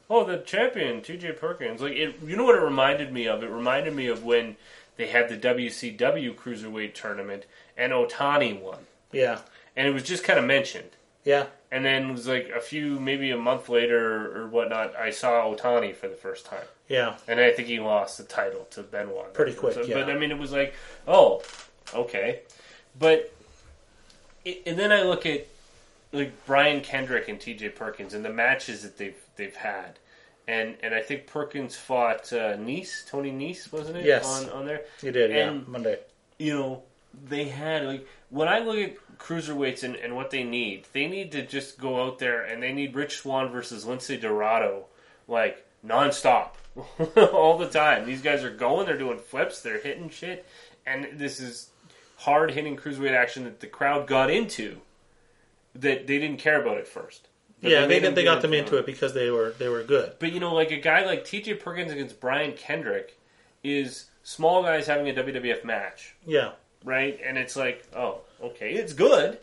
S2: Oh, the champion T.J. Perkins. Like it, you know what it reminded me of? It reminded me of when they had the WCW cruiserweight tournament and Otani won,
S3: Yeah.
S2: and it was just kind of mentioned.
S3: Yeah.
S2: And then it was like a few, maybe a month later or whatnot, I saw Otani for the first time.
S3: Yeah.
S2: And I think he lost the title to Benoit.
S3: Pretty quick,
S2: So-
S3: yeah.
S2: But I mean, it was like, oh, okay. But, it, and then I look at like Brian Kendrick and T.J. Perkins and the matches that they've they've had, and and I think Perkins fought uh, Nice, Tony Nice, wasn't it?
S3: Yes.
S2: On on there,
S3: He did. Yeah.
S2: And-
S3: Monday.
S2: you know, they had like when I look at cruiserweights and, and what they need, they need to just go out there and they need Rich Swan versus Lindsay Dorado like nonstop *laughs* all the time. These guys are going, they're doing flips, they're hitting shit, and this is hard hitting cruiserweight action that the crowd got into that they didn't care about at first. But
S3: Yeah. They
S2: made
S3: did, they got them
S2: into it.
S3: into it because they were they were good.
S2: But you know, like a guy like T.J. Perkins against Brian Kendrick is small guys having a WWF match
S3: Yeah.
S2: right? And it's like, oh, okay, it's good,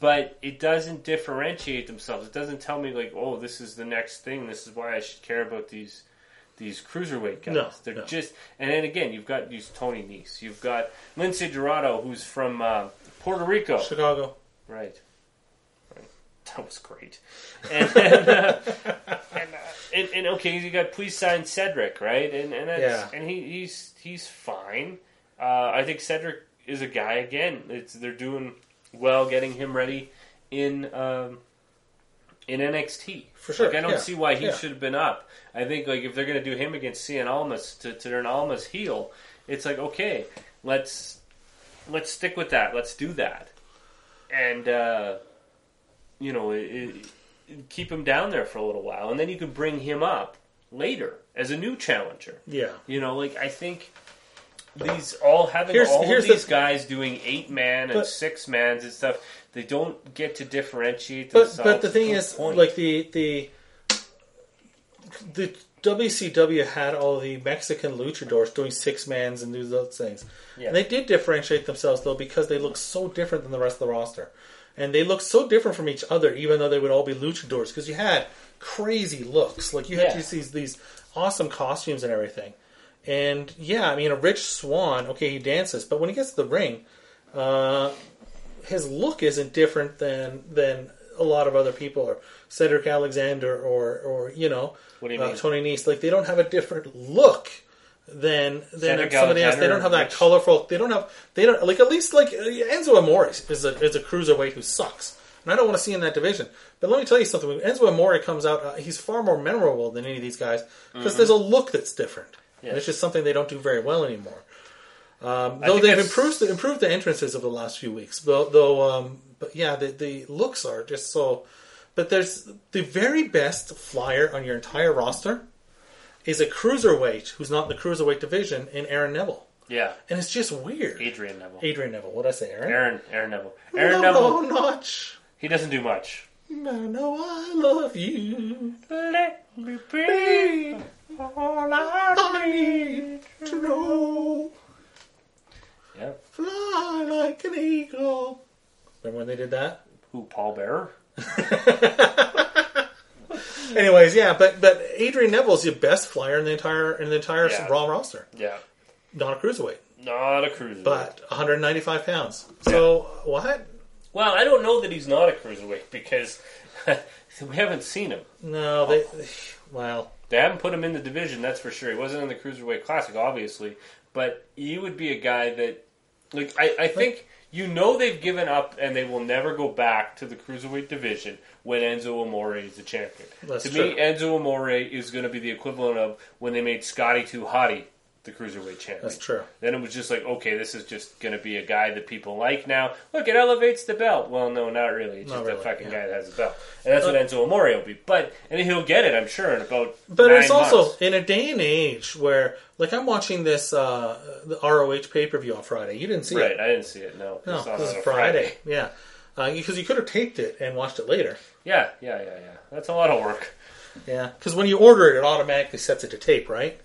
S2: but it doesn't differentiate themselves. It doesn't tell me like, oh, this is the next thing. This is why I should care about these these cruiserweight guys.
S3: No,
S2: They're
S3: no.
S2: just. And then again, you've got these Tony Nese. You've got Lindsay Dorado, who's from uh, Puerto Rico,
S3: Chicago.
S2: right? Right. That was great, *laughs* and and, uh, and, uh, and, and okay, you got please sign Cedric, right? And and that's,
S3: Yeah.
S2: and he, he's he's fine. Uh, I think Cedric is a guy again. It's they're doing well, getting him ready in um, in NXT
S3: For sure,
S2: Like, I don't
S3: yeah,
S2: see why he
S3: yeah.
S2: should have been up. I think like if they're going to do him against Cien Almas to, to turn Almas heel, it's like okay, let's let's stick with that. Let's do that. and uh, you know it, it, keep him down there for a little while, and then you could bring him up later as a new challenger.
S3: Yeah.
S2: You know, like I think these all having
S3: Here's-
S2: all
S3: here's
S2: of
S3: the-
S2: these guys doing eight man and
S3: But-
S2: six mans and stuff, they don't get to differentiate
S3: But
S2: themselves.
S3: but the thing
S2: to a
S3: is,
S2: point.
S3: like the the the WCW had all the Mexican luchadors doing six mans and do those things.
S2: Yeah.
S3: And they did differentiate themselves though because they look so different than the rest of the roster, and they look so different from each other, even though they would all be luchadors. Because you had crazy looks, like you had
S2: Yeah.
S3: just these these awesome costumes and everything. And yeah, I mean, a Rich Swan, okay, he dances, but when he gets to the ring, uh, his look isn't different than than a lot of other people or Cedric Alexander or or you know
S2: What do you
S3: uh,
S2: mean?
S3: Tony Nese. Like they don't have a different look than than
S2: Cedric
S3: somebody else. They
S2: Alexander
S3: don't have that
S2: and-
S3: colorful. They don't have they don't like at least like uh, Enzo Amore is a is a cruiserweight who sucks. And I don't want to see him in that division. But let me tell you something. When Enzo Amore comes out, uh, he's far more memorable than any of these guys because
S2: Mm-hmm.
S3: there's a look that's different.
S2: Yes.
S3: And it's just something they don't do very well anymore. Um, though
S2: think
S3: they've
S2: that's-
S3: improved the, improved the entrances of the last few weeks, though, though um, but yeah, the, the looks are just so. But there's the very best flyer on your entire roster is a cruiserweight who's not in the cruiserweight division in Aaron Neville,
S2: yeah,
S3: and it's just weird.
S2: Adrian Neville,
S3: Adrian Neville, what did I say, Aaron?
S2: Aaron, Aaron Neville, Aaron
S3: no,
S2: Neville.
S3: no, notch.
S2: He doesn't do much.
S3: No, no, I love you.
S2: Let me be all I
S3: I need to know.
S2: Yeah.
S3: Fly like an eagle. Remember when they did that?
S2: Who? Paul Bearer.
S3: Anyways, yeah, but but Adrian Neville's the best flyer in the entire in the entire
S2: Yeah.
S3: Raw roster.
S2: Yeah.
S3: Not a cruiserweight,
S2: Not a cruiserweight.
S3: but 195 pounds. So what?
S2: well, I don't know that he's not a cruiserweight because *laughs* we haven't seen him.
S3: No, they. Well,
S2: They haven't put him in the division, that's for sure. He wasn't in the Cruiserweight Classic, obviously, but he would be a guy that, like, I, I think you know they've given up and they will never go back to the Cruiserweight division when Enzo Amore is the champion.
S3: That's
S2: to
S3: true.
S2: me, Enzo Amore is going to be the equivalent of when they made Scotty Too Hottie the Cruiserweight champion.
S3: that's true.
S2: Then it was just like, okay, this is just going to be a guy that people like now. Look, it elevates the belt. Well, no, not really. It's
S3: Not
S2: just
S3: really,
S2: that fucking
S3: yeah. Uh,
S2: guy that has a belt, and that's what Enzo Amore will be. But and he'll get it, I'm sure, in about.
S3: But
S2: nine
S3: it's also
S2: months.
S3: in a day and age where, like, I'm watching this uh, the ROH pay per view on Friday. You didn't see it.
S2: right. I didn't see it. No,
S3: No,
S2: it's not
S3: this
S2: on
S3: is
S2: a
S3: Friday. Yeah, because you could have taped it and watched it later.
S2: Yeah, yeah, yeah, yeah. That's a lot of work.
S3: Yeah, because when you order it, it automatically sets it to tape, right?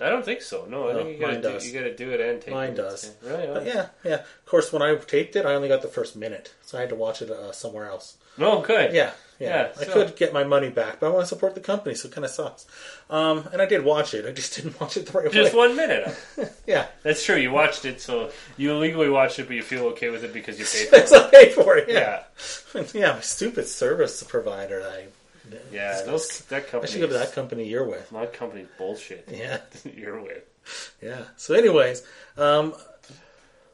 S2: I don't think so. No, I
S3: No,
S2: think you gotta
S3: mine
S2: do,
S3: does.
S2: you gotta do it and take
S3: Mine
S2: it.
S3: does.
S2: Yeah, Really?
S3: But yeah, yeah. Of course, when I taped it, I only got the first minute, so I had to watch it uh, somewhere else.
S2: No, good.
S3: Yeah, yeah.
S2: Yeah,
S3: I
S2: so-
S3: could get my money back, but I want to support the company, so it kind of sucks. Um, and I did watch it. I just *laughs* didn't watch it the right
S2: Just
S3: way.
S2: one
S3: *laughs*
S2: minute.
S3: Yeah,
S2: That's true. You watched it, so you illegally watched it, but you feel okay with it because you paid. for
S3: *laughs*
S2: it.
S3: that's what I paid for it. Yeah,
S2: Yeah,
S3: *laughs* yeah. my stupid service provider. that I
S2: yeah. Those that
S3: I
S2: company.
S3: should go to that company you're with.
S2: My company's bullshit. *laughs*
S3: Yeah,
S2: You're with.
S3: yeah. So, anyways, um,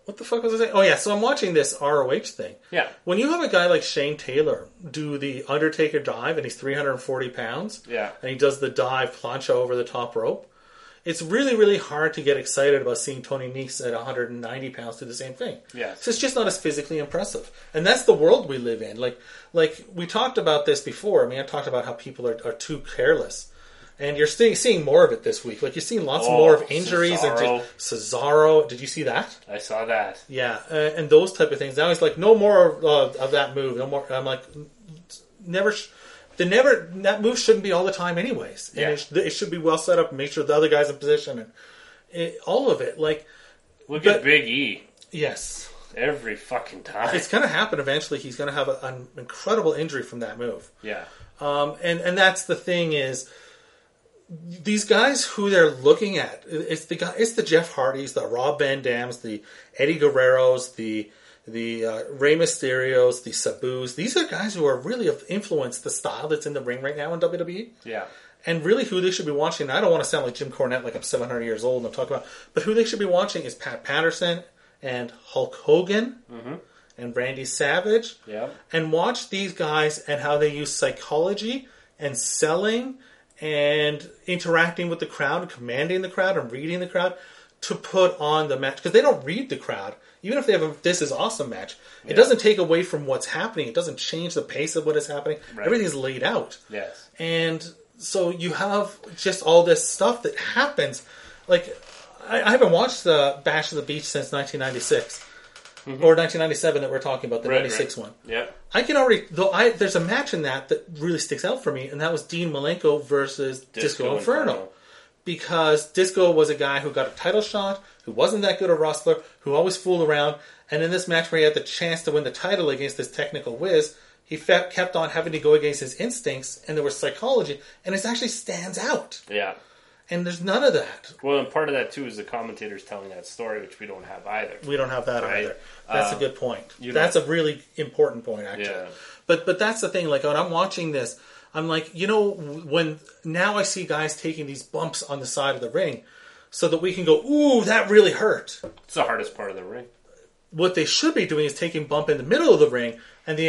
S3: what the fuck was I saying? Oh yeah, so I'm watching this ROH thing.
S2: Yeah.
S3: When you have a guy like Shane Taylor do the Undertaker dive and he's 340 pounds,
S2: Yeah.
S3: and he does the dive plancha over the top rope, it's really, really hard to get excited about seeing Tony Nese at 190 pounds do the same thing.
S2: Yes.
S3: So it's just not as physically impressive, and that's the world we live in. Like, like we talked about this before. I mean, I talked about how people are, are too careless. And you're seeing, seeing more of it this week. Like you're seeing lots
S2: Oh,
S3: more of injuries
S2: Cesaro.
S3: and just Cesaro. Did you see that?
S2: I saw that.
S3: Yeah, uh, and those type of things. Now he's like, no more uh, of that move. No more. I'm like, never. Sh- the never that move shouldn't be all the time, anyways. And
S2: Yeah.
S3: it, sh- it should be well set up. Make sure the other guy's in position, and it, all of it. Like,
S2: Look
S3: But-
S2: at Big E
S3: yes,
S2: every fucking time.
S3: it's gonna happen eventually. He's gonna have a, an incredible injury from that move.
S2: Yeah,
S3: Um, and and that's the thing is these guys who they're looking at it's the guy it's the Jeff Hardys, the Rob Van Dams, the Eddie Guerreros, the the uh, Rey Mysterios, the Sabus. These are guys who are really have influenced the style that's in the ring right now in E. WWE.
S2: yeah,
S3: And really, who they should be watching, I don't want to sound like Jim Cornette, like I'm 700 years old and I'm talking about, but who they should be watching is Pat Patterson and Hulk Hogan and Randy Savage
S2: yeah.
S3: and watch these guys and how they use psychology and selling and interacting with the crowd, commanding the crowd, and reading the crowd to put on the match because they don't read the crowd. Even if they have a this is awesome match, it doesn't take away from what's happening. It doesn't change the pace of what is happening. Everything's laid out.
S2: Yes.
S3: And so you have just all this stuff that happens. Like, I, I haven't watched the Bash of the Beach since 1996 or 1997 that we're talking about, the
S2: Mm-hmm. Right,
S3: 96
S2: right.
S3: one.
S2: Yeah.
S3: I can already though I there's a match in that that really sticks out for me, and that was Dean Malenko versus Disco,
S2: Disco
S3: Inferno.
S2: Inferno.
S3: Because Disco was a guy who got a title shot, who wasn't that good a wrestler, who always fooled around, and in this match where he had the chance to win the title against this technical whiz, he fe- kept on having to go against his instincts, and there was psychology, and it actually stands out.
S2: Yeah.
S3: And there's none of that.
S2: Well, and part of that too is the commentators telling that story, which we don't have either.
S3: We don't have that
S2: Right. Um,
S3: either. That's a good point.
S2: you
S3: That's a really important point, actually.
S2: Yeah.
S3: But but that's the thing. Like when I'm watching this, I'm like, you know, when now I see guys taking these bumps on the side of the ring, so that we can go, ooh, that really hurt.
S2: It's the hardest part of the ring.
S3: What they should be doing is taking bump in the middle of the ring, and the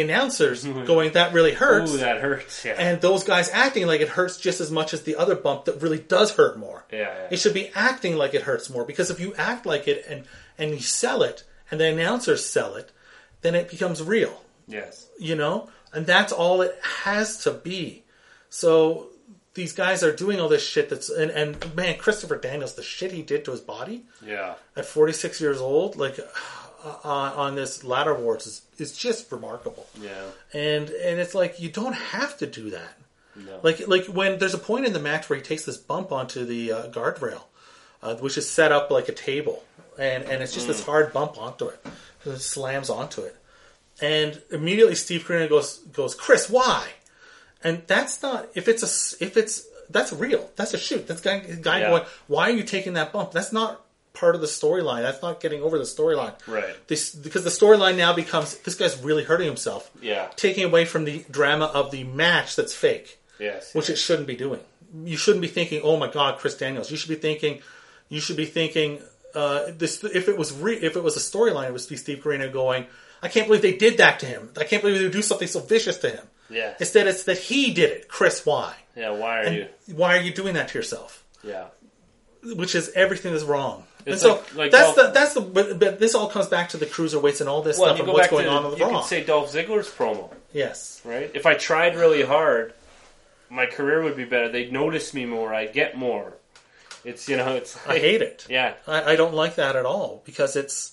S2: *laughs*
S3: announcers going, that really hurts.
S2: Ooh, that hurts. Yeah.
S3: and those guys acting like it hurts just as much as the other bump that really does hurt more.
S2: Yeah, yeah.
S3: It should be acting like it hurts more because if you act like it and and you sell it and the announcers sell it, then it becomes real,
S2: yes.
S3: you know? And that's all it has to be. So these guys are doing all this shit that's and, and man, Christopher Daniels, the shit he did to his body
S2: Yeah.
S3: at 46 years old, like uh, on this ladder wars is, is just remarkable
S2: Yeah.
S3: and and it's like you don't have to do that.
S2: No.
S3: Like like when there's a point in the match where he takes this bump onto the uh, guardrail, uh, which is set up like a table, and and it's just this
S2: Mm.
S3: hard bump onto it, so it slams onto it, and immediately Steve Carino goes goes Chris why, and that's not if it's a s- if it's that's real that's a shoot that's guy guy
S2: Yeah.
S3: going why are you taking that bump that's not part of the storyline that's not getting over the storyline
S2: Right.
S3: this because the storyline now becomes this guy's really hurting himself
S2: Yeah.
S3: taking away from the drama of the match that's fake,
S2: Yes.
S3: which it shouldn't be doing. You shouldn't be thinking, "Oh my God, Chris Daniels." You should be thinking, you should be thinking, uh, this if it was re- if it was a storyline, it would be Steve Carino going, "I can't believe they did that to him. I can't believe they would do something so vicious to him."
S2: Yeah.
S3: Instead, it's that he did it. Chris, why?
S2: yeah. Why are you?
S3: Why are you doing that to yourself?
S2: Yeah.
S3: which is everything is wrong.
S2: It's
S3: and
S2: like-
S3: so
S2: like
S3: that's
S2: Dolph-
S3: the that's the but, but this all comes back to the cruiserweights and all this
S2: Well,
S3: stuff
S2: you
S3: and
S2: go
S3: what's
S2: back
S3: going
S2: to
S3: on with
S2: you
S3: Raw.
S2: could say Dolph Ziggler's promo,
S3: yes,
S2: right? If I tried really hard, my career would be better. They'd notice me more. I'd get more. It's you know, it's
S3: I *laughs*
S2: like,
S3: hate it.
S2: yeah,
S3: I, I don't like that at all because it's,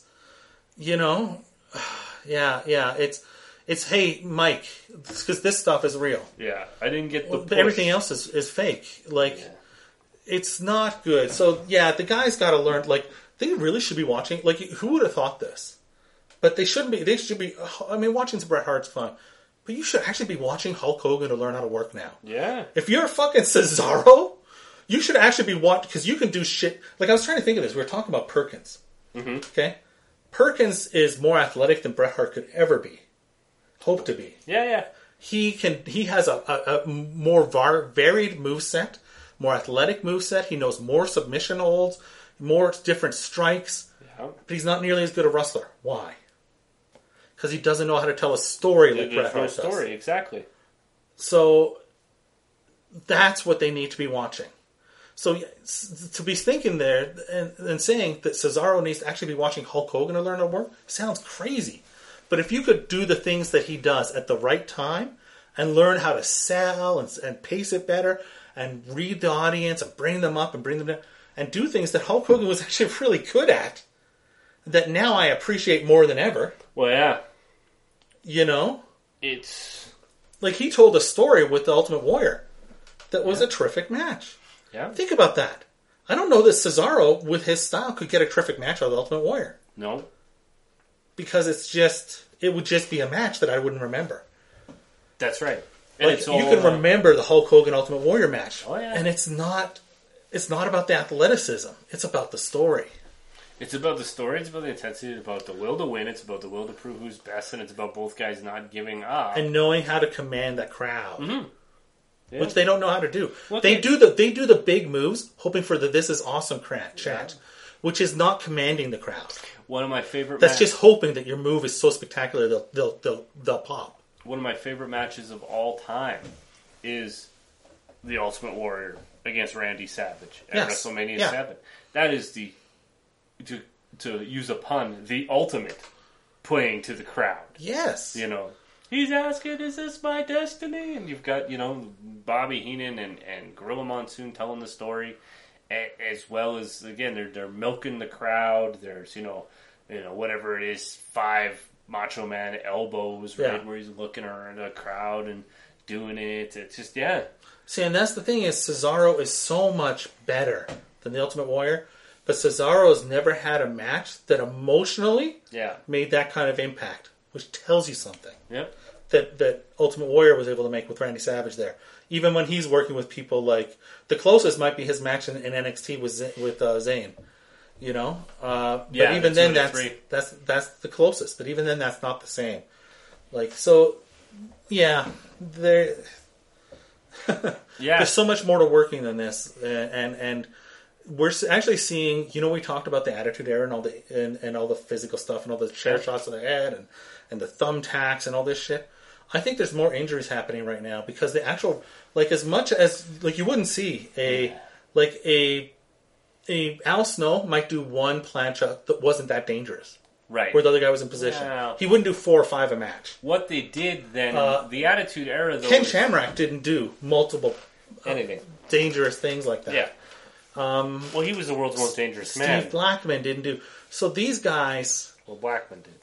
S3: you know, *sighs* yeah, yeah. It's it's hey Mike because this stuff is real.
S2: yeah. I didn't get the
S3: But
S2: push.
S3: everything else is is fake. Like it's not good. So yeah, the guys got to learn. Like they really should be watching. Like who would have thought this? But they shouldn't be. They should be. I mean, watching some Bret Hart's fun, but you should actually be watching Hulk Hogan to learn how to work now.
S2: Yeah,
S3: If you're a fucking Cesaro, you should actually be watching because you can do shit. Like I was trying to think of this. We were talking about Perkins. Mm-hmm. Okay, Perkins is more athletic than Bret Hart could ever be, hope to be
S2: yeah, yeah.
S3: he can he has a, a, a more var, varied move set, more athletic move set. He knows more submission holds, more different strikes,
S2: Yeah.
S3: but he's not nearly as good a wrestler. Why? Because he doesn't know how to tell a story like Bret
S2: There's no
S3: Hart does.
S2: story exactly.
S3: So that's what they need to be watching. So s- to be thinking there and, and saying that Cesaro needs to actually be watching Hulk Hogan to learn to work sounds crazy. But if you could do the things that he does at the right time and learn how to sell and, and pace it better and read the audience and bring them up and bring them down and do things that Hulk Hogan was *laughs* actually really good at that now I appreciate more than ever,
S2: Well, yeah,
S3: you know?
S2: it's
S3: Like he told a story with the Ultimate Warrior that was a terrific match.
S2: yeah.
S3: Think about that. I don't know that Cesaro with his style could get a terrific match out of the Ultimate Warrior
S2: No,
S3: because it's just it would just be a match that I wouldn't remember.
S2: that's right. And
S3: Like
S2: it's
S3: you
S2: all
S3: can
S2: uh,
S3: remember the Hulk Hogan Ultimate Warrior match,
S2: Oh, yeah.
S3: and it's not it's not about the athleticism. It's about the story.
S2: It's about the story. It's about the intensity. It's about the will to win. It's about the will to prove who's best, and it's about both guys not giving up.
S3: and knowing how to command that crowd,
S2: Mm-hmm. Yeah.
S3: which they don't know how to do.
S2: Well,
S3: they
S2: they-
S3: do the they do the big moves, hoping for the "This is awesome" cra- chant, which is not commanding the crowd.
S2: one of my favorite.
S3: That's
S2: ma-
S3: just hoping that your move is so spectacular they'll they'll they'll, they'll pop.
S2: one of my favorite matches of all time is the Ultimate Warrior against Randy Savage at
S3: Yes.
S2: WrestleMania
S3: Yeah.
S2: 7. That is the to to use a pun, the ultimate playing to the crowd.
S3: Yes.
S2: You know, he's asking, "Is this my destiny?" And you've got you know Bobby Heenan and and Gorilla Monsoon telling the story, a- as well as again they're they're milking the crowd. There's you know you know whatever it is five Macho Man elbows right
S3: Yeah.
S2: where he's looking around the crowd and doing it. It's just yeah.
S3: See, and that's the thing is Cesaro is so much better than the Ultimate Warrior, but Cesaro's never had a match that emotionally
S2: Yeah.
S3: made that kind of impact, which tells you something
S2: Yep.
S3: that that Ultimate Warrior was able to make with Randy Savage there. Even when he's working with people like the closest might be his match in, in NXT with Z- with uh, Zayn, you know. Uh,
S2: Yeah,
S3: but
S2: the
S3: even
S2: two
S3: then,
S2: and the
S3: that's
S2: three.
S3: that's that's the closest. But even then, that's not the same. Like so, yeah. There,
S2: Yeah.
S3: there's so much more to working than this, and and, and we're s- actually seeing. You know, we talked about the attitude era and all the and, and all the physical stuff and all the chair shots of the head and and the thumbtacks and all this shit. I think there's more injuries happening right now because the actual like as much as like you wouldn't see a like a a Al Snow might do one plancha that wasn't that dangerous
S2: right.
S3: where the other guy was in position.
S2: Wow.
S3: He wouldn't do four or five a match.
S2: what they did then,
S3: Uh,
S2: the Attitude Era though,
S3: Ken
S2: was
S3: Shamrock didn't do multiple
S2: anything.
S3: dangerous things like that.
S2: Yeah. Um, well, he was the world's most dangerous
S3: Steve
S2: man.
S3: Blackman didn't do. So these guys, *laughs*
S2: well, Blackman did.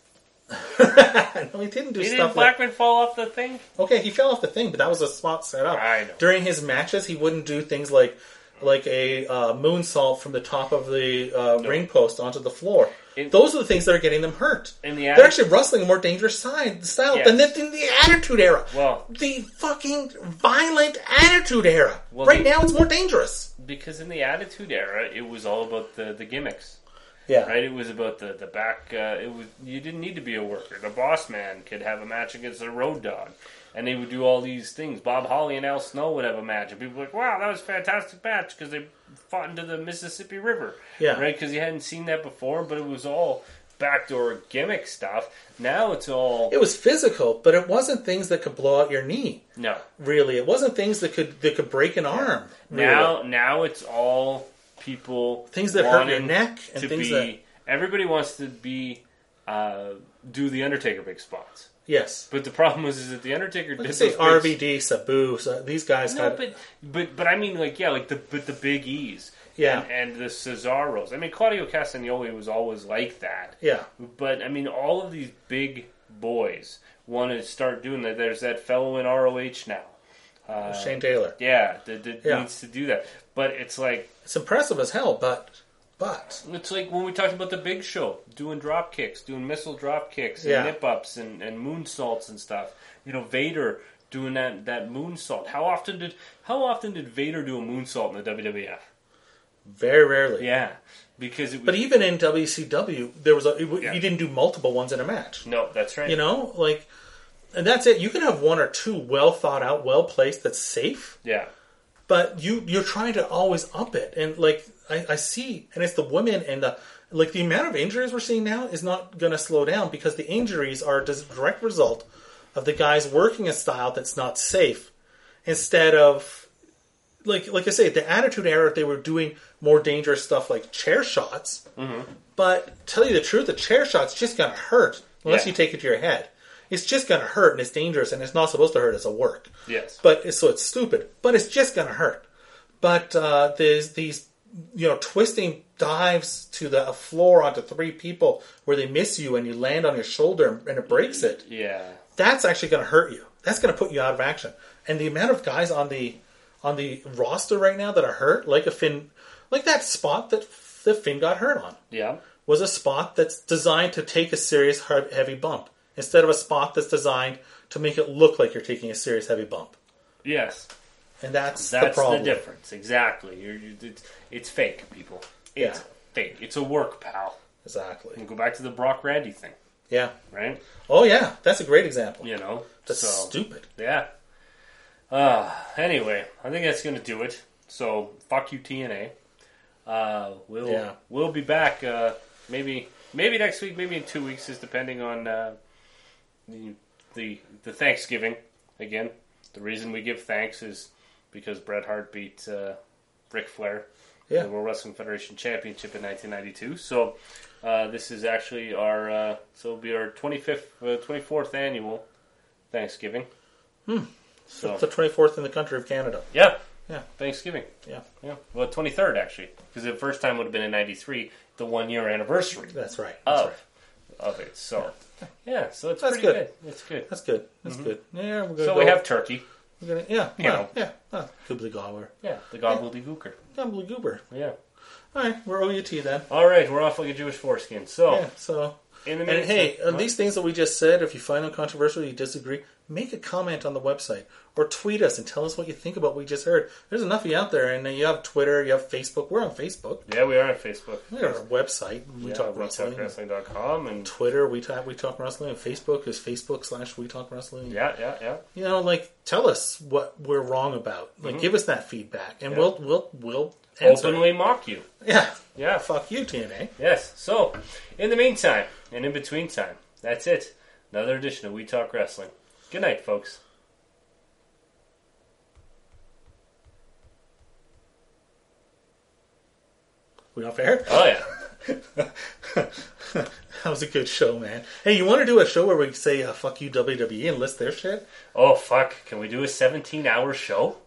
S3: no, he didn't do
S2: He
S3: stuff
S2: didn't Blackman fall off the thing?
S3: like. Okay, he fell off the thing, but that was a spot set up.
S2: I know.
S3: During his matches, he wouldn't do things like like a uh, moonsault from the top of the uh, ring post onto the floor.
S2: In-
S3: Those are the things that are getting them hurt.
S2: In the
S3: They're
S2: atti-
S3: actually wrestling a more dangerous side, style than
S2: Yes.
S3: the, in the Attitude Era.
S2: Well-
S3: the fucking violent Attitude Era.
S2: Well,
S3: right
S2: the-
S3: now, it's more dangerous.
S2: Because in the Attitude Era, it was all about the, the gimmicks,
S3: Yeah.
S2: right? It was about the the back. Uh, it was you didn't need to be a worker. The Boss Man could have a match against a Road Dog, and they would do all these things. Bob Holly and Al Snow would have a match, and people were like, "Wow, that was a fantastic match" because they fought into the Mississippi River,
S3: Yeah.
S2: right? Because you hadn't seen that before, but it was all backdoor gimmick stuff. Now it's all
S3: It was physical, but it wasn't things that could blow out your knee.
S2: no.
S3: Really, it wasn't things that could that could break an arm. Really.
S2: Now, now it's all people
S3: Things that hurt your
S2: wanting
S3: neck and
S2: to
S3: things
S2: be,
S3: that-
S2: everybody wants to be uh, do the Undertaker big spots.
S3: yes.
S2: But the problem is, is that the Undertaker did
S3: Let's
S2: those
S3: say
S2: big-
S3: RVD, Sabu, so these guys
S2: No,
S3: had
S2: but but but I mean, like yeah, like the but the Big E's,
S3: Yeah.
S2: and, and the Cesaros. I mean, Claudio Castagnoli was always like that.
S3: yeah,
S2: But I mean, all of these big boys want to start doing that. There's that fellow in ROH now.
S3: Shane Taylor.
S2: Uh, Yeah, that, that
S3: Yeah.
S2: needs to do that. But it's like
S3: It's impressive as hell, but but
S2: It's like when we talked about the Big Show doing drop kicks, doing missile drop kicks, and
S3: Yeah.
S2: nip ups, and and moonsaults and stuff. You know, Vader doing that that moonsault. How often did how often did Vader do a moonsault in the WWF?
S3: very rarely.
S2: Yeah, because it was,
S3: But even in WCW, there was a you
S2: Yeah.
S3: didn't do multiple ones in a match.
S2: no, that's right.
S3: You know, like and that's it. You can have one or two well thought out, well placed, that's safe.
S2: yeah,
S3: but you you're trying to always up it and like I, I see and it's the women and the like the amount of injuries we're seeing now is not going to slow down because the injuries are a dis- direct result of the guys working a style that's not safe instead of like like I say the attitude era they were doing more dangerous stuff like chair shots but tell you the truth the chair shots just gonna hurt unless
S2: Yeah.
S3: you take it to your head it's just gonna hurt and it's dangerous and it's not supposed to hurt it's a work
S2: yes,
S3: but so it's stupid. But it's just gonna hurt. But uh, there's these, you know, twisting dives to the floor onto three people where they miss you and you land on your shoulder and it breaks it.
S2: yeah,
S3: That's actually gonna hurt you. That's gonna put you out of action. And the amount of guys on the on the roster right now that are hurt, like a Finn, like that spot that that Finn got hurt on
S2: yeah,
S3: was a spot that's designed to take a serious hard, heavy bump instead of a spot that's designed to make it look like you're taking a serious heavy bump.
S2: yes.
S3: And that's,
S2: That's
S3: the
S2: the,
S3: problem.
S2: difference. Exactly. You're, you it's, it's fake, people. It's
S3: Yeah.
S2: fake. It's a work, pal.
S3: Exactly.
S2: Go back to the Brock Randy thing,
S3: Yeah.
S2: right?
S3: Oh yeah, that's a great example.
S2: You know,
S3: That's
S2: so.
S3: stupid.
S2: Yeah. Uh, anyway, I think that's going to do it. So, fuck you, TNA. Uh, we'll
S3: Yeah.
S2: we'll be back. Uh, maybe maybe next week, maybe in two weeks, is depending on uh, the, the the Thanksgiving. Again, the reason we give thanks is because Bret Hart beat uh, Ric Flair
S3: Yeah.
S2: the World Wrestling Federation Championship in 1992. So uh, this is actually our uh, so it'll be our 25th, uh, 24th annual Thanksgiving. Hmm.
S3: It's
S2: So
S3: the 24th in the country of Canada.
S2: yeah,
S3: Yeah.
S2: Thanksgiving.
S3: Yeah.
S2: Yeah, well, 23rd actually, because the first time would have been in '93, the one year anniversary
S3: That's right. That's
S2: of
S3: right.
S2: of it. So yeah, so that's,
S3: That's
S2: pretty good.
S3: good.
S2: That's good.
S3: That's good. That's good. Yeah, we're gonna
S2: Mm-hmm. So
S3: go-
S2: we have turkey.
S3: we're gonna, yeah,
S2: you
S3: yeah,
S2: know.
S3: yeah. Uh, goobly gobbler.
S2: Yeah, the gobbledygooker.
S3: Gumbly goober.
S2: Yeah.
S3: All right, we're OUT then.
S2: All right, we're off like a Jewish foreskin. So
S3: Yeah, so.
S2: Oh. in the
S3: And
S2: meantime-
S3: hey, on
S2: What?
S3: these things that we just said, if you find them controversial, you disagree, make a comment on the website or tweet us and tell us what you think about what we just heard. There's enough of you out there, and you have Twitter, you have Facebook. We're on Facebook.
S2: yeah, we are on Facebook.
S3: We got our website. We
S2: Yeah,
S3: talk wrestling.
S2: WeTalkWrestling.com and
S3: Twitter, we talk, we talk wrestling, and Facebook is Facebook slash we talk wrestling.
S2: yeah, yeah, yeah.
S3: You know, like tell us what we're wrong about. Like, give us that feedback, and
S2: Mm-hmm. Yeah.
S3: we'll we'll we'll answer.
S2: Openly mock you.
S3: Yeah, *laughs*
S2: Yeah.
S3: fuck you, TNA.
S2: Yes. So in the meantime and in between time, that's it. Another edition of We Talk Wrestling. Good night, folks.
S3: We off air? *laughs*
S2: Oh yeah.
S3: That was a good show, man. Hey, you want to do a show where E, we say uh, "fuck you WWE" and list their shit?
S2: Oh fuck! Can we do a 17-hour show?